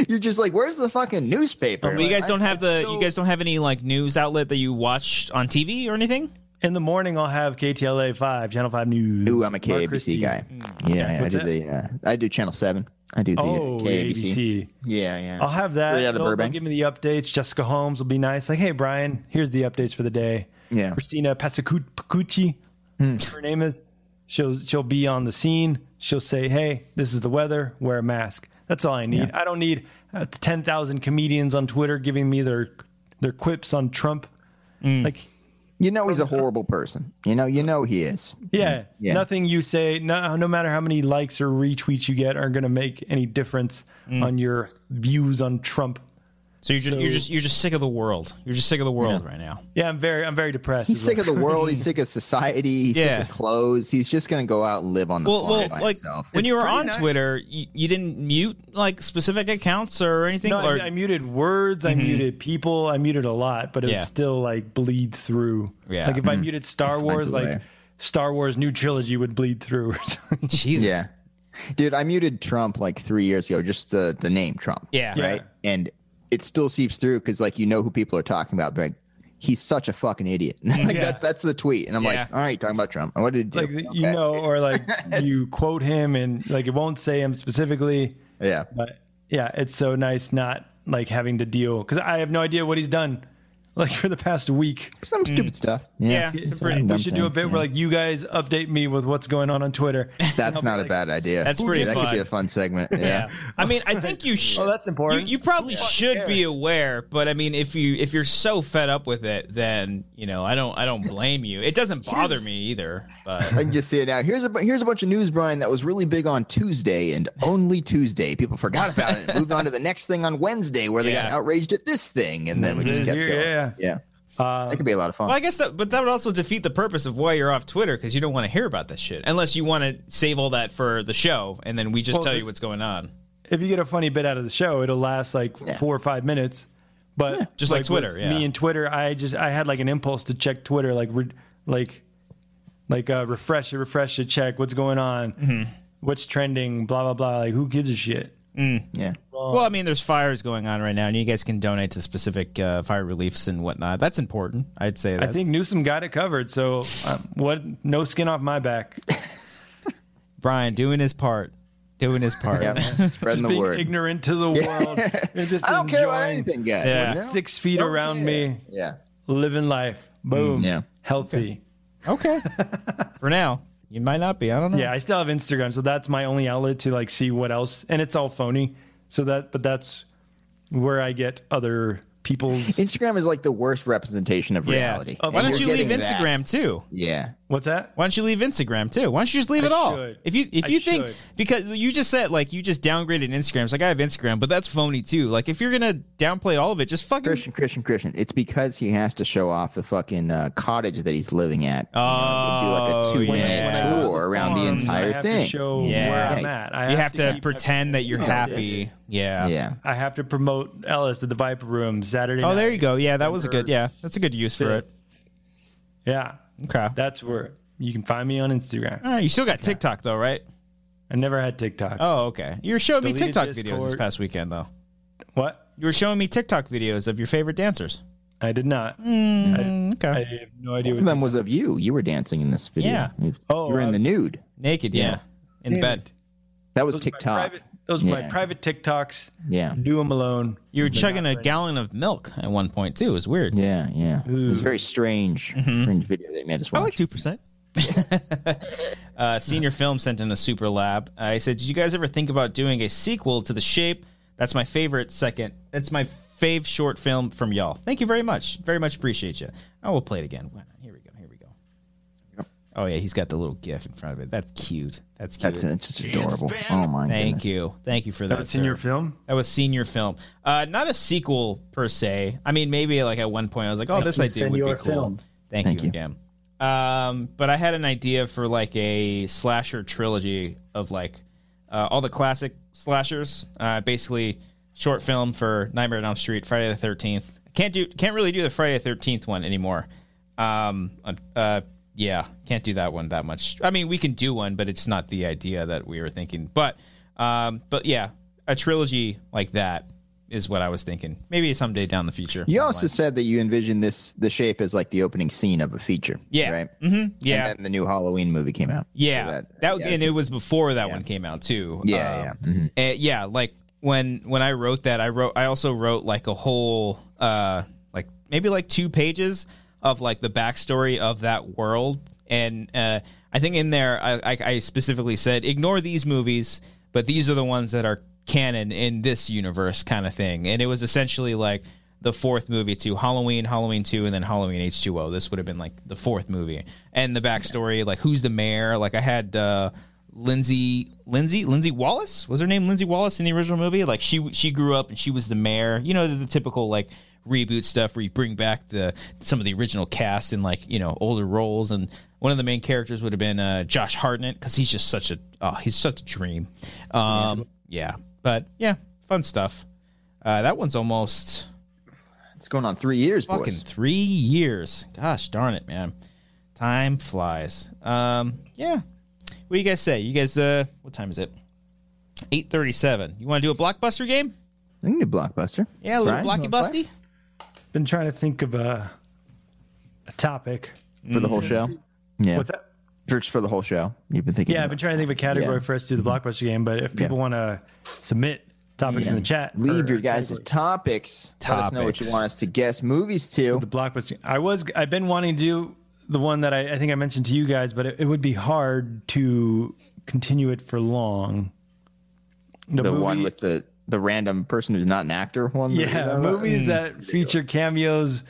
S3: You're just like, where's the fucking newspaper?
S1: Well, you
S3: Like,
S1: guys don't have the
S2: so-
S1: you guys don't have any like news outlet that you watch on TV or anything.
S2: In the morning, I'll have KTLA five, Channel five news.
S3: Ooh, I'm a
S2: Mark
S3: KABC
S2: Christie.
S3: guy.
S1: Mm.
S3: Yeah, I
S2: What's
S3: do
S2: that?
S3: the uh, I do Channel Seven. I do the uh,
S2: Oh,
S3: KABC.
S2: ABC.
S3: Yeah, yeah.
S1: Uh,
S2: I'll have that.
S3: Straight out of
S2: They'll- they'll
S3: Burbank.
S2: give me the updates. Jessica Holmes will be nice. Like, hey, Brian, here's the updates for the day.
S3: Yeah. Hmm.
S2: Christina Pacicucci, her name is. She'll she'll be on the scene. She'll say, hey, this is the weather. Wear a mask. That's all I need. I don't need uh, ten thousand comedians on Twitter giving me their their quips on Trump.
S3: Mm.
S2: Like,
S3: you know he's a horrible person. You know, you know he is.
S2: yeah,
S3: Mm. Yeah.
S2: nothing you say, no, no matter how many likes or retweets you get, are going to make any difference
S3: Mm.
S2: on your views on Trump.
S1: So you're just you're just you're just sick of the world. You're just sick of the world right now.
S2: Yeah, I'm very I'm very depressed.
S3: He's
S2: as well.
S3: sick of the world. He's sick of society. He's
S1: Yeah.
S3: sick of clothes. He's just gonna go out and live on the
S1: Well,
S3: farm
S1: well,
S3: by
S1: like
S3: himself.
S1: when you were
S2: pretty
S1: on
S2: nice.
S1: Twitter, you, you didn't mute like specific accounts or anything.
S2: No,
S1: or,
S2: I, I muted words.
S3: Mm-hmm.
S2: I muted people. I muted a lot, but it
S1: Yeah.
S2: would still like bleed through.
S1: Yeah.
S2: Like if I muted Star Wars,
S3: Mm-hmm. a
S2: like
S3: way.
S2: Star Wars new trilogy would bleed through.
S1: Jesus.
S3: Yeah. Dude, I muted Trump like three years ago, just the, the name Trump.
S1: Yeah. Yeah.
S3: Right. And it still seeps through because, like, you know who people are talking about. They're like, he's such a fucking idiot. like,
S2: Yeah.
S3: that, that's the tweet. And I'm
S1: Yeah.
S3: like, all right, talking about Trump. What did he
S2: like
S3: do?
S2: you
S3: Okay.
S2: know, or like you quote him and like it won't say him specifically,
S3: Yeah.
S2: but yeah, it's so nice not like having to deal because I have no idea what he's done like for the past week.
S3: Some stupid stuff.
S1: Yeah,
S3: Yeah.
S1: some
S3: Some
S1: pretty-
S2: We
S3: dumb
S2: should do a
S3: things,
S2: bit
S3: yeah.
S2: where like you guys update me with what's going on on Twitter.
S3: That's not a bad idea.
S1: That's pretty
S3: yeah, That
S1: fun.
S3: could be a fun segment.
S1: Yeah.
S3: Yeah.
S1: I mean, I think you should.
S2: Oh, that's important.
S1: You, you probably should be aware, but I mean, if you if you're so fed up with it, then you know, I don't I don't blame you. It doesn't bother me either. But
S3: I can just see it now. Here's a bu- here's a bunch of news, Brian, that was really big on Tuesday and only Tuesday. People forgot about it and moved on to the next thing on Wednesday, where they got
S1: Yeah.
S3: outraged at this thing, and then we just kept
S2: Yeah,
S3: going.
S2: Mm-hmm. yeah.
S3: yeah.
S2: Uh,
S3: That could be a lot of fun.
S1: well, I guess that but that would also defeat the purpose of why you're off Twitter because you don't want to hear about this shit unless you want to save all that for the show and then we just
S2: Well,
S1: tell
S2: the-
S1: you what's going on.
S2: if you get a funny bit out of the show, it'll last like
S3: Yeah.
S2: four or five minutes. But
S1: Just like Twitter,
S2: with
S1: yeah.
S2: Me and Twitter, I just I had like an impulse to check Twitter, like re- like like uh, refresh it, refresh it, check what's going on,
S1: Mm-hmm.
S2: what's trending, blah blah blah. Like who gives a shit?
S3: yeah.
S2: Oh.
S1: Well, I mean, there's fires going on right now, and you guys can donate to specific uh, fire reliefs and whatnot. That's important. I'd say.
S2: I
S1: That's,
S2: think Newsom got it covered. So um, what? No skin off my back.
S1: Brian doing his part, doing his part.
S3: Yeah. Spreading
S2: Just
S3: the
S2: being
S3: word.
S2: ignorant to the world. and just
S3: I don't care about
S2: enjoying
S3: anything, guys.
S1: Yeah.
S3: You know?
S2: Six feet around me,
S3: Yeah.
S2: living life. Boom.
S3: Mm, yeah.
S2: Healthy.
S1: Okay. For now, you might not be. I don't know.
S2: Yeah, I still have Instagram, so that's my only outlet to like see what else, and it's all phony. So that, but that's where I get other people's.
S3: Instagram is like the worst representation of
S1: Yeah.
S3: reality.
S2: Oh,
S3: And
S1: Why don't
S3: you're
S1: you leave
S3: getting that.
S1: Instagram too?
S3: Yeah.
S2: What's that?
S1: Why don't you leave Instagram too? Why don't you just leave
S2: I
S1: it all?
S2: should.
S1: If you if
S2: I
S1: you think
S2: should.
S1: because you just said like you just downgraded Instagram, it's like I have Instagram, but that's phony too. Like if you're gonna downplay all of it, just fucking.
S3: Christian, Christian, Christian. It's because he has to show off the fucking uh, cottage that he's living at.
S1: Oh,
S3: do like a two
S1: yeah.
S3: minute tour around the
S2: Farms, I
S3: entire
S2: have
S3: thing.
S2: To show
S1: Yeah.
S2: where I'm at. I
S1: you have to
S2: keep-
S1: pretend that you're happy. Yeah.
S3: yeah.
S2: I have to promote Ellis at the Viper Room Saturday.
S1: Oh, there
S2: night.
S1: you go. Yeah, that was a good. Yeah, that's a good use for it.
S2: Yeah,
S1: Okay.
S2: that's where you can find me on Instagram.
S1: All right, you still got TikTok though, right?
S2: I never had TikTok.
S1: Oh, okay. You were showing me
S2: Deleted
S1: TikTok videos this
S2: Discord.
S1: past weekend though.
S2: What?
S1: You were showing me TikTok videos of your favorite dancers.
S2: I did not.
S1: Mm,
S2: I
S1: okay.
S2: have no idea.
S3: One of
S2: What
S3: them was of you. You were dancing in this video.
S1: Yeah.
S3: You,
S2: Oh,
S3: you were in
S2: uh,
S3: the nude.
S1: Naked, yeah. In
S2: Damn
S1: bed.
S2: it.
S3: That was
S2: Those are my
S3: TikTok.
S2: private- Those are my
S3: Yeah.
S2: private TikToks.
S3: Yeah.
S2: Do them alone.
S1: You were chugging a gallon of milk at one point too. It was weird.
S3: Yeah, yeah. It was a very strange,
S1: Mm-hmm.
S3: strange video they made us watch.
S1: two percent. uh, senior film sent in a super lab. I said, "Did you guys ever think about doing a sequel to The Shape? That's my favorite second. That's my fave short film from y'all. Thank you very much. Very much appreciate you. Oh, we'll play it again. Why not? Here we go. Here we go. Oh yeah, he's got the little gif in front of it. That's cute. That's cute.
S3: That's it's just adorable. Oh my
S1: Thank
S3: goodness.
S1: you. Thank you for that.
S2: That was in your
S1: sir.
S2: film.
S1: That was senior film. Uh, not a sequel per se. I mean, maybe like at one point I was like, oh, this idea would be cool.
S2: senior film.
S1: Thank,
S3: Thank
S1: you,
S3: you.
S1: again. Um, but I had an idea for like a slasher trilogy of like uh, all the classic slashers. Uh, basically, short film for Nightmare on Elm Street, Friday the Thirteenth. Can't do. Can't really do the Friday the Thirteenth one anymore. Um, uh, uh, yeah, can't do that one that much. I mean, we can do one, but it's not the idea that we were thinking. But, um, but yeah, a trilogy like that is what I was thinking. Maybe someday down the future.
S3: You also said that you envisioned this the shape as like the opening scene of a feature.
S1: yeah,
S3: Right.
S1: hmm yeah.
S3: And then the new Halloween movie came out.
S1: Yeah,
S3: So
S1: that,
S3: yeah,
S1: and
S3: it's-
S1: it was before that one came out too.
S3: Yeah, Mm-hmm.
S1: yeah, yeah. Like when when I wrote that, I wrote I also wrote like a whole uh like maybe like two pages of like the backstory of that world, and uh I think in there I I, I specifically said ignore these movies, but these are the ones that are canon in this universe kind of thing, and it was essentially like. The fourth movie to Halloween, Halloween two, and then Halloween H two O. This would have been like the fourth movie, and the backstory, like who's the mayor. Like I had uh, Lindsay Lindsay Lindsay Wallace was her name Lindsay Wallace in the original movie like she she grew up and she was the mayor you know the, the typical like reboot stuff where you bring back the some of the original cast in like you know older roles and one of the main characters would have been uh, Josh Hartnett because he's just such a oh, he's such a dream um yeah but yeah fun stuff uh, that one's almost
S3: It's going on three years,
S1: fucking
S3: boys.
S1: three years gosh darn it man time flies um yeah what do you guys say you guys uh what time is it 8.37 you want to do a blockbuster game
S3: I can do blockbuster.
S1: yeah a little
S3: Brian,
S1: blocky
S3: you wanna play
S1: busty
S2: Been trying to think of a a topic.
S3: for the whole
S1: Mm-hmm.
S3: show. Yeah.
S2: What's that?
S3: Search for the whole show. You've been thinking.
S2: Yeah, I've
S3: about-
S2: been trying to think of a category
S3: Yeah.
S2: for us to do the blockbuster game. But if people
S3: Yeah.
S2: want to submit topics in the chat.
S3: Leave
S2: or
S3: your guys'
S2: categories.
S3: topics. Let us know what you
S1: Topics.
S3: want us to guess movies to.
S2: the blockbuster. I was I've been wanting to do the one that I, I think I mentioned to you guys, but it, it would be hard to continue it for long.
S3: The
S2: movie-
S3: one with the the random person who's not an actor one. that you're
S2: yeah
S3: talking about?
S1: Mm.
S2: movies that feature cameos.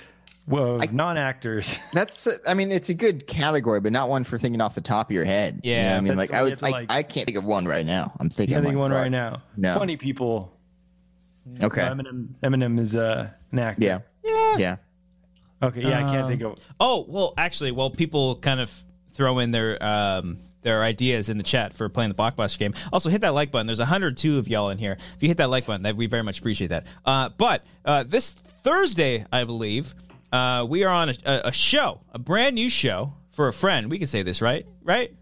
S2: Whoa, non actors.
S3: That's, I mean, it's a good category, but not one for thinking off the top of your head. You know
S1: Yeah,
S3: what I mean,
S2: that's
S3: like
S2: what
S3: I
S2: we
S3: would,
S2: have to,
S3: I,
S2: like-
S3: I can't think of one right now. I'm thinking,
S2: Can't
S3: I'm
S2: think of
S3: like,
S2: one
S3: fuck.
S2: right now.
S3: No.
S2: Funny people.
S3: Okay,
S2: Eminem, Eminem is uh, an actor.
S3: yeah, yeah.
S2: Okay. Yeah, I can't think of.
S1: Oh well, actually, well, people kind of throw in their um, their ideas in the chat for playing the blockbuster game. Also, hit that like button. There's 102 of y'all in here. If you hit that like button, that we very much appreciate that. Uh, but uh, this Thursday, I believe, uh, we are on a, a, a show, a brand new show for a friend. We can say this, right? Right?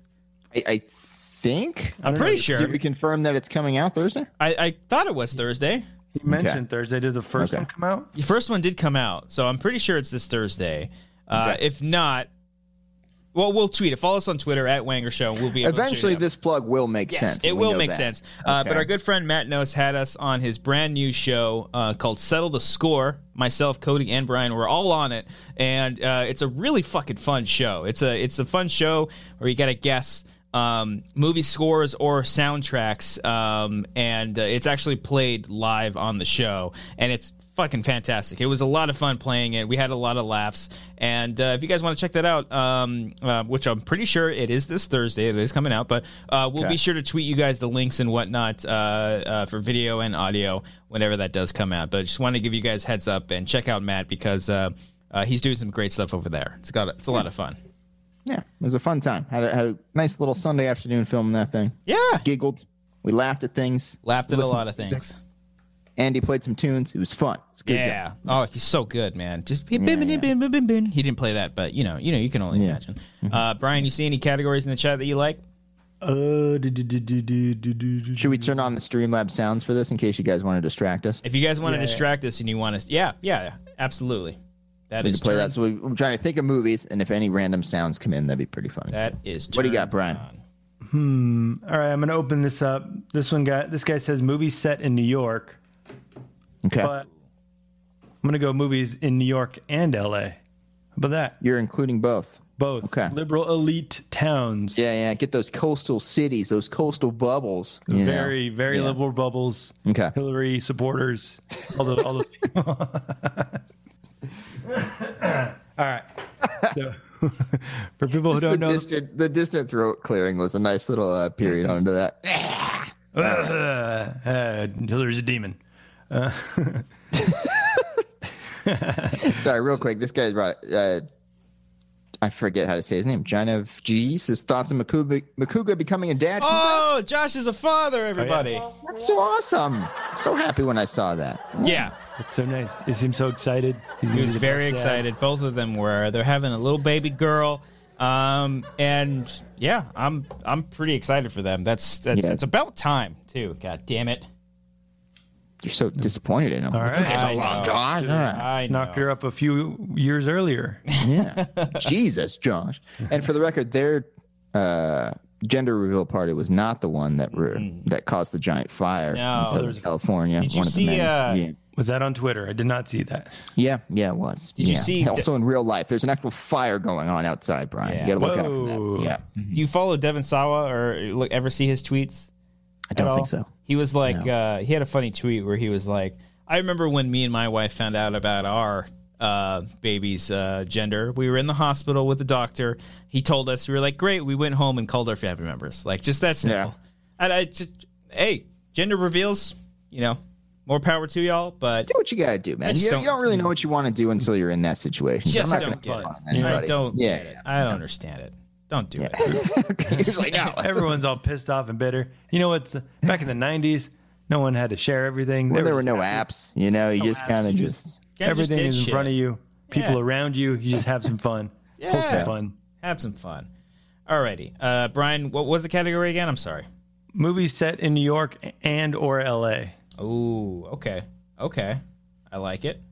S3: I, I think.
S2: I don't know,
S1: Pretty
S2: he-
S1: sure.
S3: Did we confirm that it's coming out Thursday?
S1: I, I thought it was Thursday.
S2: He mentioned Thursday. Did the first
S3: Okay.
S2: one come out?
S1: The first one did come out, so I'm pretty sure it's this Thursday. Uh, If not, well, we'll tweet it. Follow us on Twitter at Wanger Show. and We'll be able to shoot
S3: Eventually,
S1: it up.
S3: this plug will make
S1: Yes,
S3: sense.
S1: It
S3: and we
S1: will
S3: know
S1: make
S3: that.
S1: sense. Uh,
S3: Okay.
S1: but our good friend Matt Nose had us on his brand new show uh, called Settle the Score. Myself, Cody, and Brian were all on it, and uh, it's a really fucking fun show. It's a it's a fun show where you got to guess um, movie scores or soundtracks, um, and uh, it's actually played live on the show, and it's fucking fantastic. It was a lot of fun playing it. We had a lot of laughs. And uh, if you guys want to check that out, um, uh, which I'm pretty sure it is this Thursday, it is coming out, but uh, we'll be sure to tweet you guys the links and whatnot uh, uh, for video and audio whenever that does come out. But just want to give you guys heads up and check out Matt because uh, uh, he's doing some great stuff over there. It's got it's a lot of fun.
S3: Yeah, it was a fun time. Had a, had a nice little Sunday afternoon filming that thing.
S1: Yeah,
S3: Giggled. We laughed at things.
S1: laughed at a
S3: Listened
S1: lot of
S3: to
S1: things.
S3: music. Andy played some tunes. It was fun. It was a good job.
S1: Yeah. Oh, he's so good, man. Just bin, bin, bin, bin, bin, bin, bin. He didn't play that, but you know, you know, you can only imagine. Uh, Brian, you see any categories in the chat that you like?
S2: Uh, do, do, do, do, do, do, do, do.
S3: Should we turn on the Streamlab sounds for this in case you guys want to distract us?
S1: If you guys want to distract us and you want us, yeah, yeah, yeah, absolutely. That
S3: We
S1: is
S3: could play
S1: turn-
S3: that. So we, I'm trying to think of movies, and if any random sounds come in, that'd be pretty funny.
S1: That is.
S3: What do you
S1: turned
S3: got, Brian?
S1: on.
S2: Hmm. All right, I'm gonna open this up. This one guy, this guy says movie set in New York,
S3: okay,
S2: but I'm gonna go movies in New York and LA. How about that?
S3: you're including both.
S2: Both
S3: Okay.
S2: liberal elite towns.
S3: Yeah, yeah. Get those coastal cities, those coastal bubbles. you know.
S2: very, very
S3: Yeah.
S2: liberal bubbles.
S3: Okay.
S2: Hillary supporters. All the, all the. all right. So, for people who
S1: Oh,
S3: Just the
S2: don't know,
S3: distant, the distant throat clearing was a nice little uh, period under that.
S2: uh, uh, Hillary's a demon.
S3: Sorry, real quick. This guy brought. Uh, I forget how to say his name. John of G's. His thoughts on Makuga, Makuga becoming a dad.
S1: Oh, Josh is a father, everybody.
S3: That's so awesome. So happy when I saw that.
S1: yeah.
S2: It's so nice. He seems so excited. He's
S1: he was very excited. Both of them were. They're having a little baby girl. Um and yeah, I'm I'm pretty excited for them. That's that's
S3: Yeah.
S1: it's about time too. God damn it!
S3: You're so disappointed in him.
S2: All right.
S3: It's
S1: I
S3: a long
S1: know.
S3: time. Yeah.
S1: I know.
S2: knocked her up a few years earlier.
S3: Jesus, Josh. And for the record, their uh, gender reveal party was not the one that re- that caused the giant fire
S1: Mm-hmm. No.
S3: in Southern California.
S1: Did you
S3: one of
S1: see,
S3: the many.
S1: uh,
S3: yeah.
S2: Was that on Twitter? I did not see that.
S3: yeah, yeah, it was.
S1: Did you
S3: Yeah.
S1: see-
S3: Also in real life, there's an actual fire going on outside, Brian.
S1: Yeah.
S3: You got to look out
S2: Whoa.
S3: for that. Yeah,
S1: Do you follow Devin Sawa or look, ever see his tweets?
S3: I
S1: at
S3: don't
S1: all?
S3: think so.
S1: He was like, uh, he had a funny tweet where he was like, I remember when me and my wife found out about our uh, baby's uh, gender. We were in the hospital with the doctor. He told us, we were like, great. We went home and called our family members. Like, just that simple.
S3: Yeah.
S1: And I just, hey, gender reveals, you know, more power to y'all, but
S3: Do what you got to do, man.
S1: just
S3: You you don't,
S1: don't-
S3: really know what you want to do until you're in that situation. So
S1: just
S3: I'm not
S1: don't
S3: gonna
S1: get
S3: pick
S1: it.
S3: on anybody.
S1: I don't
S3: Yeah,
S1: get it. I don't understand it. Don't do it.
S3: okay. Usually, no.
S2: Everyone's all pissed off and bitter. You know what's back in the '90s? No one had to share everything.
S3: Well, there were
S2: was-
S3: no apps. You know, you just kind of just.
S1: Kinda just
S2: everything
S1: did
S2: is in
S1: shit.
S2: front of you. People
S1: Yeah.
S2: around you. You just have some fun. Pull
S1: Yeah.
S2: some fun.
S1: Have some fun. Alrighty. Uh, Brian, what was the category again? I'm sorry.
S2: Movies set in New York and or L.A.
S1: Oh, okay. Okay. I like it.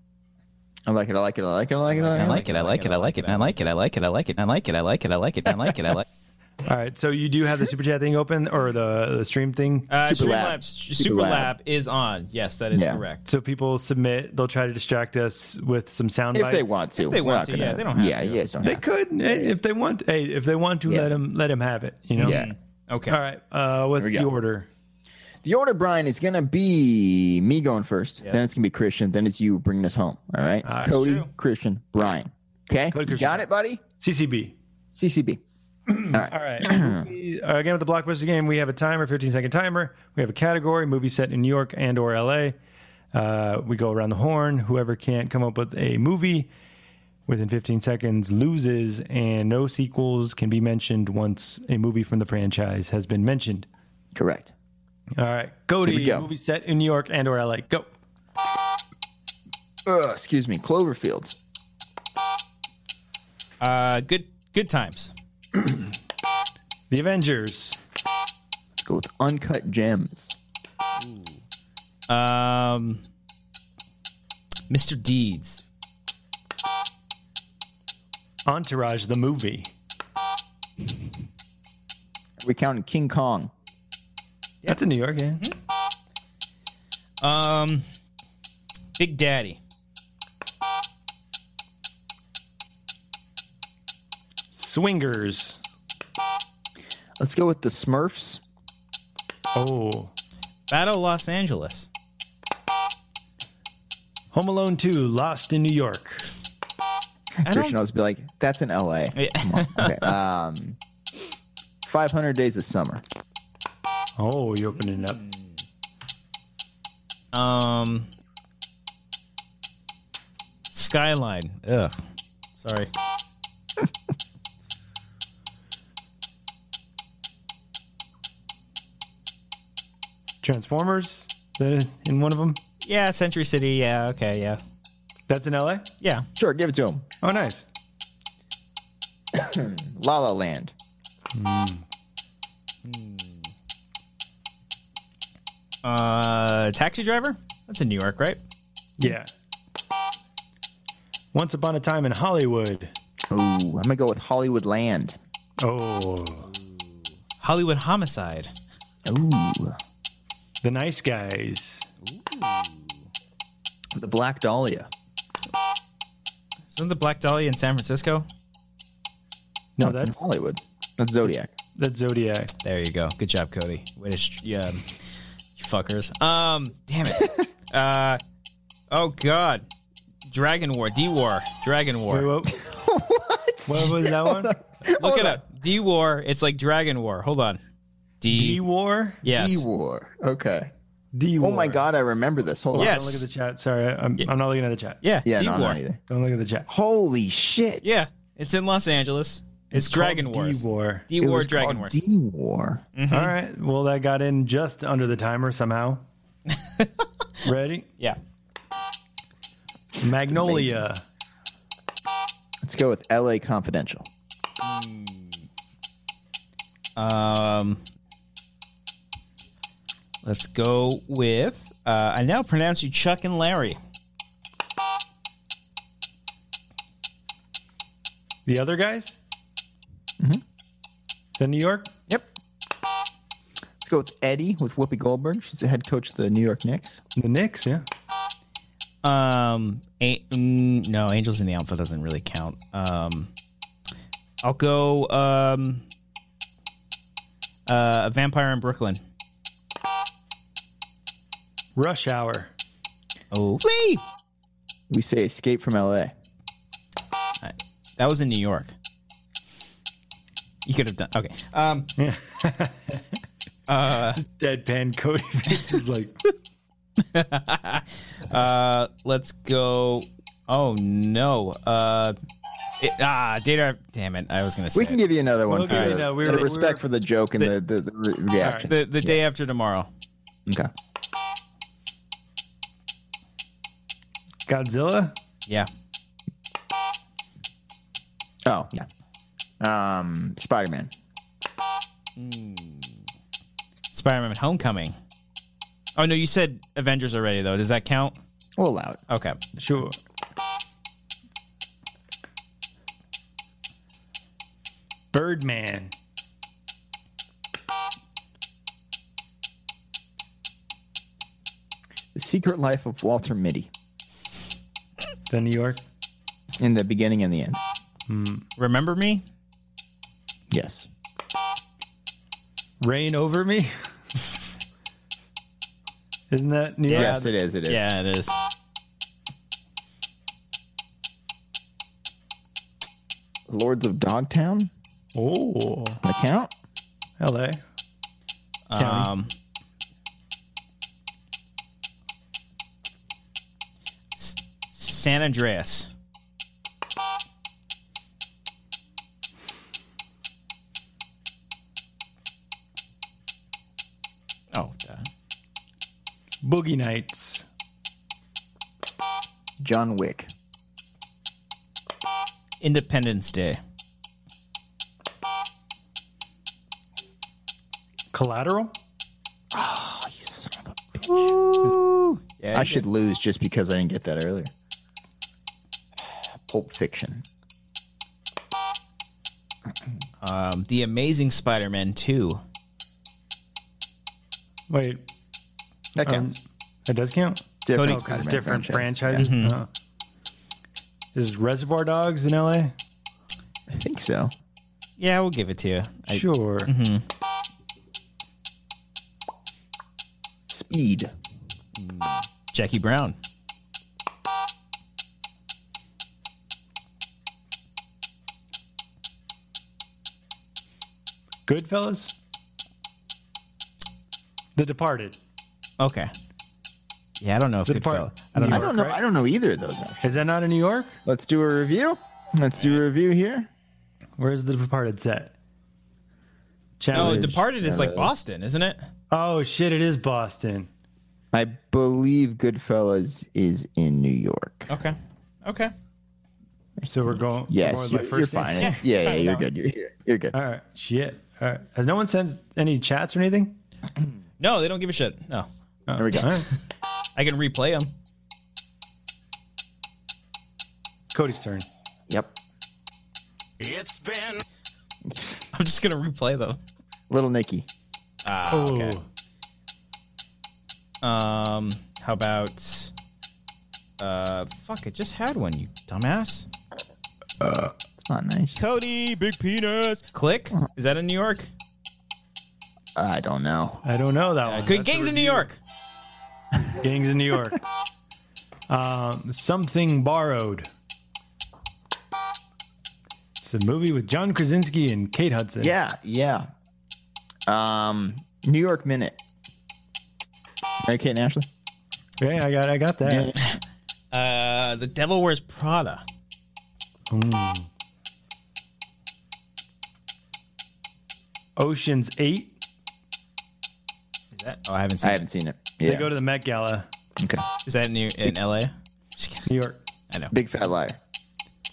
S3: I like it. I like it. I like it. I like it. I like it.
S7: I like it. I like it. I like it. I like it. I like it. I like it. I like it. I like it. I like it. I like it. I like it. I like it.
S2: All right, so you do have the super chat thing open or the, the stream thing.
S1: Uh,
S3: Super Lab.
S1: Streamlabs-
S3: Super
S1: Super
S3: Lab.
S1: Lab is on. Yes, that is
S3: Yeah.
S1: correct.
S2: so people submit. They'll try to distract us with some sound
S3: if
S2: bites.
S3: they want to.
S1: If they
S3: We're
S1: want
S3: not
S1: to, yeah,
S3: gonna-
S1: they don't have
S3: yeah,
S1: to.
S3: Yeah, don't
S2: They
S3: have to.
S2: could eh, if they want. Hey, if they want to,
S3: Yeah.
S2: let them let them have it. You know.
S3: Yeah.
S1: Okay.
S2: All right. Uh, what's
S3: Here we
S2: the
S3: go.
S2: order?
S3: The order, Brian, is gonna be me going first.
S1: Yeah.
S3: Then it's gonna be Christian. Then it's you bringing us home. All right,
S2: All right.
S3: Cody,
S1: True.
S3: Christian, Brian. Okay,
S2: Cody,
S3: you
S2: Christian,
S3: got it, buddy.
S2: CCB.
S3: CCB.
S2: All right. Movie- uh, again, with the blockbuster game, we have a timer, 15 second timer. We have a category, movie set in New York and or LA. Uh, we go around the horn. Whoever can't come up with a movie within 15 seconds loses, and no sequels can be mentioned once a movie from the franchise has been mentioned.
S3: Correct.
S2: All right,
S3: Here we
S2: Cody,
S3: go.
S2: movie set in New York and or LA. Go.
S3: Ugh, excuse me, Cloverfield.
S1: Uh, good good times.
S2: The Avengers.
S3: Let's go with Uncut Gems.
S1: Um, Mr. Deeds.
S2: Entourage, the movie.
S3: Are we counting King Kong?
S2: That's in New York, yeah.
S1: Um, Big Daddy.
S2: Swingers.
S3: Let's go with the Smurfs.
S2: Oh.
S1: Battle Los Angeles.
S2: Home Alone 2, Lost in New York.
S1: I
S3: Christian
S1: don't.
S3: always be like, "That's in L.A."
S1: Yeah.
S3: Okay. um, Five Hundred Days of Summer.
S2: Oh, you're opening it up.
S1: Um, Skyline. Ugh. Sorry.
S2: Transformers Is that in one of them.
S1: Yeah, Century City. Yeah. Okay. Yeah.
S2: That's in LA.
S1: Yeah.
S3: Sure, give it to him.
S2: Oh, nice.
S3: La La Land.
S1: Uh, Taxi Driver. That's in New York, right?
S2: Yeah. Once upon a time in Hollywood.
S3: Ooh, I'm gonna go with Hollywood Land.
S2: Oh,
S1: Hollywood Homicide.
S3: Ooh,
S2: the nice guys.
S3: the Black Dahlia.
S1: Isn't the Black Dahlia in San Francisco?
S2: No,
S3: That's in
S2: that's
S3: Hollywood. That's Zodiac.
S2: that's Zodiac.
S1: There you go. Good job, Cody. Way to, sh- yeah, you fuckers. Um, damn it. uh, oh god, Dragon War, D War, Dragon
S2: Wait,
S1: War.
S2: what,
S3: what?
S2: what was that one?
S1: Look it up. D War. It's like Dragon War. Hold on.
S2: D
S1: D.
S2: War.
S1: Yes.
S3: D War. Okay.
S2: D War.
S3: Oh my God, I remember this. Hold
S1: Yeah.
S3: on.
S2: Don't look at the chat. Sorry, I'm, I'm not looking at the chat.
S1: Yeah.
S3: Yeah,
S1: D
S3: no,
S1: War.
S3: I'm not either.
S2: Don't look at the chat.
S3: Holy shit.
S1: Yeah. It's in Los Angeles. It's, Dragon
S2: War.
S1: Wars. Mm-hmm.
S2: D War.
S1: D War. Dragon Wars. Mm.
S3: D War.
S2: All right. Well, that got in just under the timer somehow. Ready?
S1: yeah.
S2: Magnolia.
S3: Let's go with L.A. Confidential.
S1: Um. Let's go with. Uh, I now pronounce you Chuck and Larry.
S2: The other guys? Mm-hmm. In New York?
S3: Yep. Let's go with Eddie with Whoopi Goldberg. She's the head coach of the New York Knicks.
S2: The Knicks, yeah.
S1: Um, a- mm, no, Angels in the Outfield doesn't really count. Um, I'll go um, uh, a Vampire in Brooklyn.
S2: Rush Hour.
S1: Oh, Lee!
S3: We say Escape from L.A.
S1: that was in New York. You could have done okay. Um,
S2: Deadpan Cody is like
S1: uh, let's go. Oh no. Uh, it- ah, data. Damn it! I was gonna say
S3: We can
S1: it.
S3: give you another one.
S2: We'll
S3: for
S2: give you
S3: the-
S2: another- we
S3: the
S2: were- we
S3: respect
S2: were-
S3: for the joke and
S1: the-
S3: the, the, the re- reaction.
S1: the the day after tomorrow.
S3: Okay.
S2: Godzilla?
S1: Yeah.
S3: Oh yeah. Um, Spider Man.
S1: Spider-Man: Homecoming. Oh no, you said Avengers already though. Does that count?
S3: We'll allow it.
S1: Okay.
S2: Sure. Birdman.
S3: The Secret Life of Walter Mitty
S2: The New York.
S3: in the beginning and the end.
S1: Remember me?
S3: Yes.
S2: Rain over me. Isn't that New York?
S3: yes, it is. It is.
S7: Yeah, it is.
S3: Lords of Dogtown.
S2: Oh,
S3: The Count.
S2: L.A. County.
S7: Um,
S1: S- San Andreas.
S7: oh, duh.
S2: Boogie Nights.
S3: John Wick.
S1: Independence Day.
S2: Collateral.
S3: Oh, you son of a bitch. I should lose just because I didn't get that earlier. Pulp Fiction.
S1: Um, the Amazing Spider-Man 2.
S2: Wait,
S3: That
S2: um,
S3: counts.
S2: that does count.
S3: different
S2: Oh, 'cause it's
S3: Spider-Man
S2: different
S3: franchise.
S2: franchises. Oh. Is Reservoir Dogs in L.A.?
S3: Yeah, I think so.
S1: Yeah, we'll give it to you. I,
S2: Sure.
S3: Speed.
S1: Jackie Brown.
S2: Goodfellas. The Departed.
S1: Okay. Yeah, I don't know if
S2: The
S1: good fella.
S2: Departed.
S1: I don't
S2: New
S1: know.
S3: I
S1: if-
S3: don't
S2: York,
S3: know.
S2: right?
S3: I don't know either of those.
S2: Is that not in New York?
S3: Let's do a review. Let's do a review here.
S2: Where's the Departed set?
S1: No,
S2: Challenge.
S1: Departed is like
S3: Uh,
S1: Boston, isn't it?
S2: Oh shit! It is Boston.
S3: I believe Goodfellas is in New York.
S1: Okay. Okay.
S2: So we're going. we're going
S3: Yes,
S2: with my
S3: you're, you're
S2: first name?
S3: fine. Yeah, yeah,
S1: fine,
S3: you're
S1: fine.
S3: good. You're, you're, you're good.
S2: All right. Shit. All right. Has no one sent any chats or anything?
S1: No, they don't give a shit. No.
S2: Oh,
S3: There we go.
S2: all right.
S1: I can replay them.
S2: Cody's turn.
S3: Yep.
S6: It's been
S1: I'm just going to replay them.
S3: Little Nicky.
S1: Ah,
S2: Oh.
S1: okay. Um, how about uh fuck, I just had one, you dumbass.
S3: It's not nice.
S1: Cody, big penis. Click. Is that in New York?
S3: I don't know.
S2: I don't know that
S1: Uh,
S2: one.
S1: good
S2: That's a
S1: gangs in New
S2: review.
S1: York.
S2: Gangs in New York. um, Something Borrowed. It's a movie with John Krasinski and Kate Hudson.
S3: Yeah, yeah. Um, New York Minute. Mary Kate and Ashley.
S2: Yeah, I got, I got that.
S1: Uh The Devil Wears Prada.
S2: Mm. Ocean's Eight.
S1: Is that Oh, I haven't
S3: I
S1: seen. it.
S3: haven't seen it.
S2: They
S3: Yeah.
S2: go to the Met Gala,
S3: okay.
S1: Is that in New- in LA? Just kidding.
S2: New York.
S1: I know.
S3: Big Fat Liar.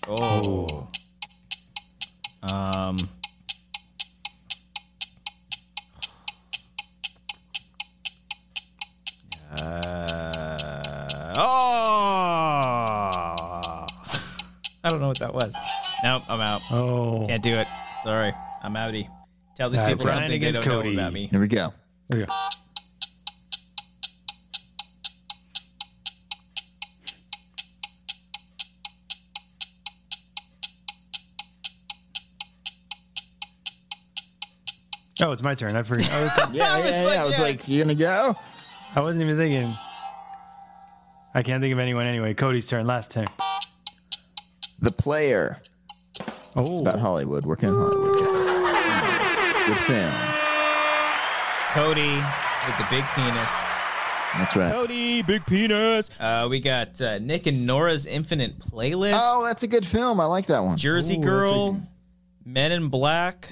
S1: Oh. Um Uh, oh, I don't know what that was. Nope, I'm out.
S2: Oh,
S1: Can't do it. Sorry, I'm outy. Tell these
S2: All right,
S1: people
S2: Brian
S1: something they
S2: against
S1: don't
S2: Cody.
S1: know about me.
S3: Here we go.
S2: There we go. Oh, it's my turn. I forgot. I, was-
S3: Yeah, yeah, yeah. I was like, you gonna go?
S2: I wasn't even thinking. I can't think of anyone anyway. Cody's turn. Last turn.
S3: The Player. It's about
S2: Oh,
S3: Hollywood. Working in Hollywood. Good film.
S1: Cody with the big penis.
S3: That's right.
S1: Cody, big penis. Uh, we got uh, Nick and Nora's Infinite Playlist.
S3: Oh, that's a good film. I like that one.
S1: Jersey
S2: Ooh, that's
S1: Girl, Men in Black,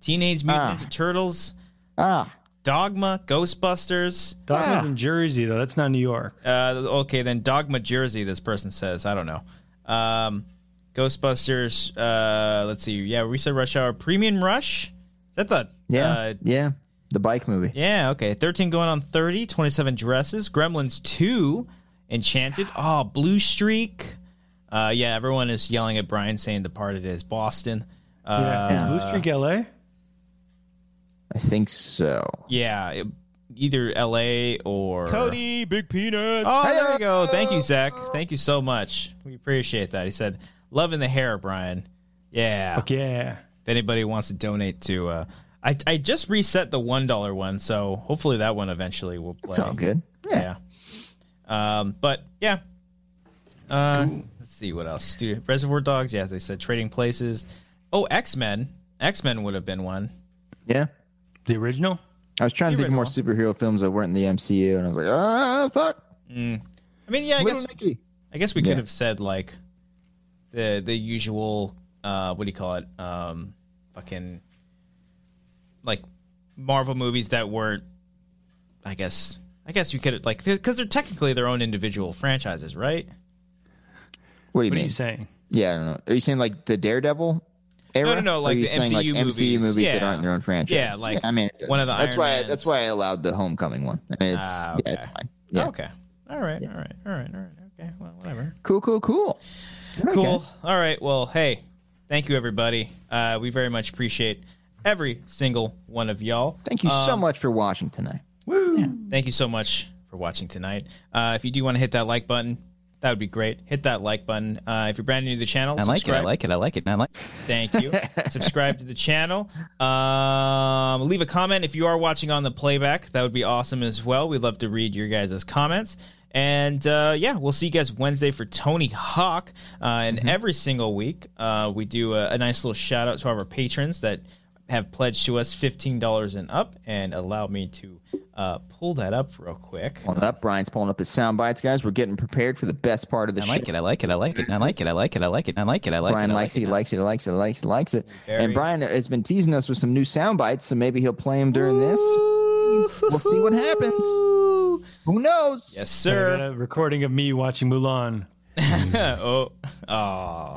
S1: Teenage Mutant
S3: Ah.
S1: Ninja Turtles,
S3: Ah,
S1: Dogma, Ghostbusters.
S2: Dogma's in Jersey though. That's not New York.
S1: Uh, okay, then Dogma Jersey. This person says I don't know. Um, Ghostbusters. Uh, let's see. Yeah, we said Rush Hour. Premium Rush. Is that the
S3: yeah,
S1: Uh,
S3: yeah. The bike movie.
S1: yeah. Okay. Thirteen going on 30, 27 dresses. Gremlins two. Enchanted. Oh, Blue Streak. Uh, yeah. Everyone is yelling at Brian saying Departed is Boston. Uh,
S2: yeah. Is Blue Streak, LA.
S3: I think so.
S1: yeah. it- either L.A. or
S7: Cody,
S1: Big Peanut. Oh, there you go. Thank you, Zach. Thank you so much. We appreciate that. He said, "Loving the hair, Brian." Yeah.
S2: Fuck yeah.
S1: If anybody wants to donate to, uh, I I just reset the one dollar one, so hopefully that one eventually will play.
S3: It's all good.
S1: Yeah. Um, but yeah. Uh, let's see what else. Do Reservoir Dogs? Yeah, they said Trading Places. Oh, X Men. X Men would have been one.
S3: Yeah.
S2: The original?
S3: I was trying to
S1: You
S3: think of more superhero films that weren't in the MCU, and I was like, ah, fuck.
S1: I mean, yeah, I
S3: Little
S1: guess
S3: Nicky.
S1: I guess we
S3: Yeah.
S1: could have said like the the usual uh what do you call it? Um fucking like Marvel movies that weren't I guess I guess you could like cuz they're technically their own individual franchises, right?
S3: What do you
S2: What are
S3: mean?
S2: you saying?
S3: Yeah, I don't know. Are you saying like the Daredevil era?
S1: no, no,
S3: Or
S1: like
S3: are you
S1: the
S3: saying like
S1: MCU
S3: MCU
S1: movies.
S3: movies that
S1: Yeah.
S3: aren't their own franchise?
S1: Yeah, like
S3: I mean,
S1: one of the
S3: that's
S1: Iron
S3: why
S1: Mans.
S3: that's why I allowed the Homecoming one. I mean, it's,
S1: Ah,
S3: yeah,
S1: okay.
S3: it's fine. Yeah.
S1: Okay. All right. All right. All right. All right. Okay. Well, whatever.
S3: Cool, cool, cool. All right,
S1: Cool.
S3: guys.
S1: All right. Well, hey, thank you everybody. Uh we very much appreciate every single one of y'all.
S3: Thank you so
S1: Um,
S3: much for watching tonight.
S1: Thank you so much for watching tonight. Uh, if you do want to hit that like button, that would be great. Hit that like button. Uh, if you're brand new to the channel,
S7: I like it. I
S1: subscribe.
S7: like it. I like it. I like.
S1: Thank you. subscribe to the channel. Um, leave a comment if you are watching on the playback. That would be awesome as well. We'd love to read your guys' comments. And uh, yeah, we'll see you guys Wednesday for Tony Hawk. Uh, and
S7: Mm-hmm.
S1: every single week, uh, we do a, a nice little shout out to our patrons that have pledged to us $15 and up. And allow me to uh, pull that up real quick.
S3: Pulling up, Brian's pulling up his sound bites, guys. We're getting prepared for the best part of the
S7: I
S3: show.
S7: like it. I like it. I like it. I like it. I like it. I like it. I like it. I like it.
S3: Brian
S7: I
S3: likes
S7: like
S3: it, he likes it, he likes it, he likes it, he likes it.
S1: Very-
S3: And Brian has been teasing us with some new sound bites, so maybe he'll play them during this. We'll see what happens. Who knows?
S1: Yes,
S2: So I
S1: sir.
S2: got a recording of me watching Mulan.
S1: oh, oh,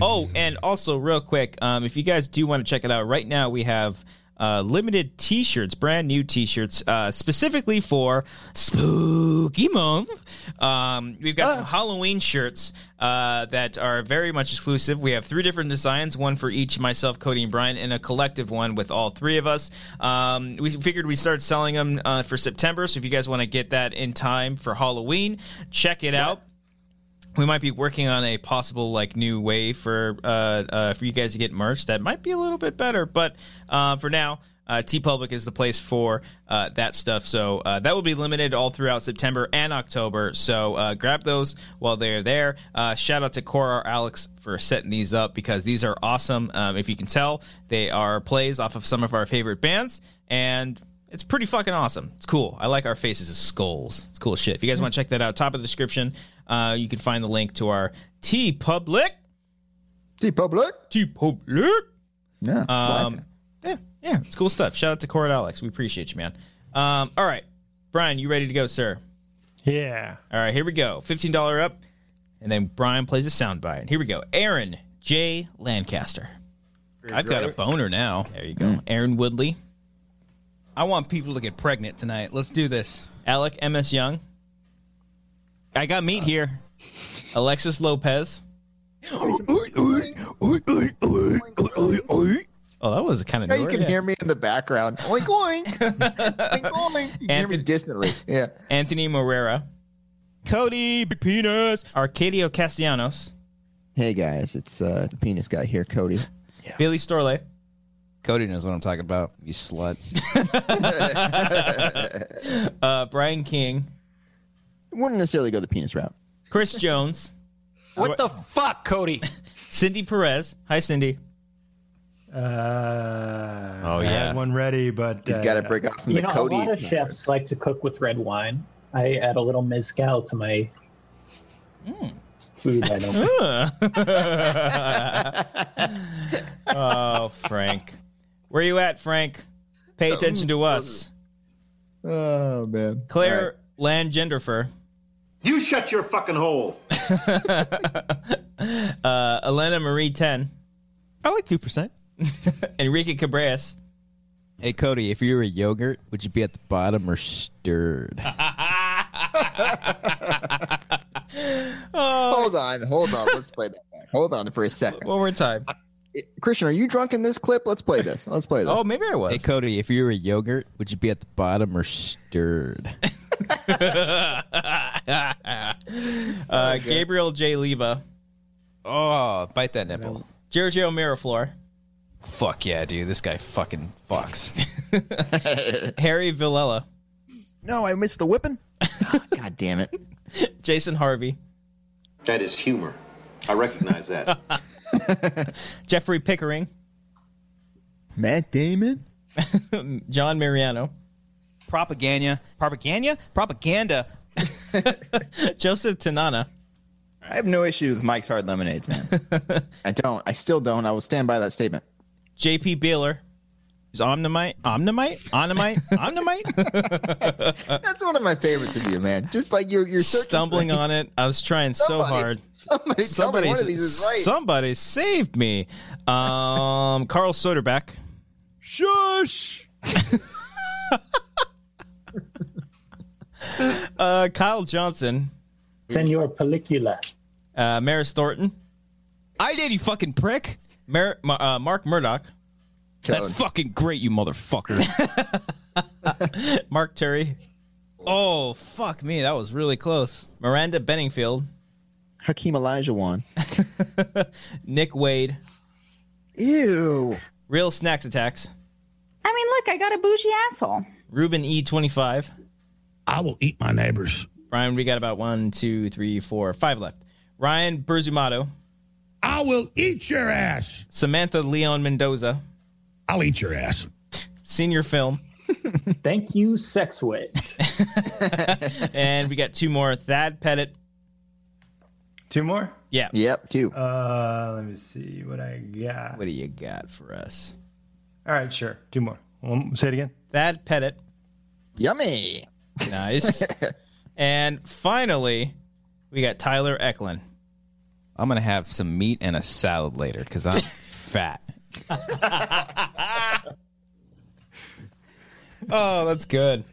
S1: oh, and also real quick, um, if you guys do want to check it out, right now we have uh, limited T-shirts, brand new T-shirts, uh, specifically for Spooky Month. Um, we've got some Halloween shirts uh, that are very much exclusive. We have three different designs, one for each myself, Cody, and Brian, and a collective one with all three of us. Um, we figured we start selling them uh, for September, so if you guys want to get that in time for Halloween, check it out we might be working on a possible like new way for uh, uh, for you guys to get merch that might be a little bit better. But uh, for now, uh, T Public is the place for uh, that stuff. So uh, that will be limited all throughout September and October. So uh, grab those while they're there. Uh, shout out to Cora or Alex for setting these up because these are awesome. Um, if you can tell, they are plays off of some of our favorite bands and it's pretty fucking awesome. It's cool. I like our faces as skulls. It's cool shit. If you guys want to check that out, top of the description, uh, you can find the link to our T Public.
S3: T public.
S1: T Public.
S3: Yeah. I like
S1: Um, yeah, yeah, it's cool stuff. Shout out to Cord Alex. We appreciate you, man. Um, all right, Brian, you ready to go, sir?
S2: Yeah.
S1: All right, here we go. Fifteen dollar up, and then Brian plays a soundbite. Here we go. Aaron J Lancaster.
S4: I've got a boner now. Mm.
S1: There you go. Aaron Woodley,
S4: I want people to get pregnant tonight. Let's do this.
S1: Alec M S Young,
S4: I got meat here.
S1: Alexis Lopez. Oh, that was kind of.
S3: Yeah, you can hear me in the background. Oink oink. oink, oink. You can hear me
S1: Anthony-
S3: distantly. Yeah.
S1: Anthony Morera, Cody Big Penis, Arcadio Castellanos,
S3: Hey guys, it's uh, the penis guy here, Cody.
S1: Billy Storley,
S4: Cody knows what I'm talking about. You slut.
S1: uh, Brian King,
S3: Wouldn't necessarily go the penis route.
S1: Chris Jones,
S8: What the fuck, Cody?
S1: Cindy Perez. Hi, Cindy.
S2: Uh,
S1: Oh,
S2: I
S1: yeah.
S2: had one ready, but
S3: He's
S2: uh,
S3: got to break off from
S9: You
S3: the
S9: know,
S3: Cody.
S9: a lot of chefs like to cook with red wine. I add a little mezcal to my food. I don't.
S1: oh, Frank, where you at, Frank? Pay attention to us.
S3: Oh man.
S1: Claire Landgenderfer,
S6: You shut your fucking hole.
S1: uh, Elena Marie Ten,
S4: I like two percent.
S1: Enrique Cabreas,
S4: Hey Cody, if you were a yogurt, would you be at the bottom or stirred?
S3: Hold on, hold on. Let's play that back. Hold on for a second.
S1: Oh, one more time.
S3: Christian, are you drunk in this clip? Let's play this. Let's play this.
S1: Oh, maybe I was.
S4: Hey Cody, if you were a yogurt, would you be at the bottom or stirred?
S1: Uh, Gabriel J. Leva,
S7: Oh, bite that nipple.
S1: Giorgio Miraflor,
S7: Fuck yeah, dude. This guy fucking fucks.
S1: Harry Villela,
S4: no, I missed the whipping.
S3: God damn it.
S1: Jason Harvey,
S6: That is humor. I recognize that.
S1: Jeffrey Pickering,
S3: Matt Damon?
S1: John Mariano,
S7: Propaganda.
S1: Propaganda, propaganda. Joseph Tanana,
S3: I have no issues with Mike's Hard Lemonades, man. I don't. I still don't. I will stand by that statement.
S1: J.P. Beeler, is Omnimite, Omnimite, Onomite, Omnimite,
S3: That's one of my favorites of you, man. Just like you're, you're searching for-
S1: stumbling on it. I was trying so
S3: Somebody-
S1: hard.
S3: Somebody,
S1: Somebody,
S3: somebody, one of these is right.
S1: somebody saved me. Um, Carl Soderback,
S2: Shush.
S1: uh, Kyle Johnson,
S9: Senor Pellicula.
S1: uh, Maris Thornton,
S7: I did, you fucking prick.
S1: Mer- Ma- uh, Mark Murdoch,
S3: Code.
S7: That's fucking great, you motherfucker.
S1: Mark Terry,
S7: oh, fuck me. That was really close.
S1: Miranda Benningfield,
S3: Hakeem Olajuwon.
S1: Nick Wade,
S3: Ew.
S1: Real Snacks Attacks,
S10: I mean, look, I got a bougie asshole.
S1: Ruben E E25.
S11: I will eat my neighbors.
S1: Ryan, we got about one, two, three, four, five left. Ryan Berzumato,
S11: I will eat your ass.
S1: Samantha Leon Mendoza,
S11: I'll eat your ass.
S1: Senior Film,
S9: Thank you, sex witch.
S1: and we got two more. Thad Pettit.
S2: Two more.
S1: Yeah.
S3: Yep, too.
S2: Uh, let me see what I got.
S1: What do you got for us?
S2: All right, sure. Two more. One, say it again.
S1: Thad Pettit.
S3: Yummy.
S1: Nice. and finally, we got Tyler Eklund.
S7: I'm going to have some meat and a salad later because I'm fat.
S1: Oh, that's good.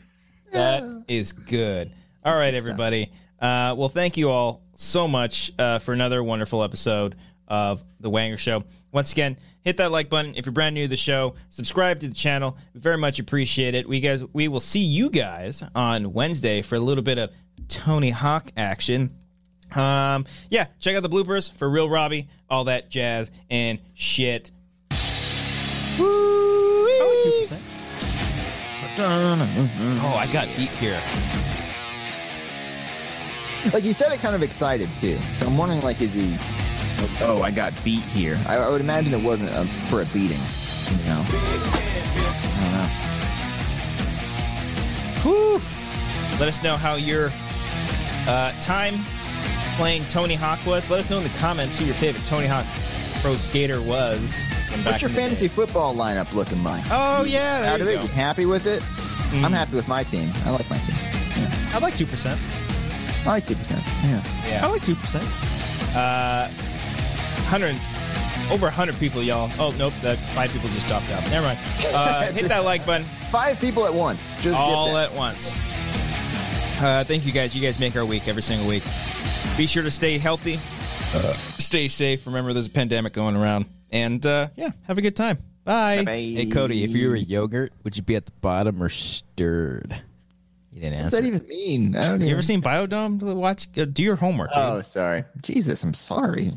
S1: That is good. All right, everybody. Uh, well, thank you all so much uh, for another wonderful episode of The Wanger Show. Once again, hit that like button if you're brand new to the show. Subscribe to the channel. We very much appreciate it. We guys, we will see you guys on Wednesday for a little bit of Tony Hawk action. Um, yeah, check out the bloopers for real Robbie, all that jazz and shit.
S7: Oh, I got eat here.
S3: Like he said it kind of excited too. So I'm wondering like is he like, oh I got beat here. I, I would imagine it wasn't a, for a beating. You know.
S1: Whew. Let us know how your uh, time playing Tony Hawk was. Let us know in the comments who your favorite Tony Hawk pro skater was. from back
S3: What's your
S1: in the
S3: fantasy
S1: day.
S3: football lineup looking like?
S1: Oh yeah,
S3: Out
S1: there
S3: of
S1: you
S3: it,
S1: go. Mm.
S3: you happy with it? I'm happy with my team. I like my team. Yeah.
S1: I like two percent.
S3: I like two percent. Yeah.
S1: Yeah. I like two percent. Uh, hundred. Over 100 people, y'all. Oh, nope, that five people just dropped out. Never mind. Uh, hit that like button.
S3: Five people at once. Just
S1: all
S3: dip it.
S1: at once. Uh, thank you guys. You guys make our week every single week. Be sure to stay healthy, stay safe. Remember, there's a pandemic going around, and uh, yeah, have a good time. Bye.
S4: Hey Cody, if you were a yogurt, would you be at the bottom or stirred? You didn't
S3: What
S4: answer.
S3: does that even mean? I don't
S1: You
S3: even.
S1: ever seen Biodome? Watch. uh, Do your homework. dude.
S3: oh, sorry. Jesus, I'm sorry.